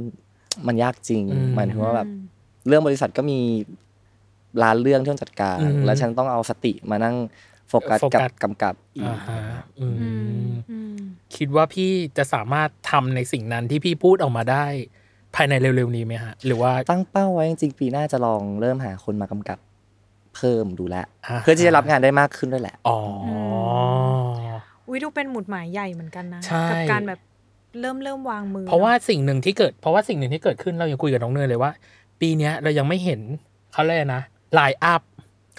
Speaker 3: มันยากจริง
Speaker 1: อืม
Speaker 3: หมายถึงว่าแบบเรื่องบริษัทก็มีร้านเรื่องที่ต้องจัดการ
Speaker 1: อืม
Speaker 3: แล้วฉันต้องเอาสติมานั่งโฟกัส
Speaker 1: โฟกั
Speaker 3: กับ
Speaker 1: ส
Speaker 3: กำกับอีก
Speaker 1: อ่าฮะอื
Speaker 2: อืม
Speaker 1: ม
Speaker 2: อืม
Speaker 1: คิดว่าพี่จะสามารถทำในสิ่งนั้นที่พี่พูดออกมาได้ ภายในเร็วๆนี้ไหมฮะ หรือว่า
Speaker 3: ตั้งเป้าไว้จริงๆปีหน้าจะลองเริ่มหาคนมากำกับเพิ่มดูแล
Speaker 1: อ่า
Speaker 3: เพื่อที่จะรับงานได้มากขึ้นด้วยแหละ
Speaker 1: อ๋อ
Speaker 2: อุ้ยดูเป็นหมุดหมายใหญ่เหมือนกันนะ
Speaker 1: ใช่
Speaker 2: กัการแบบเริ่มเริ่มวางมือ
Speaker 1: เพราะว่าสิ่งหนึ่งที่เกิด เพราะว่าสิ่งหนึ่งที่เกิดขึ้นเรายังคุยกับน้องเนยเลยว่า ปีเนี้ยเรายังไม่เห็นเขาเลยกอะไรนะไลน์อัพ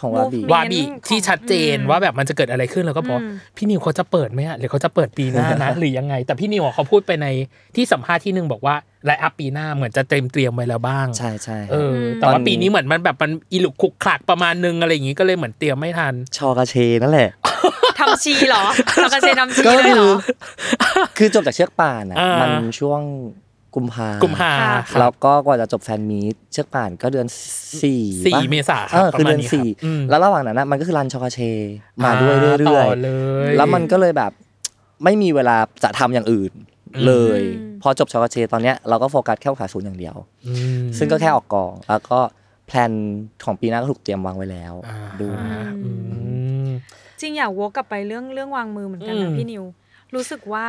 Speaker 3: ของวาบี
Speaker 1: วาบีที่ชัดเจนว่าแบบมันจะเกิดอะไรขึ้นแล้วก็บอกพี่นิวเขาจะเปิดไหมอะหรือเขาจะเปิดปีหน้านะ
Speaker 3: [LAUGHS]
Speaker 1: หรือยังไง แต่พี่นิวอะเขาพูดไปในที่สัมภาษณ์ที่หนึ่งบอกว่าไลน์อัพปีหน้าเหมือนจะเตรียมเตรียมๆไว้แล้วบ้าง
Speaker 3: ใช่ใช่
Speaker 1: เออ แต่ว่าปีนี้เหมือนมันแบบมันอีหลุกคลุกคลักประมาณนึงอะไรอย่างงี้ก็เลยเหมือนเตรียมไม่ทัน
Speaker 3: ชอกาเชนั่นแหละ
Speaker 1: [LAUGHS]
Speaker 2: ทำชีเหรอทำกระเซนทำชี
Speaker 3: ก็
Speaker 2: เลย
Speaker 3: คื
Speaker 2: เหร
Speaker 3: อ
Speaker 2: อ
Speaker 3: คือจบจากเชือกป่านอ่ะ
Speaker 1: อ่ามั
Speaker 3: มันช่วงกุมภา
Speaker 1: กุมภา
Speaker 2: ค่ะ
Speaker 1: ครับ
Speaker 3: แล้วก็กว่าจะจบแฟนมีตเชือกป่านก็เดือนสี่
Speaker 1: สี่
Speaker 3: ปะ
Speaker 1: เมษา
Speaker 3: เออคือเดือนสี่
Speaker 1: แล้
Speaker 3: แล้ว วระหว่างนั้นนะมันก็คือรันชอกาเช มาด้วยเรื่อยๆ
Speaker 1: เลย
Speaker 3: แล้วมันก็เลยแบบไม่มีเวลาจะทำอย่างอื่นเลย
Speaker 2: อืม
Speaker 3: พอจบชอกเชตอนเนี้ยเราก็โฟกัสแค่ขาศูนย์อย่างเดียว
Speaker 1: อืม
Speaker 3: ซึ่งก็แค่ออกกองแล้วก็แพลนของปีหน้าก็ถูกเตรียมวางไว้แล้ว
Speaker 1: อ่า
Speaker 3: ด้วย
Speaker 1: อ่าอืม
Speaker 2: จริงอยากวกกลับไปเรื่องเรื่องวางมือเหมือนกัน
Speaker 1: อื
Speaker 2: นะ
Speaker 1: ม
Speaker 2: พี่นิว รู้สึกว่า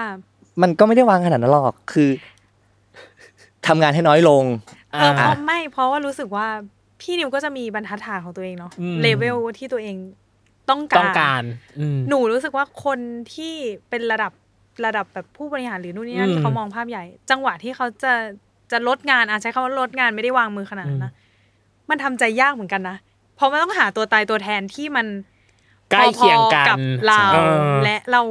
Speaker 3: มันก็ไม่ได้วางขนาดนั้นหรอกคือ [LAUGHS] ทำงานให้น้อยลง
Speaker 2: เออเพ
Speaker 1: อ่า
Speaker 2: ราะไม่เพราะว่ารู้สึกว่าพี่นิวก็จะมีบรรทัดฐานของตัวเองเนาะ
Speaker 1: อืม
Speaker 2: เลเวลที่ตัวเอง ต้อง
Speaker 1: ต้
Speaker 2: กา
Speaker 1: อง
Speaker 2: ร
Speaker 1: การอืม
Speaker 2: หนูรู้สึกว่าคนที่เป็นระดับระดับแบบผู้บริหารหรือนู่นนี่นั่
Speaker 1: อื
Speaker 2: น
Speaker 1: ม
Speaker 2: เขามองภาพใหญ่ จังหวะที่เขาจะจะลดงานอาใช้คำว่าลดงานไม่ได้วางมือขนาดนั้นนะมันทำใจยากเหมือนกันนะเพราะมันต้องหาตัวตายตัวแทนที่มัน
Speaker 1: ใกล้เคียงกัน
Speaker 2: พอๆบเรา
Speaker 1: เออ
Speaker 2: และเรา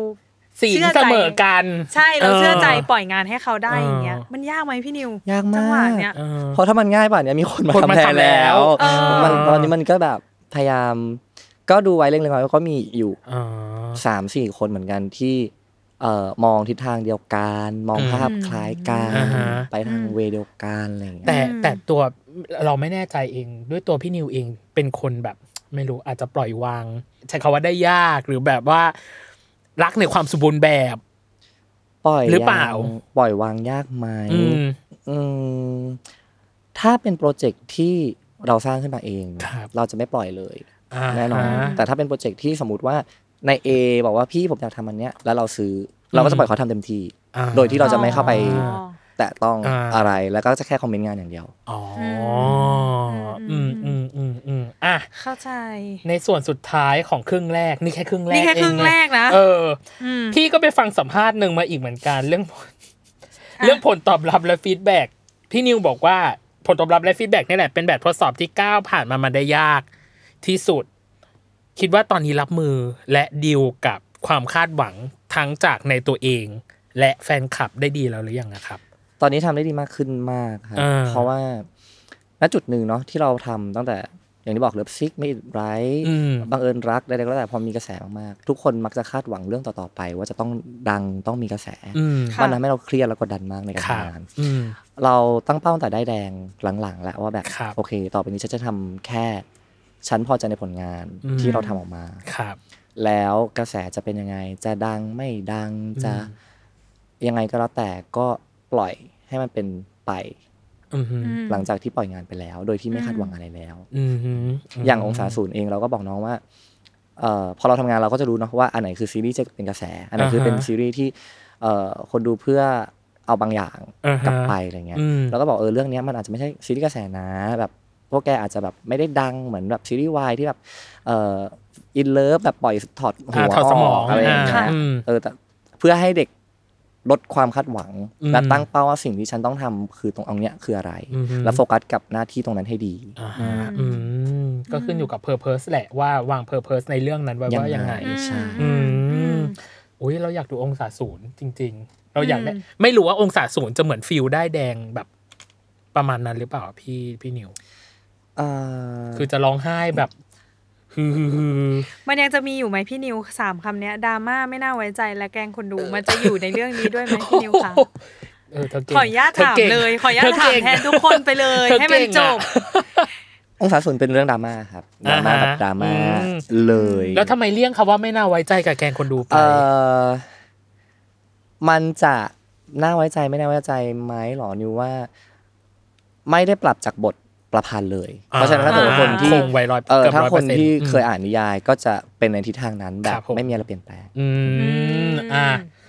Speaker 1: สีล
Speaker 2: ชื่ใจ
Speaker 1: เสมอกัน
Speaker 2: ใช่เราเชื่อใจ
Speaker 1: เออ
Speaker 2: ปล่อยงานให้เขาได้อย่างเงี้ย
Speaker 1: เออ
Speaker 2: มันยากไหมพี่นิวย
Speaker 3: ากมาก
Speaker 2: จังหวะเนี้ย
Speaker 1: เออ
Speaker 3: เพราะถ้ามันง่ายป่ะเนี่ยมีคนมา
Speaker 1: คนมา
Speaker 3: ทำแทน
Speaker 1: ทำแล้
Speaker 3: แล้ว ว
Speaker 2: เออ
Speaker 3: มันตอนนี้มันก็แบบพยายาม ก็ดูไว้เล็กๆน้อยๆก็มีอยู่
Speaker 1: เออ
Speaker 3: สามสี่คนเหมือนกันที่เอ่อมองทิศทางเดียวกัน มองภาพคล้ายกัน
Speaker 1: อ่าฮะ
Speaker 3: ไปทาง
Speaker 2: อืม
Speaker 3: เวเดียวกันอะไรอย่างเงี้ย
Speaker 1: แต่
Speaker 2: อืม
Speaker 1: แต่ตัวเราไม่แน่ใจเองด้วยตัวพี่นิวเองเป็นคนแบบ ไม่รู้อาจจะปล่อยวาง ใช้คำว่าได้ยากหรือแบบว่า รักในความสมบูรณ์แบบ
Speaker 3: ปล่อย
Speaker 1: หรือเปล่า
Speaker 3: วงปล่อยวางยากไหม
Speaker 1: อืม
Speaker 3: อืมถ้าเป็นโปรเจกต์ที่เราสร้างขึ้นมาเอง
Speaker 1: ครับ
Speaker 3: เราจะไม่ปล่อยเลย
Speaker 1: า
Speaker 3: แน่นอน
Speaker 1: ฮะ
Speaker 3: แต่ถ้าเป็นโปรเจกต์ที่สมมติว่าใน A บอกว่าพี่ผมอยากทำอันเนี้ยแล้วเราซื้ออเราก็จะปล่อยเขาทำเต็มที่
Speaker 1: อ่า
Speaker 3: โดยที่เราจะไม่เข้าไป
Speaker 1: อ๋อ
Speaker 3: แตะต้อง
Speaker 1: อ่า
Speaker 3: อะไรแล้วก็จะแค่คอมเมนต์งานอย่างเดียว
Speaker 1: อ๋อ
Speaker 2: อื
Speaker 1: อืม
Speaker 2: ม
Speaker 1: อืมอืมอืมอ่ะ
Speaker 2: เข้าใจ
Speaker 1: ในส่วนสุดท้ายของครึ่งแรก นี่แค่ครึ่งแรก
Speaker 2: นี่แค่
Speaker 1: เอ
Speaker 2: ครึ่งแรกนะ
Speaker 1: เออ
Speaker 2: ม
Speaker 1: พี่ก็ไปฟังสัมภาษณ์หนึ่งมาอีกเหมือนกันเรื่องผล
Speaker 2: อ่ะ
Speaker 1: เรื่องผลตอบรับและฟีดแบ็กพี่นิวบอกว่าผลตอบรับและฟีดแบ็กนี่แหละเป็นแบบทดสอบที่ก้าวผ่านมามันได้ยากที่สุด คิดว่าตอนนี้รับมือและดีลกับความคาดหวังทั้งจากในตัวเอง และแฟนคลับได้ดีแล้วหรือยังนะครับ
Speaker 3: ตอนนี้ทำได้ดีมากขึ้นมากครับ
Speaker 1: อ่า
Speaker 3: เพราะว่าณจุดหนึ่งเนาะที่เราทำตั้งแต่อย่างที่บอกเลิฟซิกไม่ไร
Speaker 1: อืม
Speaker 3: บังเอิญรักใดๆก็แล้วแต่พอมีกระแสมากๆทุกคนมักจะคาดหวังเรื่องต่อๆไป ว่าจะต้องดังต้องมีกระแส
Speaker 1: อืม
Speaker 2: ค่ะ
Speaker 3: มันทำให้เราเครียดแล้วกดดันมากในการ
Speaker 1: ค่ะ
Speaker 3: ทำงาน
Speaker 1: อืม
Speaker 3: เราตั้งเป้าตั้งแต่ได้แดงหลังๆ แล้วว่าแบบ
Speaker 1: ครับ
Speaker 3: โอเค ต่อไปนี้ฉันจะทำแค่ฉันพอใจในผลงาน
Speaker 1: อืม
Speaker 3: ที่เราทำออกมา
Speaker 1: ครับ
Speaker 3: แล้วกระแสจะเป็นยังไง จะดังไม่ดังจะ
Speaker 1: อื
Speaker 3: ยังไงก็แล้วแต่ก็ปล่อยให้มันเป็นไป
Speaker 1: อืมฮึ
Speaker 2: อืม
Speaker 3: หลังจากที่ปล่อยงานไปแล้ว โดยที่ไม่
Speaker 2: อืม
Speaker 3: คาดหวังอะไรแล้ว
Speaker 1: อืมฮึ
Speaker 3: อย่างองศาศูนย์เองเราก็บอกน้องว่าเอ่อพอเราทำงานเราก็จะรู้เนาะว่าอันไหนคือซีรีส์จะเป็นกระแส อันไหนคือเป็นซีรีส์ที่เอ่อคนดูเพื่อเอาบางอย่าง
Speaker 1: อ่าฮะ
Speaker 3: กลับไปอะไรเงี้ย
Speaker 1: อืม
Speaker 3: แล้วก็บอกเออเรื่องเนี้ยมันอาจจะไม่ใช่ซีรีส์กระแสนะแบบพวกแกอาจจะแบบไม่ได้ดังเหมือนแบบซีรีส์วายที่แบบเอ่ออินเลิฟแบบปล่อยถอดหั
Speaker 1: อ่าว ถอดสมอง
Speaker 3: กอะไรอย่างเงี้
Speaker 1: อ่าย อืม
Speaker 3: เออแต่เพื่อให้เด็กลดความคาดหวัง
Speaker 1: อืม
Speaker 3: และตั้งเป้าว่าสิ่งที่ฉันต้องทำคือตรงองเนี้ยคืออะไร
Speaker 1: อืม
Speaker 3: แล้วโฟกัสกับหน้าที่ตรงนั้นให้ดี
Speaker 1: อ่าฮะอืมก็ขึ้นอยู่กับเพอร์เพสแหละว่าวางเพอร์เพสในเรื่องนั้นไว้ว่ายังไง
Speaker 3: ยังไง ใช่
Speaker 1: อื
Speaker 2: อื
Speaker 1: ม
Speaker 2: ม
Speaker 1: อุ้ยเราอยากดูองศาศูนย์จริง ๆ เราอยากได้
Speaker 2: อืม
Speaker 1: ไม่รู้ว่าองศาศูนย์จะเหมือนฟิลได้แดงแบบประมาณนั้นหรือเปล่าพี่พี่นิว
Speaker 3: เอ่อ
Speaker 1: คือจะร้องไห้แบบฮือฮือฮือ
Speaker 2: มันยังจะมีอยู่ไหมพี่นิวสามคำเนี้ยดราม่าไม่น่าไว้ใจและแกล้งคนดูมันจะอยู่ในเรื่องนี้ด้วยไหมพี่นิวคะ
Speaker 1: เออเธอเก่ง
Speaker 2: ขออนุญาต
Speaker 1: ธ
Speaker 2: ถาม
Speaker 1: ก่ง
Speaker 2: เลย ขออนุญาต
Speaker 1: เธ
Speaker 2: ถาม
Speaker 1: เก่ง
Speaker 2: แทนทุกคนไปเลย
Speaker 1: ธอ
Speaker 2: ให้มัน
Speaker 1: เก่ง
Speaker 2: จ
Speaker 1: อะ
Speaker 2: บ
Speaker 3: องศาศูนย์เป็นเรื่องดราม่าครับดราม่า
Speaker 1: อ่าฮะ
Speaker 3: แบบดราม่า
Speaker 1: อืม
Speaker 3: เลย
Speaker 1: แล้วทำไมเลี่ยงคำว่าไม่น่าไว้ใจกับแกงคนดูไป
Speaker 3: เออมันจะน่าไว้ใจไม่น่าไว้ใจไหมหรอนิวว่า ไม่ได้ปรับจากบทประพันธ์เลย เพราะฉะนั้นถ้าเกิดว่าคนที่
Speaker 1: คงไวร้อย
Speaker 3: เออ
Speaker 1: กือบ
Speaker 3: ถ้าคน
Speaker 1: 100%
Speaker 3: ที่เคยอ่านนิยายก็จะเป็นในทิศทางนั้นแบ
Speaker 1: ครับ บผม
Speaker 3: ไม่มีอะไรเปลี่ยนแปลง
Speaker 1: อืมอ่า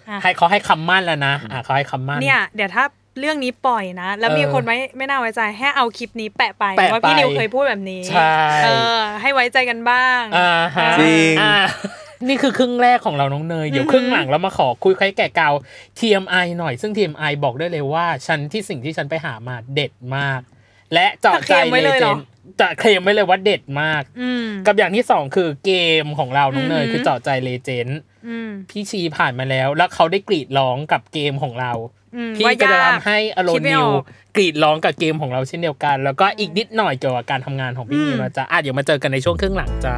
Speaker 2: อ่ะ
Speaker 1: ให้เขาให้คำมั่นแล้วนะอ่าเขาให้คำมั่น
Speaker 2: เนี่ย เดี๋ยวถ้าเรื่องนี้ปล่อยนะ แล้วมีคนไม่ไม่น่าไว้ใจให้เอาคลิปนี้แปะไป
Speaker 1: แปะไป
Speaker 2: ว่าพี่นิวเคยพูดแบบนี้
Speaker 1: ใช่
Speaker 2: เออ ให้ไว้ใจกันบ้าง
Speaker 1: อ่าฮะ
Speaker 3: จริง
Speaker 1: อ่านี่คือครึ่งแรกของเราน้องเนย เดี๋ยว
Speaker 2: อือหือ
Speaker 1: ครึ่งหลังเรามาขอคุยใครแก่เก่า TMI หน่อยซึ่ง TMI บอกได้เลยว่า ฉันที่สิ่งที่ฉันไปหามาเด็ดมาก และเจาะใจเลยเจนจะเคลมไว้เลยว่าเด็ดมาก
Speaker 2: อืม
Speaker 1: กับอย่างที่สองคือเกมของเราน้องเนย
Speaker 2: อือหือ
Speaker 1: คือเจาะใจเลเจนด์
Speaker 2: อืม
Speaker 1: พี่ชีผ่านมาแล้ว แล้วเขาได้กรีดร้องกับเกมของเรา
Speaker 2: อืม
Speaker 1: พี่
Speaker 2: ว่า
Speaker 1: ก็จะ
Speaker 2: ยาก
Speaker 1: ทำให้อโร
Speaker 2: คิดไม่
Speaker 1: นิ
Speaker 2: อ
Speaker 1: ว
Speaker 2: อก
Speaker 1: กรีดร้องกับเกมของเราเช่นเดียวกัน แล้วก็อีกนิดหน่อยเกี่ยวกับการทำงานของพี่
Speaker 2: อืม
Speaker 1: นิวนะจ๊ะอ่ะเดี๋ยวมาเจอกันในช่วงครึ่งหลังจ้า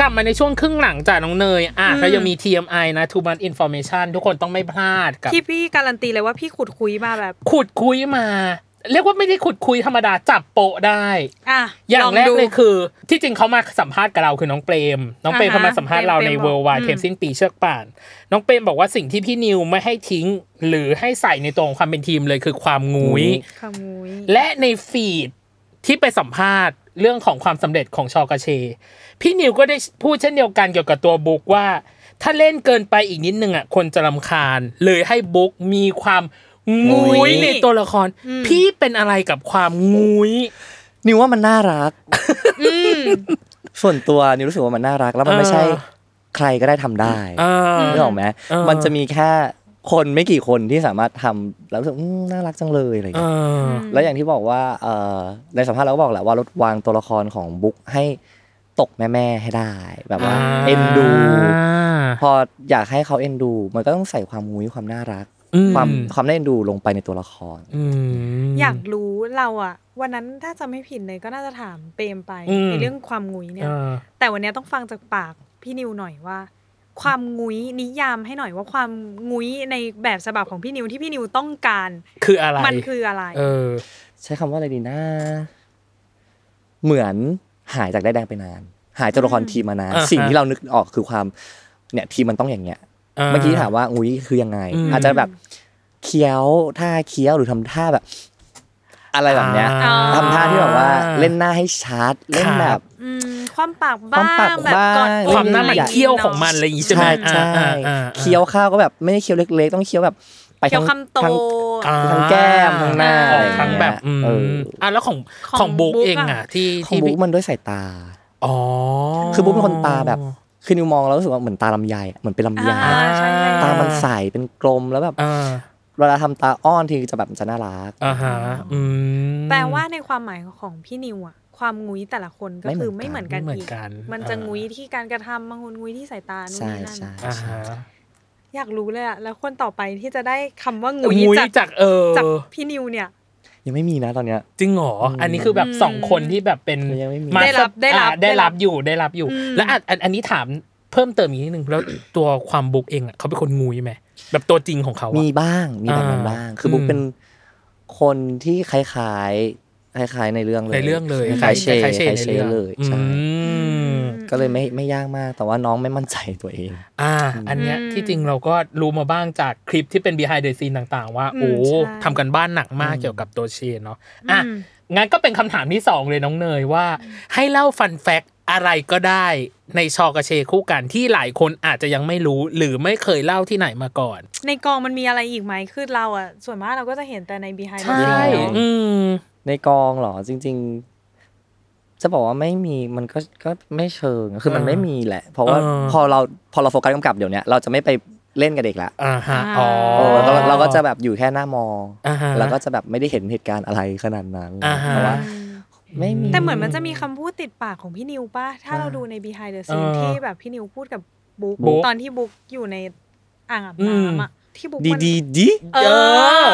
Speaker 1: กลับมาในช่วงครึ่งหลังจากน้องเนย อ่ะเรายังมี TMI นะ Too Much Information ทุกคนต้องไม่พลาดกับ
Speaker 2: ที่พี่การันตีเลยว่าพี่ขุดคุยมาแบบ
Speaker 1: ขุดคุยมา เรียกว่าไม่ได้ขุดคุยธรรมดาจับโปะได้
Speaker 2: อ่ะ
Speaker 1: อย่างแรก
Speaker 2: ดู
Speaker 1: เลยคือ ที่จริงเขามาสัมภาษณ์กับเราคือน้องเปรม น้องเปรม
Speaker 2: อ่าฮะ
Speaker 1: เขามาสัมภาษณ์เราใน
Speaker 2: เปรม
Speaker 1: เวิร์ลวาย
Speaker 2: อืม
Speaker 1: เทปสิ้นปีเชือกป่าน น้องเปรมบอกว่าสิ่งที่พี่นิวไม่ให้ทิ้ง หรือให้ใส่ในตรงความเป็นทีมเลยคือความงุย
Speaker 2: ขโมย
Speaker 1: และในฟีดที่ไปสัมภาษณ์เรื่องของความสำเร็จของชอกาเช พี่นิวก็ได้พูดเช่นเดียวกันเกี่ยวกับตัวบุ๊กว่า ถ้าเล่นเกินไปอีกนิดนึงอ่ะคนจะรำคาญ เลยให้บุ๊กมีความงุ
Speaker 3: งุ้
Speaker 1: ย
Speaker 3: ย
Speaker 1: ในตัวละคร พี่เป็นอะไรกับความงุย
Speaker 3: นิวว่ามันน่ารัก ส่วนตัวนิวรู้สึกว่ามันน่ารัก แล้วมันไม่ใช่
Speaker 1: เออ
Speaker 3: ใครก็ได้ทำได้
Speaker 1: อ่า
Speaker 3: นึกออกไหม
Speaker 1: เออ
Speaker 3: มันจะมีแค่คนไม่กี่คนที่สามารถทำแล้วรู้สึกอืมน่ารักจังเลยอะไรอย่าง
Speaker 1: เอ
Speaker 3: เงี้ย
Speaker 1: อ
Speaker 3: แล้วอย่างที่บอกว่าเอ่อในสัมภาษณ์เราก็บอกแหละว่าลดวางตัวละครของบุ๊กให้ตกแม่ๆให้ได้ แบบว่า
Speaker 1: อ่า
Speaker 3: เอ็นดู พออยากให้เขาเอ็นดู มันก็ต้องใส่ความมุ้ยความน่ารัก
Speaker 1: อื
Speaker 3: ความความน่าเอ็นดูลงไปในตัวละคร
Speaker 1: อืม
Speaker 2: อยากรู้เราอะวันนั้นถ้าจะไม่ผิดเลยก็น่าจะถามเปรมไป
Speaker 1: อืม
Speaker 2: ในเรื่องความงุยเนี่ย
Speaker 1: อ่า
Speaker 2: แต่วันเนี้ยต้องฟังจากปากพี่นิวหน่อยว่า ความงุยนิยามให้หน่อยว่าความงุยในแบบฉบับของพี่นิวที่พี่นิวต้องการ
Speaker 1: คืออะไร
Speaker 2: มันคืออะไร
Speaker 1: เออ
Speaker 3: ใช้คำว่าอะไรดีนะ เหมือนหายจากได้ายแดงไปนาน หายจากละครทีมมานาน
Speaker 1: อ่าฮะ
Speaker 3: สิ่งที่เรานึกออกคือความเนี่ยทีมมันต้องอย่างเงี้ย เมื่อกี้ถามว่า อุ้ยคือยังไง
Speaker 1: อืม
Speaker 3: อาจจะแบบเคี้ยวท่าเคี้ยวหรือทำท่าแบบ อะไรแบบเนี้ย
Speaker 1: อ่
Speaker 3: ทำท่าที่แบบว่าเล่นหน้าให้ชัดเล่นแบบ
Speaker 2: อืมความปากบ้า
Speaker 3: ความปาก
Speaker 2: งแบบ
Speaker 3: บ้าง
Speaker 2: ก่อน
Speaker 1: ความหน้ามัน
Speaker 3: ใหญ่
Speaker 1: เคี้ยวของมันอะไรอย่างงี้ใช่ไหม
Speaker 3: ใช่ใช่
Speaker 1: อ่าอ่าอ่า
Speaker 3: เคี้ยวข้าวก็แบบไม่ได้เคี้ยวเล็ก ๆ ต้องเคี้ยวแบบ ไป
Speaker 2: เกี่ย
Speaker 3: ทาว ง
Speaker 2: คำโต
Speaker 3: ทาง ทั้งแก้มทั้งหน้า
Speaker 1: อ่
Speaker 2: อะไรอย่างเงี้ย
Speaker 1: ทั้งแบบอืม
Speaker 3: เออ
Speaker 1: อ่ะแล้วของ
Speaker 2: ของ
Speaker 1: ของบุ๊ก
Speaker 2: บุ๊ก
Speaker 1: เองอ่ะ
Speaker 2: อะ
Speaker 1: ที่
Speaker 3: ของ
Speaker 1: ที่
Speaker 3: บุ๊กมันด้วยสายตา
Speaker 1: อ๋อ
Speaker 3: คือบุ๊กเป็นคนตาแบบ คือนิวมองแล้วรู้สึกว่าเหมือนตาลำไยอะเหมือนเป็นลำไย
Speaker 2: อ่าใช่ใช่
Speaker 3: ตามันใสเป็นกลมแล้วแบบ
Speaker 1: อ่า
Speaker 3: เวลาทำตาอ้อนทีจะแบบจะน่ารัก
Speaker 1: อ่าฮะอืม
Speaker 2: แปลว่าในความหมายของพี่นิวอะความงุ้ยแต่ละคนก็คือไม่
Speaker 3: ไม่
Speaker 2: เห
Speaker 3: เหมื
Speaker 2: มือ
Speaker 3: อน นกั
Speaker 2: กัน
Speaker 3: น
Speaker 2: อีก
Speaker 1: ไม่เหมือนกัน
Speaker 2: มันจะ
Speaker 1: อ่าง
Speaker 2: งุ้ยที่การกระทำบางคนงุ้ยที่สายตานู่น
Speaker 3: ใช่
Speaker 2: นี่นั่น
Speaker 3: ใช่
Speaker 1: อ่าฮะ
Speaker 2: อยากรู้เลยอะแล้วคนต่อไปที่จะได้คำว่างุ้
Speaker 1: งุ้ย
Speaker 2: จาก
Speaker 1: จากเออ
Speaker 2: จากพี่นิวเนี่ย
Speaker 3: ยังไม่มีนะตอนเนี้ย
Speaker 1: จริงเหรออันนี้คือแบบ
Speaker 2: อืม
Speaker 1: สองคนที่แบบเป็น
Speaker 3: ยังไม่มี
Speaker 1: าส
Speaker 2: ได้รับได้รับ
Speaker 1: อ่าได้รับอยู่ได้รับอยู่
Speaker 2: อืม
Speaker 1: แล้วอะอันอันนี้ถามเพิ่มเติมอีกนิดนึงแล้วตัวความบุ๊กเองอ่ะเขาเป็นคนงุ้ยไหมแบบตัวจริงของเขาอะ
Speaker 3: มีบ้างมีแบบนั้น
Speaker 1: อ่า
Speaker 3: บ้าง คือบุ๊ก
Speaker 1: อืม
Speaker 3: เป็นคนที่คล้ายๆคล้ายๆในเรื่องเลย
Speaker 1: ในเรื่องเลย
Speaker 3: คล้ายๆเช
Speaker 1: คล้ายๆเช
Speaker 3: คล้ายๆ
Speaker 1: ใน
Speaker 3: เช
Speaker 1: เรื่อง
Speaker 3: เลย
Speaker 1: อื
Speaker 3: ใช่
Speaker 1: ม
Speaker 3: ก็เลยไม่ไม่ยากมาก แต่ว่าน้องไม่มั่นใจตัวเอง
Speaker 1: อ่า อันเนี้ย
Speaker 2: อืม
Speaker 1: ที่จริงเราก็รู้มาบ้างจากคลิปที่เป็น behind the scene ต่าง ๆ ว่า
Speaker 2: อืม
Speaker 1: โอ้
Speaker 2: ใช่
Speaker 1: ทำกันบ้านหนักมากเกี่ยวกับตัวเชนเนาะอ่ะ
Speaker 2: ม
Speaker 1: งั้นก็เป็นคำถามที่สองเลยน้องเนยว่า ให้เล่าฟันแฟกอะไรก็ได้ในชอกระเชคู่กันที่หลายคนอาจจะยังไม่รู้ หรือไม่เคยเล่าที่ไหนมาก่อน
Speaker 2: ในกองมันมีอะไรอีกไหมคือเราอะส่วนมากเราก็จะเห็นแต่ใน behind
Speaker 3: ใช่
Speaker 2: the scenes เนอะ
Speaker 1: อืม
Speaker 3: ในกองเหรอจริง ๆ จะบอกว่าไม่มีมันก็ก็ไม่เชิงคือมัน
Speaker 1: อ่า
Speaker 3: ไม่มีแหละ เพราะว่า
Speaker 1: อ่า
Speaker 3: พอเราพอเราโฟกัสกำกับเดี๋ยวเนี้ยเราจะไม่ไปเล่นกับเด็กละ
Speaker 1: อ่าฮะอ๋อ
Speaker 3: เออเราเราก็จะแบบอยู่แค่หน้ามอ
Speaker 1: อ่าฮะ
Speaker 3: แล้วก็จะแบบไม่ได้เห็นเหตุการณ์อะไรขนาดนั้น
Speaker 1: อ่าฮะ
Speaker 3: เพราะว่าไม่มี
Speaker 2: แต่เหมือนมันจะมีคำพูดติดปากของพี่นิวป่ะถ้าเราดูใน behind the scene
Speaker 1: เออ
Speaker 2: ที่แบบพี่นิวพูดกับบุ๊ก
Speaker 1: บุ๊ก
Speaker 2: ตอนที่บุ๊กอยู่ในอ่างอาบ
Speaker 1: อืม
Speaker 2: น้ำอะที่บุ๊ก
Speaker 3: ดี
Speaker 2: มัน
Speaker 3: ดีดี
Speaker 2: เอ
Speaker 1: เยอะ
Speaker 2: อ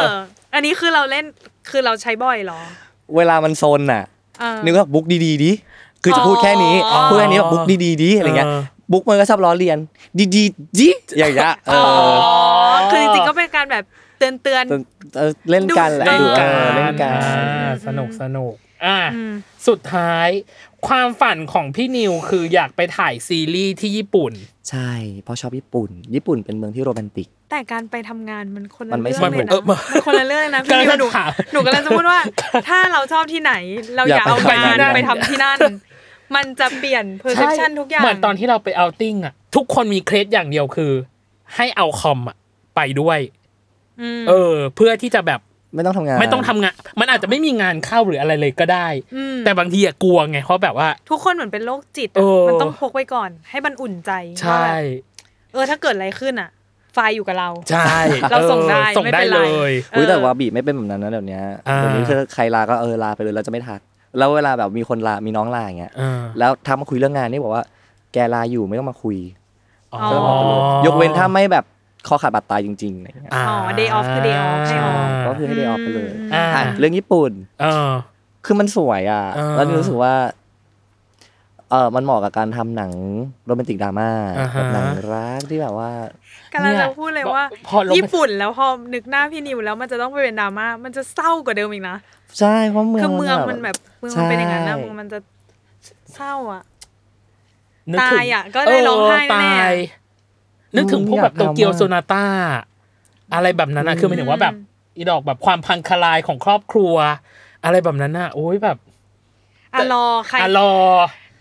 Speaker 2: อันนี้คือเราเล่น คือเราใช้บ่อยเหรอ
Speaker 3: เวลามันโซนน่ะ
Speaker 2: เออ
Speaker 3: นึกว่าบุ๊กดีดีดีคือจะพูดแค่นี้
Speaker 2: อ๋อ
Speaker 3: พูดแค่นี้แบบบุ๊กดีดีดีอะไรเงี้ย
Speaker 1: เออ
Speaker 3: บุ๊กมันก็ชอบล้อเลียน ดีดีดีอย่างเงี้ยเอ
Speaker 2: อ๋อ
Speaker 3: อ
Speaker 2: คือจริงๆ ก็เป็นการแบบเตือนเตือน
Speaker 3: เออเออเล่นกันแหละ
Speaker 2: ดู
Speaker 1: เล่น
Speaker 3: ดูเอ
Speaker 1: การ
Speaker 3: อเล่นกัน
Speaker 1: อ่าสนุกสนุกอ่ะสุดท้าย ความฝันของพี่นิวคืออยากไปถ่ายซีรีส์ที่ญี่ปุ่น
Speaker 3: ใช่ เพราะชอบญี่ปุ่น ญี่ปุ่นเป็นเมืองที่โรแมนติก
Speaker 2: แต่การไปทำงานมันคน
Speaker 3: มั
Speaker 2: ละ
Speaker 3: นไม่
Speaker 2: เรื่อ
Speaker 3: ใช่
Speaker 2: งเลย
Speaker 1: เอ
Speaker 2: นะ
Speaker 1: อมา
Speaker 2: มันคนละเรื่องเลยนะพี่
Speaker 1: กำลัง
Speaker 2: นิวหนู
Speaker 1: จะถาม
Speaker 2: หนูกำลังจะพูดว่า ถ้าเราชอบที่ไหน เรา
Speaker 3: อ
Speaker 2: อาย
Speaker 3: ยาก ก
Speaker 2: เอา
Speaker 3: ไป
Speaker 2: งา
Speaker 3: ทำงาน น
Speaker 2: ไปทำที่นั่น มันจะเปลี่ยน perception ทุกอย่าง
Speaker 1: เหมือนตอนที่เราไปเอาท์ติ้งอ่ะ ทุกคนมีเคล็ดอย่างเดียวคือ ให้เอาคอมอ่ะไปด้วย เออ เพื่อที่จะแบบ
Speaker 3: ไม่ต้องทำงาน
Speaker 1: ไม่ต้องทำงาน มันอาจจะไม่มีงานเข้าหรืออะไรเลยก็ได้ แต่บางทีอะกลัวไงเพราะแบบว่า
Speaker 2: ทุกคนเหมือนเป็นโรคจิต
Speaker 1: เอ
Speaker 2: อะ
Speaker 1: อ
Speaker 2: มันต้องพกไว้ก่อน ให้มันอุ่นใจ
Speaker 1: ใช่
Speaker 2: ว่าแบบเออถ้าเกิดอะไรขึ้นอ่ะ ไฟล์อยู่กับเรา
Speaker 1: ใช่
Speaker 2: เราส่งได้
Speaker 1: เออส่ง
Speaker 2: ไม่
Speaker 1: ได้
Speaker 2: เป็น
Speaker 1: เล
Speaker 2: ไร
Speaker 1: ย
Speaker 3: อุ้ยแต่ว่าบีไม่เป็นแบบนั้นนะเดี๋ยวนี้
Speaker 1: อ่า
Speaker 3: เดี๋ยวนี้คือใครลาก็เออลาไปเลยแล้วจะไม่ทัก แล้วเวลาแบบมีคนลามีน้องลาอย่างเงี้ย
Speaker 1: เออ
Speaker 3: แล้วทักมาคุยเรื่องงานนี่บอกว่า แกลาอยู่ไม่ต้องมาคุย
Speaker 1: อ๋อ
Speaker 3: ก็บอกไปเลยยกเว้นถ้าไม่แบบคอขาดบาดตายจริงๆอะไรเงี้ย
Speaker 1: า
Speaker 2: day off คือ day off ให้ออก
Speaker 3: ก็คือให้ได้ออกไปเลย
Speaker 1: อ่า
Speaker 3: อ่ะเรื่องญี่ปุ่น
Speaker 1: เออ
Speaker 3: คือมันสวยอ่ะ
Speaker 1: อ่า
Speaker 3: แล้วรู้สึกว่า เออมันเหมาะกับการทำหนังโรแมนติกดราม่า
Speaker 1: อ่าฮะ
Speaker 3: แบบหนังรักที่แบบว่า
Speaker 2: กำลัง
Speaker 1: เนี่
Speaker 2: จะ
Speaker 1: ย
Speaker 2: พูดเลย
Speaker 1: บอก
Speaker 2: ว่า
Speaker 1: พอลง
Speaker 2: ญี่ปุ่นแล้วพอนึกหน้าพี่นิวแล้วมันจะต้องไปเป็นดราม่ามันจะเศร้ากว่าเดิมอีกนะ
Speaker 3: ใช่เพราะเมือง
Speaker 2: คือเมือง
Speaker 3: มั
Speaker 2: มัน น
Speaker 3: แบ
Speaker 2: แบบ บเมืองมันเป็นอย่างนั้นนะ
Speaker 3: ใช่
Speaker 2: เมืองมันจะเศร้าอ่ะ
Speaker 1: นึกถึง
Speaker 2: ตายอะก็ได้ร้องไห้
Speaker 1: เต
Speaker 2: แน่ๆ
Speaker 1: ายนึกถึงพวกแบบโตเกียวโซนาต้า อะไรแบบนั้นนะคือหมายถึงว่าแบบอีดอกแบบความพังคลายของครอบครัว อะไรแบบนั้นน่ะโอ้ยแบบ
Speaker 2: อ่ะรอใคร
Speaker 1: อะรอ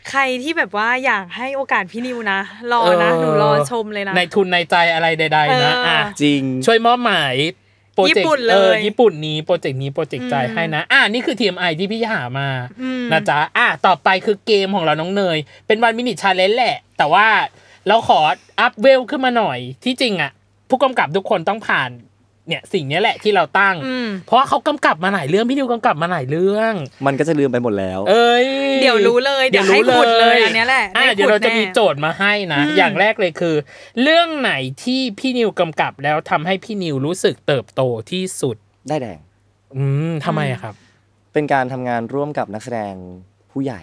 Speaker 2: ใครที่แบบว่าอยากให้โอกาสพี่นิวนะรอ
Speaker 1: เอ
Speaker 2: นะ
Speaker 1: อ
Speaker 2: หนูรอชมเลยนะ
Speaker 1: ในทุนในใจอะไรใด ๆ นะ
Speaker 2: เอออ่
Speaker 1: อ่ะ
Speaker 3: จริง
Speaker 1: ช่วยมอบหมายโปรเจก
Speaker 2: ญี่ปุ่น
Speaker 1: ต์
Speaker 2: เลย
Speaker 1: เออญี่ปุ่นนี้โปรเจกต์นี้โปรเจกต์ใจ
Speaker 2: อืม
Speaker 1: ให้นะ อ่ะนี่คือ TMI ที่พี่หามา
Speaker 2: อืม
Speaker 1: นะจ๊ะ อ่ะ ต่อไปคือเกมของเราน้องเนย เป็นวันมินิชาเลนแหละ แต่ว่าเราขออัพเวลขึ้นมาหน่อย ที่จริงอ่ะ ผู้กำกับทุกคนต้องผ่าน เนี่ยสิ่งเนี้ยแหละที่เราตั้ง
Speaker 2: อืม
Speaker 1: เพราะว่าเขากำกับมาหลายเรื่อง พี่นิวกำกับมาหลายเรื่อง
Speaker 3: มันก็จะลืมไปหมดแล้ว
Speaker 1: เอ้ย
Speaker 2: เดี๋ยวรู้เลยเดี๋ยวให้ขุดเลยอันเนี้ยแหละ
Speaker 1: อ่ะ
Speaker 2: ไขุ
Speaker 1: เดี๋ยวเราจะ
Speaker 2: แน่
Speaker 1: มีโจทย์มาให้นะ
Speaker 2: อืม
Speaker 1: อย่างแรกเลยคือ เรื่องไหนที่พี่นิวกำกับแล้วทำให้พี่นิวรู้สึกเติบโตที่สุด
Speaker 3: ได้แดง
Speaker 1: อืมทำไมอะครับ
Speaker 3: เป็นการทำงานร่วมกับนักแสดงผู้ใหญ่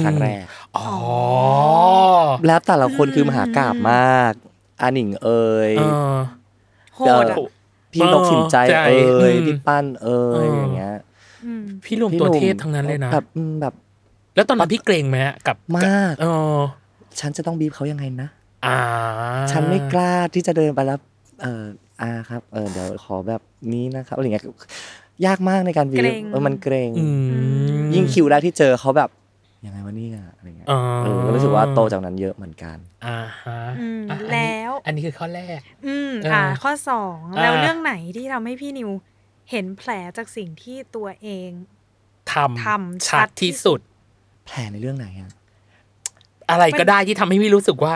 Speaker 3: ครั้งแรก
Speaker 1: อ๋อ
Speaker 3: แล้วแต่ละคนคือมหากราบมากอาหนิงเอ่ย
Speaker 1: เออ
Speaker 2: โหดอะ
Speaker 3: เอ่อพี่นกสินใจ
Speaker 1: เออ
Speaker 3: เอ่ย
Speaker 1: อืม
Speaker 3: พี่ปั้นเอ่ย
Speaker 1: เออ
Speaker 3: อ
Speaker 1: อ
Speaker 3: ย่างเงี้ย
Speaker 2: ม
Speaker 1: พี่รวมตัวเทศทั้งนั้นเลยนะ
Speaker 3: แบบอืมแบบ
Speaker 1: แล้วตอนนั้นพี่เกรงไหมอะกับ
Speaker 3: มาก
Speaker 1: เออ
Speaker 3: ฉันจะต้องบีบเขายังไงนะ
Speaker 1: อ่า
Speaker 3: ฉันไม่กล้าที่จะเดินไปแล้วเอออาครับ เออเดี๋ยวขอแบบนี้นะครับอะไรเงี้ย ยากมากในการวี
Speaker 2: เกรง
Speaker 3: เออมันเกรง
Speaker 1: อืม
Speaker 3: ยิ่งคิวแรกที่เจอเขาแบบยังไงวะเนี่ยอะไรเงี้ย
Speaker 1: อ๋อ
Speaker 3: เออก็รู้สึกว่าโตจากนั้นเยอะเหมือนกัน
Speaker 1: อ่าฮะ
Speaker 2: อืม
Speaker 1: อ่ะอันนี้
Speaker 2: แล้ว
Speaker 1: อันนี้คือข้อแรก
Speaker 2: อืม
Speaker 1: เอออ่
Speaker 2: อ่า ข้อสองแล้ว
Speaker 1: อ่า
Speaker 2: เรื่องไหนที่ทำให้พี่นิว เห็นแผลจากสิ่งที่ตัวเอง
Speaker 1: ทำ
Speaker 2: ทำชั
Speaker 1: ชั
Speaker 2: ด
Speaker 1: ดที่สุด
Speaker 3: แผลในเรื่องไหนอะ
Speaker 1: อะไรก็ได้ที่ทำให้พี่รู้สึกว่า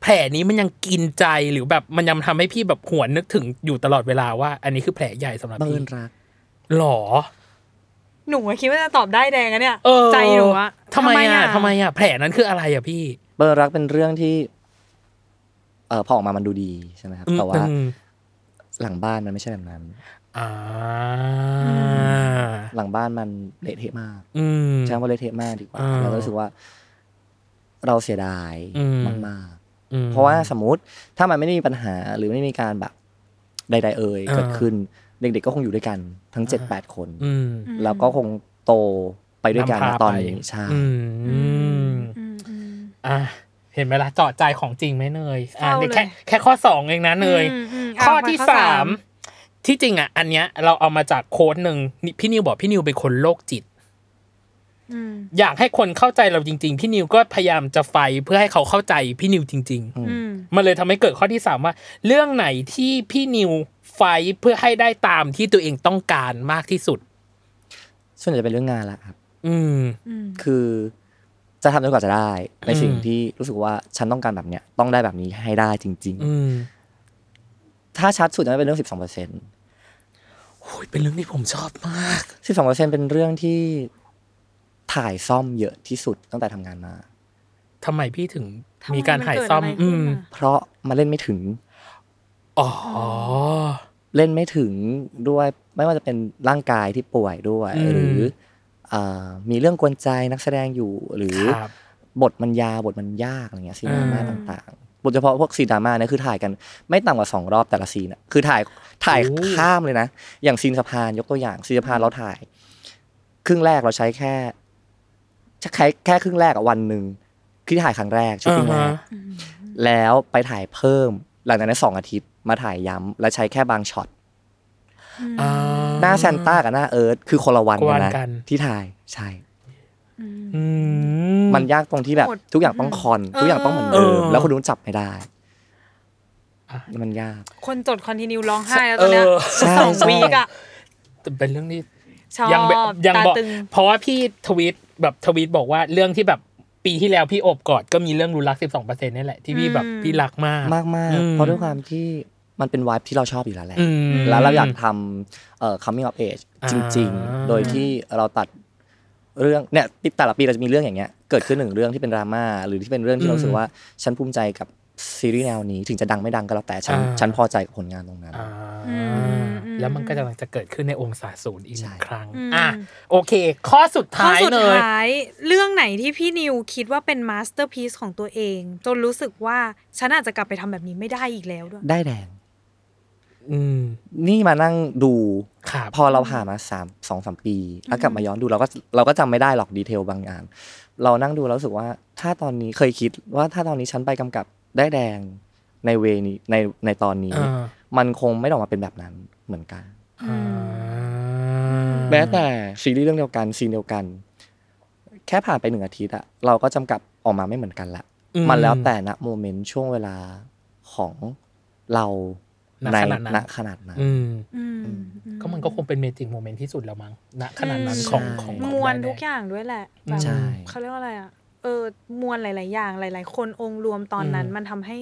Speaker 1: แผลนี้มันยังกินใจหรือแบบมันยังทำให้พี่แบบหวนนึกถึงอยู่ตลอดเวลาว่า อันนี้คือแผลใหญ่สำหรับ
Speaker 3: บังเอิ
Speaker 1: พี่
Speaker 3: ญรัก
Speaker 1: หรอ
Speaker 2: หนูอะคิดว่าจะตอบได้แดงอะเนี่ย
Speaker 1: เออ
Speaker 2: ใจหนูอะ
Speaker 1: ทำไมอ่ะทำไมอ่ะแผลนั้นคืออะไรอ่ะพี่
Speaker 3: เบอร์รักเป็นเรื่องที่ เออพอออกมามันดูดีใช่ไหมครับ แต่ว่า
Speaker 1: อืม
Speaker 3: หลังบ้านมันไม่ใช่แบบนั้น
Speaker 1: อ่า
Speaker 3: หลังบ้านมันเละเทะมาก
Speaker 1: อืม
Speaker 3: ใช้คำว่าเละเทะมากดีกว่า
Speaker 1: อ่า
Speaker 3: เรารู้สึกว่า เราเสียดาย
Speaker 1: อืม
Speaker 3: มาก
Speaker 1: อืม
Speaker 3: ๆ เพราะว่าสมมติถ้ามันไม่ได้มีปัญหาหรือไม่ได้มีการแบบใด ๆ เอ่ย
Speaker 1: อ่า
Speaker 3: เกิดขึ้น เด็ก ๆ ก็คงอยู่ด้วยกัน ทั้งเจ็ดแปดคน
Speaker 1: อืม
Speaker 3: แล้วก็คงโตไปด้วยกัน
Speaker 1: นำพา
Speaker 3: นะตอน
Speaker 1: ไป
Speaker 3: นี้ใช่
Speaker 1: อืม
Speaker 2: อืมอืม
Speaker 1: อ่ะเห็นไหมล่ะเจาะใจของจริงไหมเนยอ่ะ
Speaker 2: เศร้า
Speaker 1: นี่แค่
Speaker 2: เลย
Speaker 1: แค่ข้อสองเองนะเนย
Speaker 2: อืมอืมอ่ะ
Speaker 1: ข้อ
Speaker 2: มา
Speaker 1: ที่
Speaker 2: ข้อ
Speaker 1: สา
Speaker 2: สาม ม
Speaker 1: ที่จริงอ่ะ อันเนี้ยเราเอามาจากโค้ดหนึ่งนี่พี่นิวบอกพี่นิวเป็นคนโรคจิต
Speaker 2: อืม
Speaker 1: อยากให้คนเข้าใจเราจริง ๆ พี่นิวก็พยายามจะไฟเพื่อให้เขาเข้าใจพี่นิวจริง
Speaker 2: อืม
Speaker 1: ๆ มันเลยทำให้เกิดข้อที่สามว่า เรื่องไหนที่พี่นิวไฟเพื่อให้ได้ตามที่ตัวเองต้องการมากที่สุด
Speaker 3: ส่วนใหญ่จะเป็นเรื่องงานละครับ
Speaker 1: อืม
Speaker 2: อืม
Speaker 3: คือจะทำจนกว่าจะได้ ในสิ่ง
Speaker 1: อืม
Speaker 3: ที่รู้สึกว่าฉันต้องการแบบเนี้ยต้องได้แบบนี้ให้ได้จริง
Speaker 1: อืม
Speaker 3: ๆ ถ้าชัดสุดน่าจะเป็นเรื่อง 12เปอร์เซ็นต์
Speaker 1: โอ้ยเป็นเรื่องที่ผมชอบมาก
Speaker 3: 12เปอร์เซ็นต์เป็นเรื่องที่ถ่ายซ่อมเยอะที่สุดตั้งแต่ทำงานมา
Speaker 1: ทำไมพี่ถึง
Speaker 2: ทำไ
Speaker 1: มีการ
Speaker 2: น
Speaker 1: ถ่าย
Speaker 2: เด
Speaker 1: ซ่อม
Speaker 2: ะไร
Speaker 1: อื
Speaker 2: ขึ้
Speaker 1: ม
Speaker 2: นอะ
Speaker 3: เพราะมาเล่นไม่ถึง
Speaker 1: อ๋อ
Speaker 3: เล่นไม่ถึงด้วยไม่ว่าจะเป็นร่างกายที่ป่วยด้วย
Speaker 1: อืม
Speaker 3: หรือเอ่อมีเรื่องกวนใจนักแสดงอยู่หรือ
Speaker 1: ครับ
Speaker 3: บทมันยาวบทมันยากอะไรเงี้ยซีนดราม่า
Speaker 1: อืม
Speaker 3: ต่างๆบทเฉพาะพวกซีนดราม่าเนี่ยคือถ่ายกันไม่ต่ำกว่าสองรอบแต่ละซีนอะคือถ่ายถ่าย
Speaker 1: โอ้
Speaker 3: ข้ามเลยนะ อย่างซีนสะพานยกตัวอย่างซีนสะพานเราถ่าย ครึ่งแรกเราใช้แค่จะใช้แค่ครึ่งแรกอะวันหนึ่งที่ถ่ายครั้งแรกชุดครึ่งแร
Speaker 1: อ่าก ฮะ
Speaker 3: แล้วไปถ่ายเพิ่ม หลังจากนั้นสองอาทิตย์มาถ่ายย้ำและใช้แค่บางช็อต
Speaker 1: อ่า
Speaker 3: หน้าแซนต้ากับหน้าเอิร์ธคือคนละวัน
Speaker 1: คนละวั
Speaker 3: กั
Speaker 1: น
Speaker 3: นนะ
Speaker 1: กัน
Speaker 3: ที่ถ่ายใช่
Speaker 2: อืม
Speaker 1: อื
Speaker 3: มันยากตรงที่แบบ
Speaker 2: โหด
Speaker 3: ทุกอย่างต้องคอน
Speaker 2: เออ
Speaker 3: ทุกอย่างต้องเหมือนเดิม
Speaker 1: เออ
Speaker 3: แล้วคนนู้นจับไม่ได้ มันยาก
Speaker 2: คนจดคอนติเนียร้องไห้แล้วตอนเนี้ย
Speaker 1: เออ
Speaker 2: สองวีกอะ
Speaker 1: แต่เป็นเรื่องที่
Speaker 2: ชอบ
Speaker 1: ยังแบบยัง
Speaker 2: ตา
Speaker 1: บอก
Speaker 2: ตึง
Speaker 1: เพราะว่าพี่ทวีตแบบทวีตบอกว่าเรื่องที่แบบปีที่แล้วพี่โอบกอดก็มีเรื่องรู้รัก 12เปอร์เซ็นต์นี่แหละที่พี่แบบ
Speaker 2: อืม
Speaker 1: พี่รักมาก
Speaker 3: มากมาก
Speaker 1: อืม
Speaker 3: เพราะด้วยความที่มันเป็นวายที่เราชอบอยู่แล้วแหละ
Speaker 1: อืม
Speaker 3: แล้วเราอยากทำเอ่อ coming of age
Speaker 1: อ่า
Speaker 3: จริง ๆ โดยที่เราตัดเรื่องเนี่ยปีแต่ละปีเราจะมีเรื่องอย่างเงี้ยเกิดขึ้นหนึ่งเรื่องที่เป็นดราม่าหรือที่เป็นเรื่องที่เรารู้สึกว่าฉันภูมิใจกับซีรีส์แนวนี้ถึงจะดังไม่ดังก็แล้วแต่ฉันฉันพอใจกับผลงานตรงนั้น
Speaker 1: อ่า
Speaker 2: อืม
Speaker 1: แล้วมันก็กำลังจะเกิดขึ้นในองศาศูนย์อีกหนึ่ง
Speaker 3: ใช่
Speaker 1: ครั้ง
Speaker 2: อืม
Speaker 1: อ่ะโอเค ข้อสุด
Speaker 2: ข้อ
Speaker 1: ท้าย
Speaker 2: สุด
Speaker 1: เลย
Speaker 2: ท้ายเรื่องไหนที่พี่นิวคิดว่าเป็นมาสเตอร์พี e ของตัวเอง จนรู้สึกว่าฉันอาจจะกลับไปทำแบบนี้ไม่ได้อีกแล้วด้วย
Speaker 3: ได้แดง
Speaker 1: อืม
Speaker 3: นี่มานั่งดู
Speaker 1: ครับ
Speaker 3: พอเราผ่านมาสามสองสามปี แล้วกลับมาย้อนดูเราก็เราก็จำไม่ได้หรอกดีเทลบางอย่างเรานั่งดูแล้วรู้สึกว่าถ้าตอนนี้เคยคิดว่าถ้าตอนนี้ฉันไปกำกับได้แดงในเวนี้ในในตอนนี้
Speaker 1: อ่า
Speaker 3: มันคงไม่ได้ออกมาเป็นแบบนั้นเหมือนกัน
Speaker 1: อ่า
Speaker 3: แม้แต่ซีรีส์เรื่องเดียวกันซีนเดียวกัน แค่ผ่านไปหนึ่งอาทิตย์อะเราก็จำกับออกมาไม่เหมือนกันละ
Speaker 1: อื
Speaker 3: มันแล้วแต่ณโมเมนต์ช่วงเวลาของเรา
Speaker 1: ณ
Speaker 3: ใน
Speaker 1: ขณะนั้น
Speaker 3: ณขนาดนั้น
Speaker 1: อืม
Speaker 2: อืม
Speaker 1: ก็มันก็คงเป็นเมจิกโมเมนต์ที่สุดแล้วมั้งณขนาดนั้น
Speaker 3: อืม
Speaker 1: ของ
Speaker 3: ใช่
Speaker 1: ของ
Speaker 2: มวลทุกอย่างด้วยแหละแบบ
Speaker 3: ใช่
Speaker 2: เขาเรียกว่าอะไรอะเออมวลหลาย ๆ อย่างหลาย ๆ คนองค์รวมตอนนั้น มันทำให้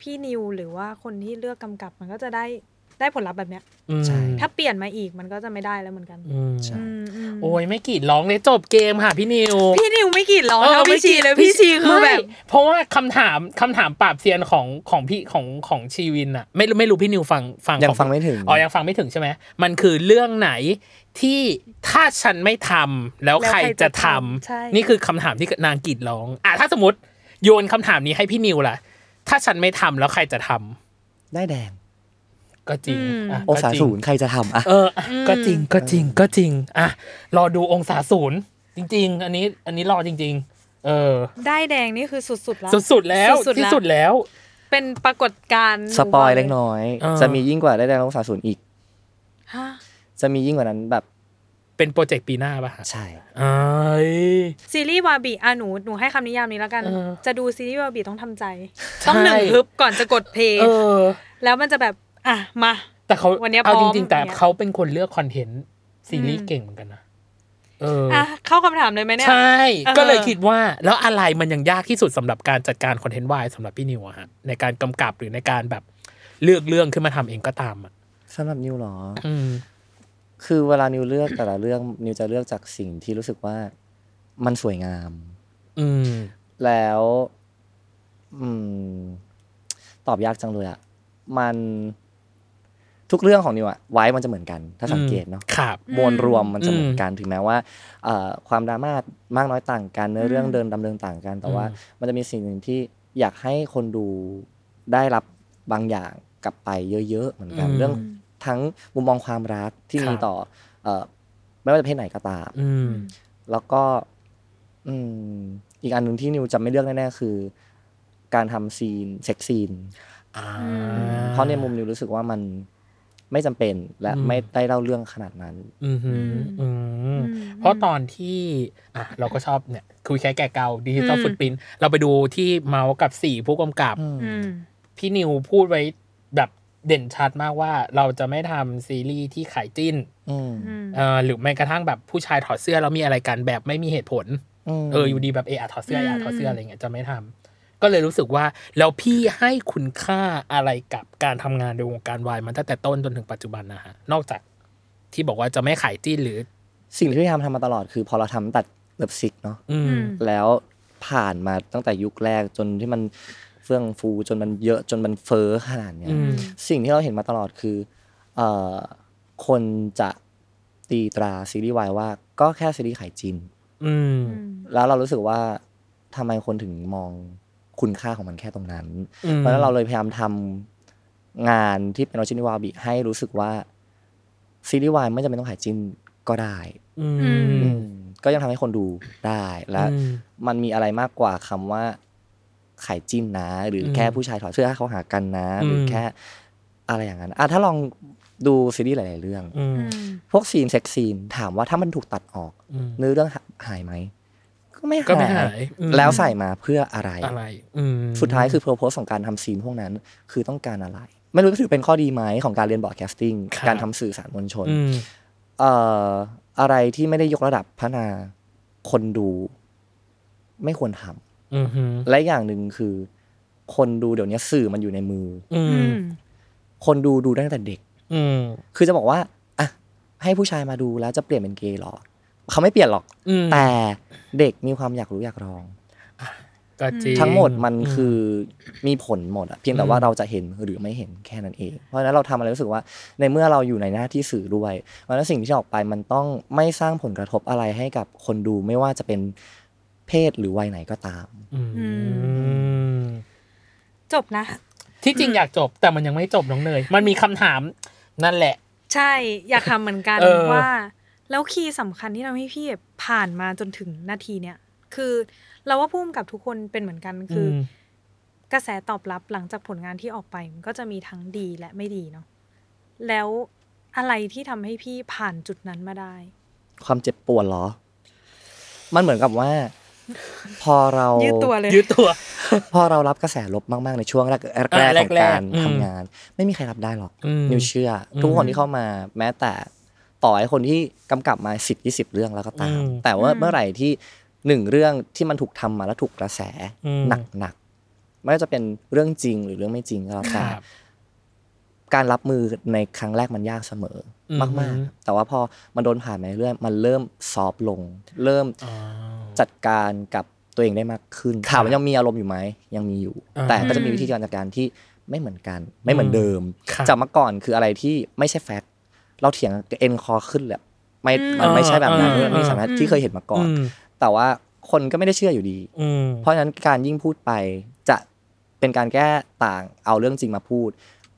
Speaker 2: พี่นิวหรือว่าคนที่เลือกกำกับมันก็จะได้ได้ผลลัพธ์แบบเนี้ย
Speaker 1: อืม
Speaker 3: ใช่
Speaker 2: ถ้าเปลี่ยนมาอีกมันก็จะไม่ได้แล้วเหมือนกัน
Speaker 1: อืม
Speaker 3: ใช่
Speaker 2: อืมอืม
Speaker 1: โอ้ยไม่กรีดร้องเลยจบเกมค่ะพี่นิว
Speaker 2: พี่นิวไม่กรีดร้อง
Speaker 1: เออ
Speaker 2: เท่าพี่ชีเลยพี่ชีคือแบบ
Speaker 1: ไม่เพราะว่าคำถามคำถามปราบเซียนของของพี่ของของชีวินอะไม่รู้ไม่รู้พี่นิวฟังฟัง
Speaker 3: ยัง
Speaker 1: อ
Speaker 3: ฟังไม่ถึง
Speaker 1: อ๋อยังฟังไม่ถึงใช่ไหมมันคือเรื่องไหนที่ถ้าฉันไม่ทำแล้ว
Speaker 2: แล้ว
Speaker 1: ใค
Speaker 2: ใค
Speaker 1: ร
Speaker 2: ร
Speaker 1: จะ
Speaker 2: จะ
Speaker 1: ทำ
Speaker 2: ทำใช่
Speaker 1: นี่คือคำถามที่นางกรีดร้องอ่ะถ้าสมมติโยนคำถามนี้ให้พี่นิวล่ะ ถ้าฉันไม่ทำแล้วใครจะทำ
Speaker 3: ได้แดง
Speaker 1: ก็จริงะ
Speaker 3: องศา
Speaker 1: ก็จริง
Speaker 3: ศูนย์ใครจะทำอ่ะ
Speaker 1: เอออ่ะก็จริงก็จริงก็จริง อ่ะ รอดูองศาศูนย์จริง ๆ อันนี้อันนี้รอจริง ๆ เออ
Speaker 2: ได้แดงนี่คือสุดๆแล้ว
Speaker 1: สุดๆแล้ว
Speaker 2: สุดๆแล้ว
Speaker 1: ที่สุดแล้ว
Speaker 2: เป็นปรากฏการณ์
Speaker 3: สปอยเล็กน้อย
Speaker 1: เออ
Speaker 3: จะมียิ่งกว่าได้แดงองศาศูนย์อีก
Speaker 2: ฮะ
Speaker 3: จะมียิ่งกว่านั้นแบบ
Speaker 1: เป็นโปรเจกต์ปีหน้าป่ะฮะ
Speaker 3: ใช่
Speaker 1: เอ้ย
Speaker 2: ซีรีส์วาบีอ่ะหนูหนูให้คำนิยามนี้แล้วกัน
Speaker 1: เออ
Speaker 2: จะดูซีรีส์วาบีต้องทำใจ
Speaker 1: ใช่
Speaker 2: ต้องหนึ่งฮึบก่อนจะกดเพลง
Speaker 1: เออ
Speaker 2: แล้วมันจะแบบ อ่ะ มา
Speaker 1: แต่เขา
Speaker 2: วันเนี้ย
Speaker 1: เอา
Speaker 2: พร้
Speaker 1: จ
Speaker 2: อม
Speaker 1: ริง ๆ แต่
Speaker 2: อย่างเงี้ย
Speaker 1: เขาเป็นคนเลือกคอนเทนต์ซีรีส์เก่งเหมือนกันนะเอออ
Speaker 2: อ่ะ เข้าคำถามเลยไหมเนี่ย
Speaker 1: ใช่
Speaker 2: เออ
Speaker 1: ก็เลยคิดว่าแล้วอะไรมันยังยากที่สุดสำหรับการจัดการคอนเทนต์วายสำหรับพี่นิวอะฮะในการกำกับหรือในการแบบเลือกเรื่องขึ้นมาทำเองก็ตามอ่ะ
Speaker 3: สำหรับนิวเหรอ
Speaker 1: อืม
Speaker 3: คือเวลานิวเลือกแต่ละเรื่องนิวจะเลือกจากสิ่งที่รู้สึกว่ามันสวยงาม
Speaker 1: อืม
Speaker 3: แล้ว อืม ตอบยากจังเลยอะมันทุกเรื่องของนิวอะไว้มันจะเหมือนกัน ถ้าสังเกตเนาะ
Speaker 1: ครับ
Speaker 3: มวลรวมมันจะเหมือนกันถึงแม้ว่าเอ่อความดราม่ามากน้อยต่างกันเนื้อเรื่องเดินดำเนินต่างกัน แต่ว่า
Speaker 1: อืม
Speaker 3: มันจะมีสิ่งหนึ่งที่อยากให้คนดูได้รับบางอย่างกลับไปเยอะๆเหมือนกันเรื่อง ทั้งมุมมองความรักที่
Speaker 1: ครับ
Speaker 3: มีต่อ เอ่อไม่ว่าจะเพศไหนก็ตาม
Speaker 1: อืม
Speaker 3: แล้วก็ อืม อีกอันหนึ่งที่นิวจะไม่เลือกแน่ๆคือ การทำซีนเซ็กซีน
Speaker 1: อ่า
Speaker 3: เพราะในมุมนิวรู้สึกว่ามันไม่จำเป็นและ
Speaker 1: อืม
Speaker 3: ไม่ได้เล่าเรื่องขนาดนั้น
Speaker 1: อืมหือ
Speaker 2: ม
Speaker 1: อืม เพราะตอนที่อ่ะเราก็ชอบเนี่ย คุยแค่แก่เก่าดิจิตอล
Speaker 2: อืม
Speaker 1: ฟุตปรินท์เราไปดูที่เมาส์กับสี่ผู้กำกับ
Speaker 2: อืม
Speaker 1: พี่นิวพูดไว้แบบเด่นชัดมากว่าเราจะไม่ทำซีรีส์ที่ขายจิ้น
Speaker 3: อืม
Speaker 2: อืม
Speaker 1: เอ่อหรือแม้กระทั่งแบบผู้ชายถอดเสื้อแล้วมีอะไรกันแบบไม่มีเหตุผล
Speaker 3: ม
Speaker 1: เอออยู่ดีแบบเออะถอดเสื้อเออะ
Speaker 2: อืม
Speaker 1: ถอดเสื้ออะไรเงี้ยจะไม่ทำก็เลยรู้สึกว่าแล้วพี่ให้คุณค่าอะไรกับการทำงานในวงการวายมันตั้งแต่ต้นจนถึงปัจจุบันนะฮะนอกจากที่บอกว่าจะไม่ขายจิ้นหรือ
Speaker 3: สิ่งที่พี่ทำทำมาตลอดคือ พอเราทำตัดเลิฟซิกเนาะ
Speaker 1: อื
Speaker 2: อื
Speaker 1: ม
Speaker 2: ม
Speaker 3: แล้วผ่านมาตั้งแต่ยุคแรกจนที่มันเฟื่องฟูจนมันเยอะจนมันเฟ้อขนาดเนี้ย
Speaker 1: อืม
Speaker 3: สิ่งที่เราเห็นมาตลอดคือเอ่อคนจะตีตราซีรีส์วายว่าก็แค่ซีรีส์ขายจิน
Speaker 1: อืม
Speaker 3: แล้วเรารู้สึกว่าทำไมคนถึงมองคุณค่าของมันแค่ตรงนั้น
Speaker 1: อืม
Speaker 3: เพราะฉะนั้นเราเลยพยายามทำงานที่เป็นออริจินวาบิให้รู้สึกว่าซีรีส์วายไม่จำเป็นต้องขายจินก็ได้
Speaker 1: อืม
Speaker 3: อืมก็ยังทำให้คนดูได้และ
Speaker 1: อืม
Speaker 3: มันมีอะไรมากกว่าคำว่าขายจิ้นนะ หรืออ
Speaker 1: ม
Speaker 3: แค่ผู้ชายถอดเสื้อให้เขาหากันนะ หรืออ
Speaker 1: ม
Speaker 3: แค่อะไรอย่างนั้นอ่ะถ้าลองดูซีรีส์หลาย ๆ เรื่อง
Speaker 1: อืม
Speaker 3: พวกซีนเซ็กซีนถามว่าถ้ามันถูกตัดออก
Speaker 1: อืม
Speaker 3: เนื้อเรื่องหายไหม ก็ไม่
Speaker 1: ก็ไม่หายอืม
Speaker 3: แล้วใส่มาเพื่ออะไร
Speaker 1: อะไร อืม
Speaker 3: สุดท้ายคือเพอร์โพสของการทำซีนพวกนั้น คือต้องการอะไร ไม่รู้ถือเป็นข้อดีไหมของการเรียนบอร์ดแคสติ้งการทำสื่อสารมวลชน
Speaker 1: อืม
Speaker 3: เอ่ออะไรที่ไม่ได้ยกระดับพัฒนาคนดูไม่ควรทำ
Speaker 1: อืมฮึ
Speaker 3: และอย่างหนึ่งคือ คนดูเดี๋ยวนี้สื่อมันอยู่ในมือ
Speaker 1: อื
Speaker 2: อื
Speaker 1: ม
Speaker 2: ม
Speaker 3: คนดูดูได้ตั้งแต่เด็ก
Speaker 1: อืม
Speaker 3: คือจะบอกว่าอ่ะให้ผู้ชายมาดูแล้วจะเปลี่ยนเป็นเกย์เหรอเขาไม่เปลี่ยนหรอก
Speaker 1: อืม
Speaker 3: แต่เด็กมีความอยากรู้อยากลอง
Speaker 1: ก็จริ
Speaker 3: ทั้งหมดมันคือมีผลหมดอะเพียงแต่ว่าเราจะเห็นหรือไม่เห็นแค่นั้นเอง เพราะฉะนั้นเราทำอะไรรู้สึกว่าในเมื่อเราอยู่ในหน้าที่สื่อด้วยเพราะฉะนั้นสิ่งที่จะออกไปมันต้องไม่สร้างผลกระทบอะไรให้กับคนดูไม่ว่าจะเป็นเพศหรือวัยไหนก็ตาม
Speaker 1: อืม
Speaker 2: อื จบนะ
Speaker 1: ที่จริงอยากจบแต่มันยังไม่จบน้องเนย มันมีคำถามนั่นแหละ
Speaker 2: ใช่ อยากทำเหมือนกัน
Speaker 1: เออ
Speaker 2: ว่า แล้วคีย์สำคัญที่ทำให้พี่แบบผ่านมาจนถึงนาทีเนี้ยคือเราว่าพุ่มกับทุกคนเป็นเหมือนกันคือ
Speaker 1: ม
Speaker 2: กระแสตอบรับหลังจากผลงานที่ออกไปมันก็จะมีทั้งดีและไม่ดีเนาะแล้วอะไรที่ทำให้พี่ผ่านจุดนั้นมาได้
Speaker 3: ความเจ็บปวดเหรอ มันเหมือนกับว่า พอเรา
Speaker 2: [LAUGHS]
Speaker 3: ย
Speaker 2: ยืดตัวเลย
Speaker 1: ยืดตัว
Speaker 3: พอเรารับกระแสลบมากๆในช่วงแรก
Speaker 1: เออ
Speaker 3: แรกๆของ
Speaker 1: แรกๆ
Speaker 3: การ
Speaker 1: อืม
Speaker 3: ทำงาน ไม่มีใครรับได้หรอก
Speaker 1: อืม
Speaker 3: นิวเชื่ออ
Speaker 1: ม
Speaker 3: ทุกคนที่เข้ามาแม้แต่ต่อให้คนที่กำกับมาสิบยี่สิบเรื่องแล้วก็ตาม
Speaker 1: อืม
Speaker 3: แต่ว่าเมื่อไหร่ที่หนึ่งเรื่องที่มันถูกทำมาแล้วถูกกระแส
Speaker 1: อืม
Speaker 3: หนักๆไม่ว่าจะเป็นเรื่องจริงหรือเรื่องไม่จริงก็แล้ว
Speaker 1: ค
Speaker 3: แต่
Speaker 1: รับ
Speaker 3: การรับมือในครั้งแรกมันยากเสมอ
Speaker 1: อืม
Speaker 3: มากๆ แต่ว่าพอมันโดนผ่านมาเรื่อยมันเริ่มซอฟต์ลง เริ่ม
Speaker 1: อ๋อ
Speaker 3: จัดการกับตัวเองได้มากขึ้นถามว่ายังมีอารมณ์อยู่ไหมยังมีอยู่
Speaker 1: อ่า
Speaker 3: แต่ก็จะมีวิธีการจัดการที่ไม่เหมือนกัน ไม่เหมือนเดิม
Speaker 1: ครับ
Speaker 3: จากเมื่อก่อนคืออะไรที่ไม่ใช่แฟกต์เราเถียงเอ็นคอขึ้นแหละไม่มันไม่ใช่แบบนั้นมันไม่ใช่แบบนั้นที่เคยเห็นมาก่อน
Speaker 1: อืม
Speaker 3: แต่ว่าคนก็ไม่ได้เชื่ออยู่ดี
Speaker 1: อืม
Speaker 3: เพราะฉะนั้นการยิ่งพูดไปจะเป็นการแก้ต่างเอาเรื่องจริงมาพูด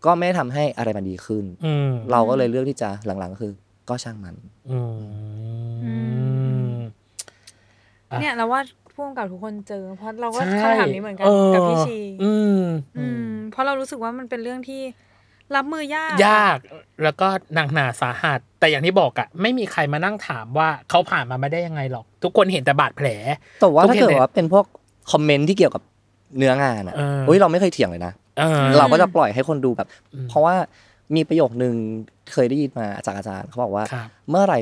Speaker 3: ก็ไม่ได้ทำให้อะไรมันดีขึ้น
Speaker 1: อืม
Speaker 3: เราก็เลยเลือกที่จะหลังๆก็คือ ก็ช่างมัน
Speaker 1: อืม อ่ะ
Speaker 2: เนี่ยเราว่าพุ่มกับทุกคนเจอ เพราะเราก็
Speaker 1: ใช่
Speaker 2: คำถามนี้เหมือนกันกับพี่ชี
Speaker 1: เอออืม
Speaker 2: อืมเพราะเรารู้สึกว่ามันเป็นเรื่องที่รับมือยาก
Speaker 1: ยากแล้วก็หนักหนาสาหัส แต่อย่างที่บอกอะไม่มีใครมานั่งถามว่าเขาผ่านมาไม่ได้ยังไงหรอก ทุกคนเห็นแต่บาดแผล
Speaker 3: แต่ว่า
Speaker 1: ก็
Speaker 3: ถ้า
Speaker 1: เห็น
Speaker 3: เกิดว่าเป็นพวกคอมเมนต์ที่เกี่ยวกับเนื้องานอ่ะ
Speaker 1: เออ
Speaker 3: เฮ้ยเราไม่เคยเถียงเลยนะ
Speaker 1: เออ
Speaker 3: เราก็จะปล่อยให้คนดูแบบ เพราะว่ามีประโยคนึงเคยได้ยินมาจากอาจารย์เขาบอกว่า
Speaker 1: ครับ
Speaker 3: เมื่อไหร่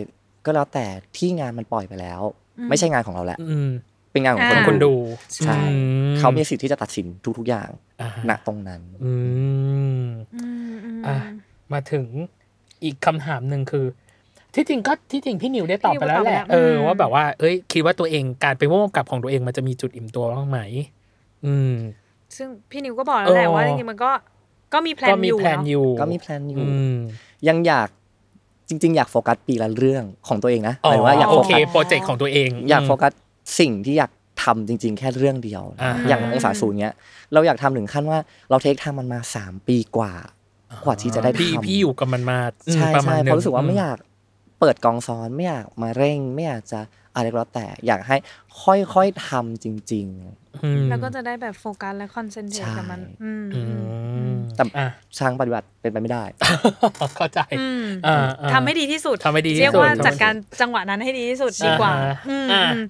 Speaker 3: ก็แล้วแต่ที่งานมันปล่อยไปแล้ว ไม่ใช่งานของเราแหละ
Speaker 1: อืม
Speaker 3: เป็นงานของ
Speaker 1: ของค
Speaker 3: คน นดู
Speaker 1: ดู
Speaker 3: ใช่
Speaker 1: อืม
Speaker 3: เขามีสิทธิ์ที่จะตัดสินทุกๆอย่าง
Speaker 1: อ่า
Speaker 3: ณตรงนั้น
Speaker 1: อืม
Speaker 2: อืมอืม
Speaker 1: อ่ะ มาถึงอีกคำถามหนึ่งคือ ที่จริงก็ที่จริงพี่นิวได้ตอบไปแล้วแหละเออว่าแบบว่าเอ้ย คิดว่าตัวเองการไปนผู้กำกับของตัวเองมันจะมีจุดอิ่มตัวบ้างไหม อืม
Speaker 2: ซึ่งพี่นิวก็บอกแล้วแหละ
Speaker 1: เออ
Speaker 2: ว่าจริงๆมันก็ก็มีแพล
Speaker 1: ก็
Speaker 2: น
Speaker 1: มี
Speaker 2: อยู่
Speaker 1: แพลน
Speaker 2: เนาะ
Speaker 1: อยู่
Speaker 3: ก็มีแพลนอยู่
Speaker 1: อืม
Speaker 3: ยังอยากจริง ๆ อยากโฟกัสปีละเรื่องของตัวเองนะ
Speaker 1: อ๋
Speaker 3: หมายถึงว่าอยาก
Speaker 1: โอ
Speaker 3: โฟ
Speaker 1: เค
Speaker 3: กัส
Speaker 1: โปรเจกต์ของตัวเอง
Speaker 3: อยากโฟ
Speaker 1: ม
Speaker 3: กัสสิ่งที่อยากทำจริง ๆ แค่เรื่องเดียวนะ
Speaker 1: อ่าฮะ
Speaker 3: อย่างองศาศูนย์เนี้ยเราอยากทำถึงขั้นว่าเราเทคทางมันมาสามปีกว่า กว่าที่จะได้
Speaker 1: พี่
Speaker 3: ทำ
Speaker 1: พี่อยู่กับมันมาอืม
Speaker 3: ใช่
Speaker 1: ประมาณ
Speaker 3: ใช่
Speaker 1: ห
Speaker 3: เพ
Speaker 1: นึ่ง
Speaker 3: ราะรู้สึกว่าไม่อยากเปิดกองซ้อนไม่อยากมาเร่ง ไม่อยากจะอะไรก็แล้วแต่อยากให้ค่อยๆทำจริง
Speaker 1: อืม
Speaker 2: แล้วก็จะได้แบบโฟกัสและคอนเซนเทรต
Speaker 3: ใช่
Speaker 2: กับมัน อืม
Speaker 1: อื
Speaker 2: อืม
Speaker 1: ม
Speaker 3: แต่
Speaker 1: อ่ะ
Speaker 3: ๆทางปฏิบัติเป็นไปไม่ได้
Speaker 1: เข้าใจ
Speaker 2: อืม
Speaker 1: อ่าอ่า
Speaker 2: ทำให้ดีที่สุด
Speaker 1: ทำให้ดีที่สุด
Speaker 2: เรียกว่า
Speaker 1: ทำให้ดี
Speaker 2: จัดการจังหวะนั้นให้ดีที่สุดดีกว่า
Speaker 1: อ่าฮะ
Speaker 2: อืม
Speaker 1: อ่า
Speaker 2: อืม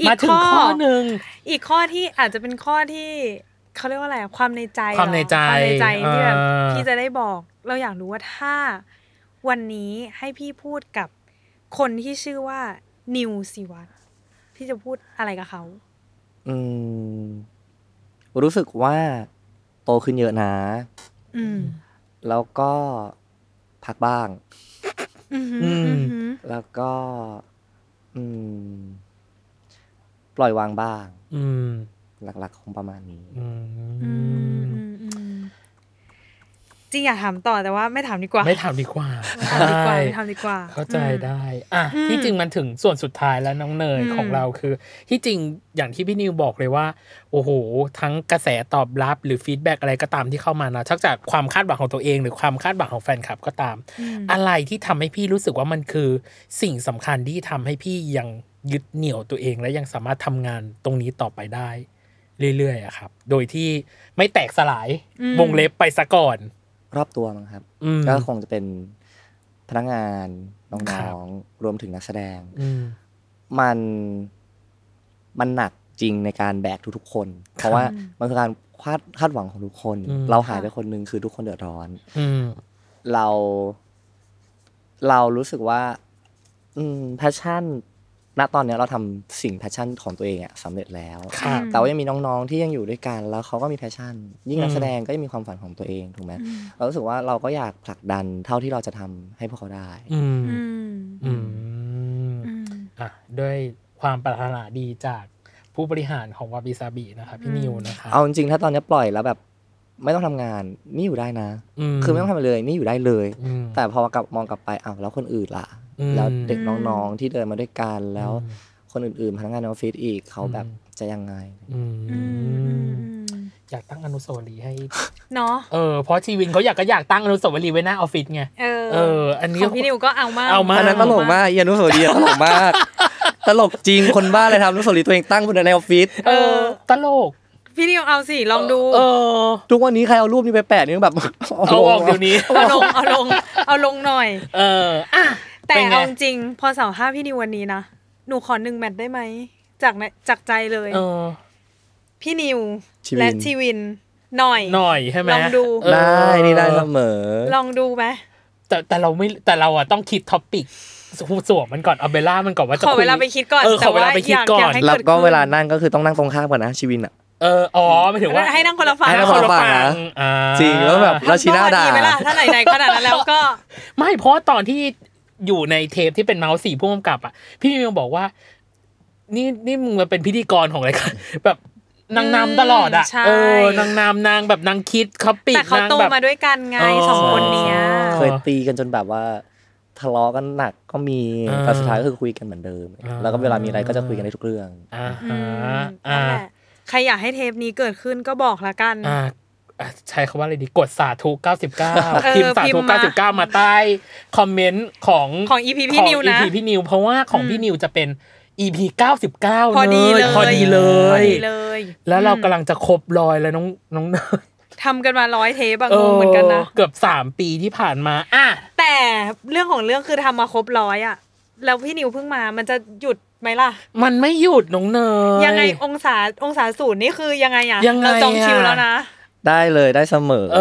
Speaker 2: อี
Speaker 1: มาก ถึง
Speaker 2: ข้อ
Speaker 1: ข้อหนึ่ง
Speaker 2: อีกข้อที่อาจจะเป็นข้อที่เขาเรียกว่าอะไรอะความในใจเหรอ
Speaker 1: ความในใจ
Speaker 2: ความในใจที่แบบ
Speaker 1: อ่า
Speaker 2: พี่จะได้บอก เราอยากรู้ว่าถ้าวันนี้ให้พี่พูดกับคนที่ชื่อว่านิวสิวัตรพี่จะพูดอะไรกับเขา
Speaker 3: อืมรู้สึกว่าโตขึ้นเยอะนะ
Speaker 2: อืม
Speaker 3: แล้วก็พักบ้าง
Speaker 2: อืม
Speaker 1: อืม
Speaker 3: แล้วก็ อืม ปล่อยวางบ้าง
Speaker 1: อืม
Speaker 3: หลักๆคงประมาณนี้
Speaker 1: อืม
Speaker 2: อืมอืมอืมจริงอยากถามต่อแต่ว่าไม่ถามดีกว่า
Speaker 1: ไม่ถามดีกว่า
Speaker 2: ไม่ถามดีกว่า
Speaker 1: ใช่
Speaker 2: ไม่ถามดีกว่า
Speaker 1: เข้าใจได้ อ่ะที่จริงมันถึงส่วนสุดท้ายแล้วน้องเนย
Speaker 2: อืม
Speaker 1: ของเราคือ ที่จริงอย่างที่พี่นิวบอกเลยว่า โอ้โห ทั้งกระแสตอบรับหรือฟีดแบ็กอะไรก็ตามที่เข้ามานะชักจากความคาดหวังของตัวเองหรือความคาดหวังของแฟนคลับก็ตาม
Speaker 2: อืม
Speaker 1: อะไรที่ทำให้พี่รู้สึกว่ามันคือสิ่งสำคัญที่ทำให้พี่ยังยึดเหนี่ยวตัวเองและยังสามารถทำงานตรงนี้ต่อไปได้ เรื่อยๆอะครับ โดยที่ไม่แตกสลาย
Speaker 2: อืม
Speaker 1: วงเล็บไปซะก่อน
Speaker 3: รอบตัวมั้งครับ
Speaker 1: อืม
Speaker 3: ก็คงจะเป็นพนักงาน น
Speaker 1: ครั้ บ
Speaker 3: องๆ รวมถึงนักแสดง
Speaker 1: อืม
Speaker 3: มัน มันหนักจริงในการแบกทุกๆคน เพราะว่ามันคือการคาดคาดหวังของทุกคน
Speaker 1: อืม
Speaker 3: เราหายไปคนหนึงคือทุกคนเดือดร้อน
Speaker 1: อืม
Speaker 3: เราเรารู้สึกว่า อืมแพชชั่น ณตอนเนี้ยเราทำสิ่งแพชชั่นของตัวเองอะสำเร็จแล้ว
Speaker 1: ครับ
Speaker 3: แต่ว่ายังมีน้องๆที่ยังอยู่ด้วยกันแล้วเขาก็มีแพชชั่น ยิ่งนักแสดงก็ยังมีความฝันของตัวเองถูกไหมเรารู้สึกว่าเราก็อยากผลักดันเท่าที่เราจะทำให้พวกเขาได้
Speaker 1: อืม
Speaker 2: อืม
Speaker 1: อืม
Speaker 2: อืม
Speaker 1: อ่ะด้วยความปรารถนาดีจากผู้บริหารของวาบิซาบินะคะพี่นิวนะคะ
Speaker 3: เอาจริงๆถ้าตอนเนี้ยปล่อยแล้วแบบ ไม่ต้องทำงานนี่อยู่ได้นะ คือไม่ต้องทำอะไรเลยนี่อยู่ได้เลย
Speaker 1: อืม
Speaker 3: แต่พอกลับมองกลับไปอ้าวแล้วคนอื่นล่ะ
Speaker 1: อืม
Speaker 3: แล้วเด็กน้องๆที่เดินมาด้วยกันแล้ว คนอื่นๆพนักงานในออฟฟิศอีกเขาแบบ
Speaker 1: อืม
Speaker 3: จะยังไง
Speaker 1: อืม
Speaker 2: อืมอืม
Speaker 1: อยากตั้งอนุสาวรีย์ให้
Speaker 2: เนาะ
Speaker 1: เออเพราะชีวินเขาอยากก็อยากตั้งอนุสาวรีย์ไว้หน้าออฟฟิศไง
Speaker 2: เออ
Speaker 1: เอออันนี้
Speaker 2: ของพี่นิวก็เอามาก
Speaker 1: เอามาก
Speaker 3: อันนั้นตลกมากอีอนุสาวรีย์อะตลกมาก [LAUGHS] ตลกจริงคนบ้าเลยทำอนุสาวรีย์ตัวเองตั้งบนในออฟฟิศ
Speaker 1: เออ ตลก
Speaker 2: พี่นิวเอาสิลองดู
Speaker 1: เออ
Speaker 3: ทุกวันนี้ใครเอารูปนี้ไปแปะนี่แบบ [LAUGHS]
Speaker 1: เอาออกเดี๋ยวนี้
Speaker 2: เอาลงเอาลงเอาลงหน่อย
Speaker 1: เอออ่ะ
Speaker 2: แต่
Speaker 1: ป็นไง
Speaker 2: เอาจริงพอสาวห้าพี่นิววันนี้นะหนูขอหนึ่งแมตช์ได้ไหมจากในจากใจเลย
Speaker 1: เออ
Speaker 2: พี่นิว
Speaker 3: ชีวิน
Speaker 2: และชีวินหน่อย
Speaker 1: หน่อยใช่ไหม
Speaker 2: ลองดู
Speaker 1: เออ
Speaker 3: ได้นี่ได้เสมอ
Speaker 2: ลองดูไหม
Speaker 1: แต่แต่เราไม่แต่เราอ่ะต้องคิดท็อปิกสวมมันก่อนเอาเบลล่ามันก่อนว่าจะ
Speaker 2: ขอ
Speaker 1: คุย
Speaker 2: เวลาไปคิดก่อน
Speaker 1: เออขอเวลาไปคิดก่อน
Speaker 2: แต่า
Speaker 3: แล้
Speaker 2: ยาให้
Speaker 3: วก็
Speaker 2: ดขึ้น
Speaker 3: เวลานั่งก็คือต้องนั่งตรงข้ามกันนะชีวินอ่ะ
Speaker 1: เอออ๋อหมายถึงว่า
Speaker 2: ให้นั่งคนละฝั่ง
Speaker 3: ให้นั่งคนละ ฝั่งนะ
Speaker 1: อ่า
Speaker 3: จริงแล้วแบบราชิน่าด่า
Speaker 2: เมื่อวไหมล่ะถ้าไหนไหนๆขนาดนั้นแล้วก็
Speaker 1: ไม่เพราะตอนที่อยู่ในเทปที่เป็นเมาส์สี่ผู้กำกับอ่ะพี่มิวบอกว่า นี่นี่มึงมาเป็นพิธีกรของอะไรายกันแบบนางนำตลอดอ่ะ
Speaker 2: ใช่
Speaker 1: เออนางนำนางแบบนางคิดคัพปิก
Speaker 2: แต่เขา
Speaker 1: นาง
Speaker 2: โต
Speaker 1: แบบ
Speaker 2: มาด้วยกันไง
Speaker 1: อ๋อ
Speaker 2: สองคนเนี้ย
Speaker 3: เคยตีกันจนแบบว่าทะเลาะกันหนักก็มี
Speaker 1: อ่า
Speaker 3: แต่สุดท้ายก็คือคุยกันเหมือนเดิม
Speaker 1: อ่า
Speaker 3: แล้วก็เวลามีอะไรก็จะคุยกันได้ทุกเรื่อง
Speaker 1: อ่า
Speaker 2: อื
Speaker 1: ฮะ
Speaker 2: ม
Speaker 1: อ่า
Speaker 2: นั่นแหละใครอยากให้เทปนี้เกิดขึ้นก็บอกละกัน
Speaker 1: อ่าอ่ะใช้คำว่าอะไรดีกดสาธุ
Speaker 2: เออ
Speaker 1: 99พิมพ์สา
Speaker 2: พิม
Speaker 1: ธุ
Speaker 2: พ์มา
Speaker 1: 99 มาใต้คอมเมนต์ของ
Speaker 2: ของอีพีพี่นิวนะ
Speaker 1: ของ EP พี่นิวเพราะว่าของพี่นิวจะเป็น EP 99
Speaker 2: พอดีเลย
Speaker 1: พอดีเล
Speaker 2: พอย ดีเลย
Speaker 1: แล้วเรากำลังจะครบรอยแล้วน้องน้องเนย
Speaker 2: ทำกันมาร้อยเทปอะงงเหมือนกันนะ
Speaker 1: เกือบสามปีที่ผ่านมา อ่ะ
Speaker 2: แต่เรื่องของเรื่องคือทำมาครบร้อยอะแล้วพี่นิวเพิ่งมามันจะหยุดไหมล่ะ
Speaker 1: มันไม่หยุดน้องเนย
Speaker 2: ยังไงองศาองศาศูนย์นี่คือยังไงอะ
Speaker 1: ยังไงอะ
Speaker 2: เราจองคิวแล้วนะ
Speaker 3: ได้เลยได้เสมอ
Speaker 1: เอ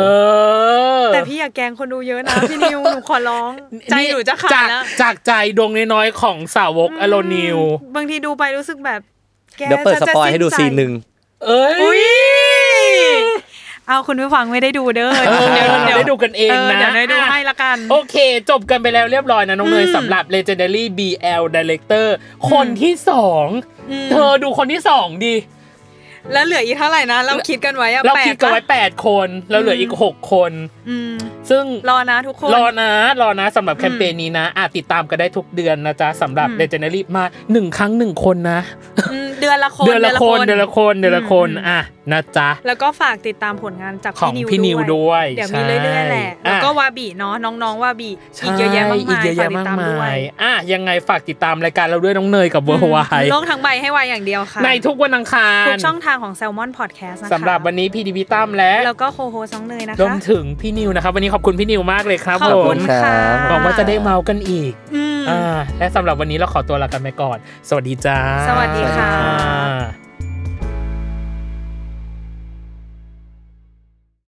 Speaker 1: อ
Speaker 2: แต่พี่อยากแกล้งคนดูเยอะนะ พี่นิวหนูขอร้อง ใจหนูจะขา
Speaker 1: จ
Speaker 2: ด
Speaker 1: ก
Speaker 2: แล้ว
Speaker 1: จากใจดวงน้อยๆของสาวกอโลนิว
Speaker 2: บางทีดูไปรู้สึกแบบแก
Speaker 3: เดี๋ยวเปิด
Speaker 2: จะ
Speaker 3: ส
Speaker 2: จะ
Speaker 3: ปอยให้ดู
Speaker 2: ใจ
Speaker 3: ซีนหนึ่ง
Speaker 1: เอ้
Speaker 2: อุ้
Speaker 1: ย
Speaker 2: ยเอาคุณผู้ฟังไม่ได้ดูเด้อ
Speaker 1: เออเดี๋ยวเรา
Speaker 2: เดี๋ยว
Speaker 1: ได้ดูกันเองนะ
Speaker 2: เดี๋ยวได้ดูให้ละกัน
Speaker 1: โอเค จบกันไปแล้วเรียบร้อยนะ น้องเนยสำหรับ Legendary BL Director คนที่สองเธอดูคนที่สองดิ
Speaker 2: แล้วเหลืออีกเท่าไหร่นะ เราคิดกันไว้อะ
Speaker 1: เรา
Speaker 2: แป
Speaker 1: คิด
Speaker 2: ด
Speaker 1: กันไว้
Speaker 2: ปะ
Speaker 1: แปดคน แล้วเหลืออีกหกคน
Speaker 2: อืม
Speaker 1: ซึ่ง
Speaker 2: รอนะทุกคน
Speaker 1: รอนะ รอนะสำหรับแคมเปญนี้นะอาติดตามกันได้ทุกเดือนนะจ๊ะสำหรับ
Speaker 2: อืม
Speaker 1: Legendary มาหนึ่งครั้งหนึ่งคนนะ
Speaker 2: อืมเดือนละคน
Speaker 1: เดือนละคนเดือนละคนเดือนละคน
Speaker 2: อืม
Speaker 1: อ่ะนะจ๊ะ
Speaker 2: แล้วก็ฝากติดตามผลงานจาก
Speaker 1: ของพี่นิวด้วย
Speaker 2: เดี๋ยวมีเรื่อยๆแหละ
Speaker 1: ใช่
Speaker 2: แล้วก็วาบีเนาะน้องๆวาบีอีกเยอะแยะมาก
Speaker 1: ใช่อี
Speaker 2: มาย
Speaker 1: กเยอะ
Speaker 2: ฝา
Speaker 1: แยะ
Speaker 2: กติ
Speaker 1: มา
Speaker 2: ด
Speaker 1: ก
Speaker 2: ตามด้ว
Speaker 1: มาย ยอ่ะยังไงฝากติดตามรายการเราด้วยน้องเนยกับเวอ
Speaker 2: [LAUGHS]
Speaker 1: ร์วาย
Speaker 2: โลกทั้งใบให้วายอย่างเดียวค่ะ
Speaker 1: ในทุกวันอังคาร
Speaker 2: ทุกช่องทางของแซลมอนพอดแคสต์นะคะ
Speaker 1: สำหรับวันนี้พี่ดิพิตั้มและ
Speaker 2: แล้วก็โคโฮซองเนยนะ
Speaker 1: รวม
Speaker 2: คะ
Speaker 1: ถึงพี่นิวนะครับ วันนี้ขอบคุณพี่นิวมากเลยครับ
Speaker 2: ขอบ
Speaker 1: ผ
Speaker 2: คุ
Speaker 1: ม
Speaker 2: ณ
Speaker 3: ครับ
Speaker 2: ค่ะ
Speaker 1: หวังว่าจะได้เมาส์กันอีก
Speaker 2: อืม
Speaker 1: อ่าและสำหรับวันนี้เราขอตัวลากันไปก่อน สวัสดีจ้า
Speaker 2: สวัสดีค่ะ
Speaker 1: วัสดี